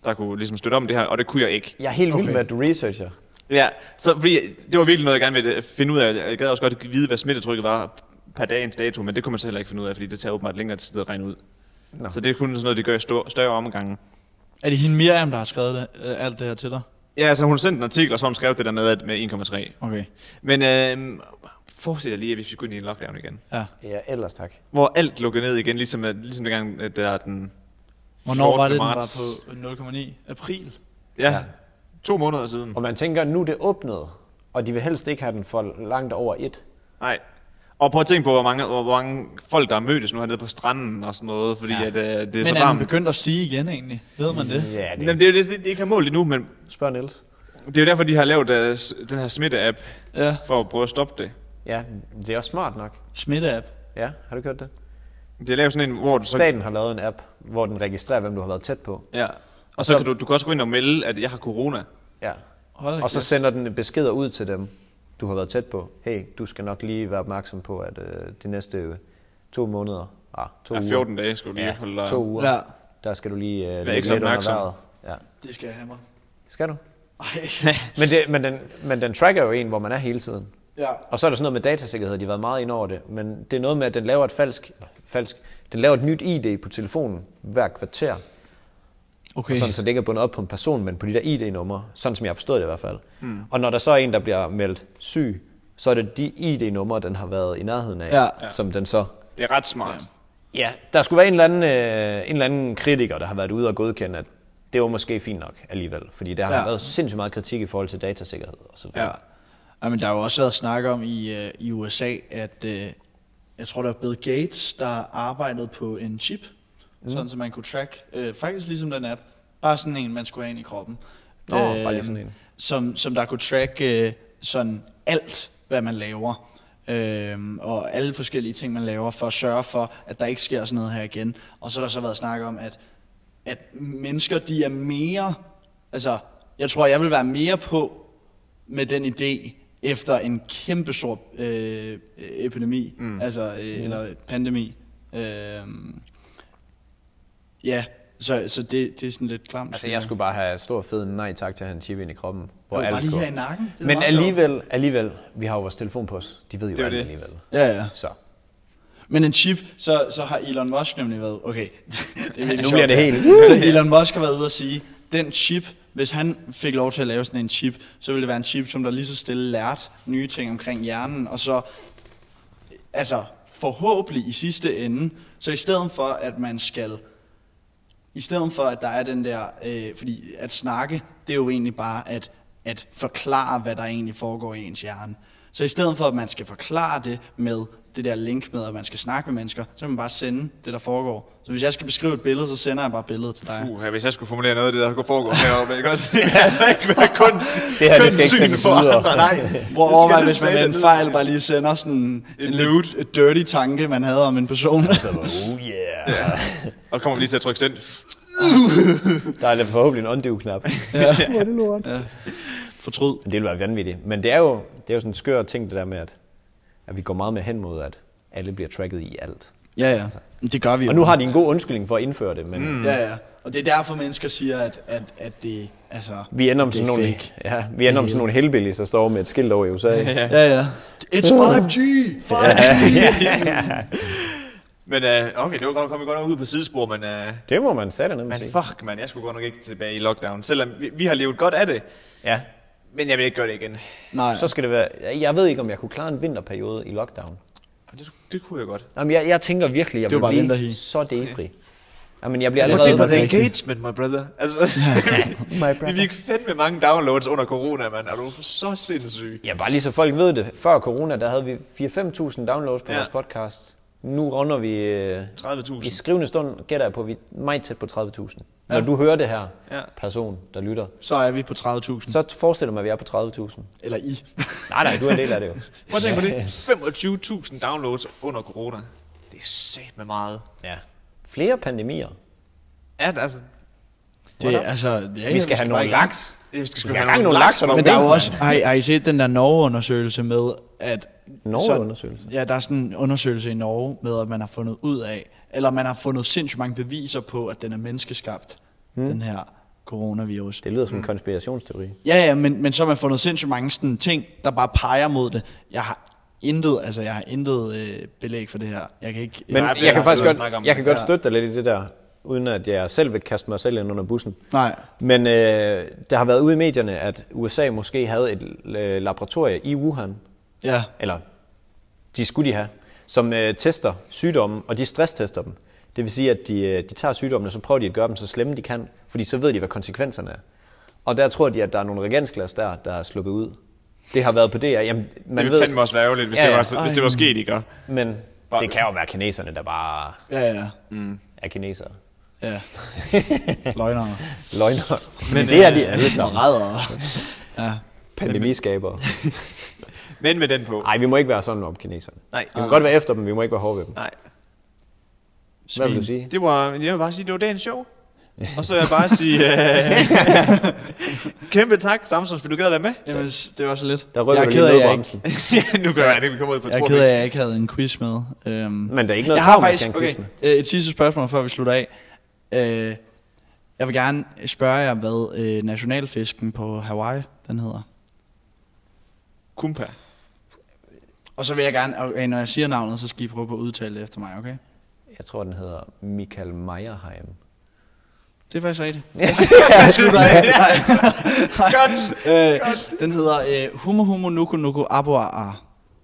Speaker 1: der kunne ligesom støtte om det her, og det kunne jeg ikke.
Speaker 4: Jeg er helt vild
Speaker 5: Okay.
Speaker 4: med, at du researcher.
Speaker 1: Ja, så fordi det var virkelig noget, jeg gerne ville øh, finde ud af. Jeg gad også godt vide, hvad smittetrykket var per dagens dato, men det kunne man så heller ikke finde ud af, fordi det tager åbenbart længere tid at regne ud.
Speaker 4: Nå.
Speaker 1: Så det er kun sådan noget, de gør i stor, større omgange.
Speaker 5: Er det hende Miriam, der har skrevet det, øh, alt det her til dig?
Speaker 1: Ja, altså hun sendte en artikel, og så har hun skrev det der med, at med 1,3.
Speaker 5: Okay.
Speaker 1: Men øh, Forestil dig lige, hvis vi skulle ind i en lockdown igen.
Speaker 6: Ja.
Speaker 4: Ja, ellers tak.
Speaker 1: Hvor alt lukkede ned igen, ligesom, at- ligesom dengang, at der er den...
Speaker 6: Hvornår var
Speaker 1: 14.
Speaker 6: det, den var
Speaker 1: marts.
Speaker 6: på 0,9? April?
Speaker 1: Ja, ja. to måneder siden.
Speaker 4: Og man tænker, nu er det åbnet, og de vil helst ikke have den for langt over et.
Speaker 1: Nej. Og prøv at tænke på, hvor mange, hvor mange folk, der er mødtes nu hernede på stranden og sådan noget, fordi ja. at, øh, det er
Speaker 6: Men
Speaker 1: så
Speaker 6: er den
Speaker 1: varmt.
Speaker 6: begyndt at stige igen egentlig? Ved man det?
Speaker 4: Ja,
Speaker 1: Jamen, det er jo det, de- de ikke har målt endnu, men
Speaker 4: Spørg Niels.
Speaker 1: det er jo derfor, de har lavet øh, s- den her smitte-app,
Speaker 6: Ja.
Speaker 1: for at prøve at stoppe det.
Speaker 4: Ja, det er også smart nok.
Speaker 6: Smitteapp.
Speaker 4: Ja, har du gjort det?
Speaker 1: Det er lavet sådan en, hvor du så...
Speaker 4: Staten har lavet en app, hvor den registrerer, hvem du har været tæt på.
Speaker 1: Ja. Og så kan du, du kan også gå ind og melde, at jeg har corona.
Speaker 4: Ja.
Speaker 6: Hold da
Speaker 4: Og så
Speaker 6: kæft.
Speaker 4: sender den beskeder ud til dem, du har været tæt på. Hey, du skal nok lige være opmærksom på, at øh, de næste øh, to måneder, ah, to
Speaker 1: Ja,
Speaker 4: uger,
Speaker 1: 14 dage skal du lige ja. holde dig.
Speaker 4: to uger,
Speaker 5: Ja.
Speaker 4: ja. der skal du lige øh,
Speaker 1: ikke så opmærksom.
Speaker 4: vejret. Ja.
Speaker 5: Det skal jeg have mig.
Speaker 4: Skal du?
Speaker 5: *laughs* Ej.
Speaker 4: Men, det, men, den, men den tracker jo en, hvor man er hele tiden.
Speaker 5: ja.
Speaker 4: Og så er der sådan noget med datasikkerhed, de har været meget ind over det, men det er noget med, at den laver et falsk, falsk den laver et nyt ID på telefonen hver kvarter,
Speaker 6: Okay.
Speaker 4: okay. sådan, så det ikke er bundet op på en person, men på de der ID-numre, sådan som jeg forstod det i hvert fald. Mm. Og når der så er en, der bliver meldt syg, så er det de ID-numre, den har været i nærheden af,
Speaker 5: Ja.
Speaker 4: ja. som den så...
Speaker 1: Det er ret smart. Ja.
Speaker 4: Ja, der skulle være en eller, anden, øh, en eller anden kritiker, der har været ude og godkende, at det var måske fint nok alligevel, fordi der har
Speaker 5: Ja.
Speaker 4: været sindssygt meget kritik i forhold til datasikkerhed og så videre.
Speaker 5: Ja. Jamen, der har jo også været snak om i, øh, i USA, at øh, jeg tror, der var Bill Gates, der arbejdede på en chip, mm. sådan så man kunne track, øh, faktisk ligesom den app, bare sådan en, man skulle have ind i kroppen.
Speaker 4: Nå, bare lige sådan en.
Speaker 5: Øhm, Som, som der kunne track øh, sådan alt, hvad man laver. Øhm, og alle forskellige ting, man laver, for at sørge for, at der ikke sker sådan noget her igen. Og så har der så været snak om, at, at mennesker, de er mere... Altså, jeg tror, jeg vil være mere på med den idé efter en kæmpe stor øh, epidemi, mm. altså, øh, eller pandemi. Øhm, ja, så, så det, det er sådan lidt klamt.
Speaker 4: Altså, jeg skulle bare have stor fed nej tak til at have en chip ind i kroppen. Hvor
Speaker 5: jo,
Speaker 4: alt
Speaker 5: bare lige
Speaker 4: går.
Speaker 5: her i nakken. Det er
Speaker 4: Men
Speaker 5: meget sjovt.
Speaker 4: alligevel, alligevel, vi har jo vores telefon på os. De ved jo
Speaker 1: Det er
Speaker 4: alt
Speaker 1: det.
Speaker 4: alligevel.
Speaker 5: Ja, ja.
Speaker 4: Så.
Speaker 5: Men en chip, så, så har Elon Musk nemlig været... Okay, *laughs* det er virkelig
Speaker 4: Nu
Speaker 5: sjovt.
Speaker 4: bliver det helt-
Speaker 5: *laughs* Så Elon Musk har været ude og sige, den chip, hvis han fik lov til at lave sådan en chip, så ville det være en chip, som der lige så stille lærte nye ting omkring hjernen, og så altså forhåbentlig i sidste ende, så i stedet for, at man skal, i stedet for, at der er den der, øh, fordi at snakke, det er jo egentlig bare at, at forklare, hvad der egentlig foregår i ens hjerne. Så i stedet for, at man skal forklare det med det der link med, at man skal snakke med mennesker, så kan man bare sende det, der foregår. Så hvis jeg skal beskrive et billede, så sender jeg bare billedet til dig.
Speaker 1: Uh, hvis jeg skulle formulere noget af det, der kunne foregå heroppe, ikke *laughs* også? Det kan ikke være kun,
Speaker 4: Det her, det
Speaker 1: kun
Speaker 4: skal ikke sendes
Speaker 1: for
Speaker 4: videre.
Speaker 1: andre. Nej.
Speaker 5: Hvor
Speaker 1: Det skal
Speaker 5: overvej,
Speaker 1: du
Speaker 5: hvis man med en
Speaker 1: satme
Speaker 5: fejl bare lige sender sådan en, en lidt dirty tanke, man havde om en person.
Speaker 4: *laughs* Oh yeah.
Speaker 1: vide. Og kommer vi lige til at trykke send.
Speaker 4: Der er da forhåbentlig en undo-knap.
Speaker 5: Fortryd.
Speaker 4: Men det ville være vanvittigt. Men det er jo, det er jo sådan en skør ting, det der med, at, at vi går meget med hen mod, at alle bliver tracket i alt.
Speaker 5: Ja, ja. Det gør vi
Speaker 4: Og
Speaker 5: jo.
Speaker 4: nu har de en god undskyldning for at indføre det, men mm.
Speaker 5: Ja, ja. Og det er derfor, mennesker siger, at, at, at det, altså...
Speaker 4: vi ender om
Speaker 5: det er
Speaker 4: sådan nogle,
Speaker 5: fake.
Speaker 4: ja, vi ender om sådan nogle helbillige, der står med et skilt over i USA. ja.
Speaker 5: Ja, ja. It's 5G! 5G! *laughs*
Speaker 1: Men øh, okay, det var godt, kom vi godt nok ud på sidespor, men, øh,
Speaker 4: Det må man sætte nemlig
Speaker 1: men
Speaker 4: sige.
Speaker 1: fuck, man, jeg skulle godt nok ikke tilbage i lockdown. Selvom vi, vi har levet godt af det,
Speaker 4: Ja.
Speaker 1: men jeg vil ikke gøre det igen.
Speaker 5: Nej,
Speaker 4: Så skal det være, jeg ved ikke, om jeg kunne klare en vinterperiode i lockdown.
Speaker 1: Og Det, det kunne jeg godt.
Speaker 4: Jamen, jeg, jeg tænker virkelig, jeg
Speaker 5: Det var bare
Speaker 4: vil
Speaker 5: vinterhi.
Speaker 4: blive så debri. Jamen, jeg bliver
Speaker 1: Prøv at tænke på
Speaker 4: allerede...
Speaker 1: the
Speaker 5: det er rigtigt.
Speaker 1: engagement, my brother.
Speaker 5: *laughs*
Speaker 1: Altså, vi, vi fik fandme mange downloads under corona, mand. Er du så sindssyg?
Speaker 4: Ja, bare lige så folk ved det. Før corona, der havde vi 4-5.000 downloads på
Speaker 1: Ja.
Speaker 4: ja. vores podcast. Nu runder vi... øh,
Speaker 1: 30.000.
Speaker 4: I skrivende stund gætter jeg på, at vi er meget tæt på 30.000. Når du hører det her,
Speaker 1: Ja.
Speaker 4: person, der lytter,
Speaker 5: så er vi på 30.000.
Speaker 4: så forestil dig mig, at vi er på 30.000.
Speaker 5: Eller I.
Speaker 4: Nej, nej, du er en del af det jo.
Speaker 1: Prøv at tænke på det. 25.000 downloads under corona. Det er sæt med meget.
Speaker 4: Ja. Flere pandemier.
Speaker 1: At, altså,
Speaker 5: Det, er altså, ja, ja,
Speaker 4: Vi skal have nogle laks.
Speaker 1: vi skal,
Speaker 4: have gang i nogle laks,
Speaker 1: for
Speaker 4: men
Speaker 5: Men der er
Speaker 4: det-
Speaker 5: jo også, har, I- har I set den der Norge-undersøgelse med, at...
Speaker 4: Norge-undersøgelse?
Speaker 5: Så- Ja, der er sådan en undersøgelse i Norge med, at man har fundet ud af, eller man har fundet sindssygt mange beviser på, at den er menneskeskabt, den her coronavirus.
Speaker 4: Hmm. Det lyder som en konspirationsteori.
Speaker 5: Ja, ja, men, men så har man fundet sindssygt mange sådan ting, der bare peger mod det. Jeg har intet, altså jeg har intet øh, belæg for det her. Jeg kan ikke...
Speaker 4: Men
Speaker 1: Nej,
Speaker 4: jeg,
Speaker 1: for
Speaker 4: jeg
Speaker 1: jeg
Speaker 4: kan
Speaker 1: har
Speaker 4: faktisk
Speaker 1: tid at snakke
Speaker 4: godt,
Speaker 1: om
Speaker 4: jeg
Speaker 1: det.
Speaker 4: kan godt
Speaker 5: Ja.
Speaker 4: støtte dig lidt i det der, uden at jeg selv vil kaste mig selv ind under bussen.
Speaker 5: Nej.
Speaker 4: Men øh, der har været ude i medierne, at USA måske havde et øh, laboratorie i Wuhan,
Speaker 5: Ja,
Speaker 4: eller de skulle de have, som øh, tester sygdomme, og de stresstester dem. Det vil sige, at de, øh, de tager sygdommene, og så prøver de at gøre dem så slemme de kan, fordi så ved de, hvad konsekvenserne er. Og der tror de, at der er nogle regensglas der, der er sluppet ud. Det har været på DR. Jamen, man
Speaker 1: det
Speaker 4: ved,
Speaker 1: ville fandme også være ærgerligt, hvis,
Speaker 4: Ja,
Speaker 1: ja, det
Speaker 4: ja.
Speaker 1: var, hvis det var sket, ikke? Og-
Speaker 4: men det kan jo være kineserne, der bare
Speaker 5: Ja, ja.
Speaker 4: er kinesere.
Speaker 5: ja. Løgnere.
Speaker 4: Løgner. *laughs* Men det er
Speaker 5: øh,
Speaker 4: de alle sammen.
Speaker 5: Forrædere.
Speaker 4: Pandemiskabere.
Speaker 1: Men med den på.
Speaker 4: Nej, vi må ikke være sådan om kineserne.
Speaker 1: Nej.
Speaker 5: Ah.
Speaker 4: Vi må godt være efter dem, vi må ikke være hårde ved dem.
Speaker 1: Nej.
Speaker 4: Hvad vil du sige?
Speaker 1: Det var, jeg vil bare sige, det var dagens *laughs* show. Og så vil jeg bare sige, øh, *laughs* kæmpe tak, Samson, for du gad at være med.
Speaker 5: Jamen, s- det var så lidt.
Speaker 4: Der rykker
Speaker 5: jeg er
Speaker 4: du
Speaker 5: ked af,
Speaker 4: lige
Speaker 5: at jeg
Speaker 4: ned
Speaker 5: ikke,
Speaker 4: bremsen.
Speaker 1: nu gør jeg det, vi kommer ud på et
Speaker 5: jeg er
Speaker 1: spor.
Speaker 5: ked af, at jeg ikke havde en quiz med. Øhm,
Speaker 4: Men der er ikke noget
Speaker 5: jeg har
Speaker 4: krav, man skal have
Speaker 5: faktisk,
Speaker 4: en
Speaker 5: okay,
Speaker 4: quiz med.
Speaker 5: øh, et sidste spørgsmål, før vi slutter af. Øh, jeg vil gerne spørge jer, hvad øh, nationalfisken på Hawaii, den hedder.
Speaker 1: Kumpa.
Speaker 5: Og så vil jeg gerne, okay, når jeg siger navnet, så skal I prøve på at udtale det efter mig, okay?
Speaker 4: Jeg tror, den hedder Michael Meyerheim.
Speaker 5: Det er faktisk rigtigt. Jeg slutter *laughs* af. Nej. Øh, Den hedder øh, Humo Humo Nuku Nuku Abo A A.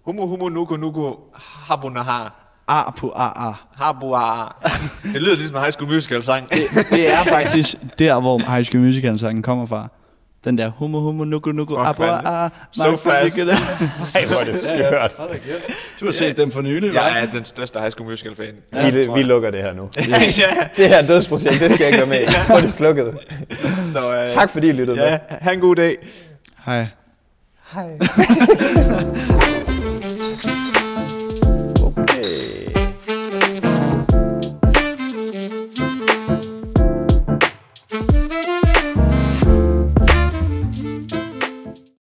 Speaker 1: Humo humo nuko nuko habunaha.
Speaker 5: A på A A.
Speaker 1: Habua. *laughs* Det lyder ligesom en high school musical sang.
Speaker 5: Det er faktisk der, hvor High School Musical sangen kommer fra. Den der Humo Humo Nuku Nuku
Speaker 1: Fuck,
Speaker 5: Abo
Speaker 1: mand.
Speaker 5: A A.
Speaker 1: So fast.
Speaker 4: Ej, hvor er det skørt.
Speaker 5: Du har set dem for nylig, hva'?
Speaker 1: Jeg er den største high school musical fan.
Speaker 4: Vi, vi lukker det her nu.
Speaker 1: *laughs* ja,
Speaker 4: Det her dødsprojekt, det skal jeg ikke være med i. Få det slukket.
Speaker 1: så øh,
Speaker 4: Tak fordi I lyttede med.
Speaker 1: Ja, ha' en god dag.
Speaker 5: Hej.
Speaker 4: Hej.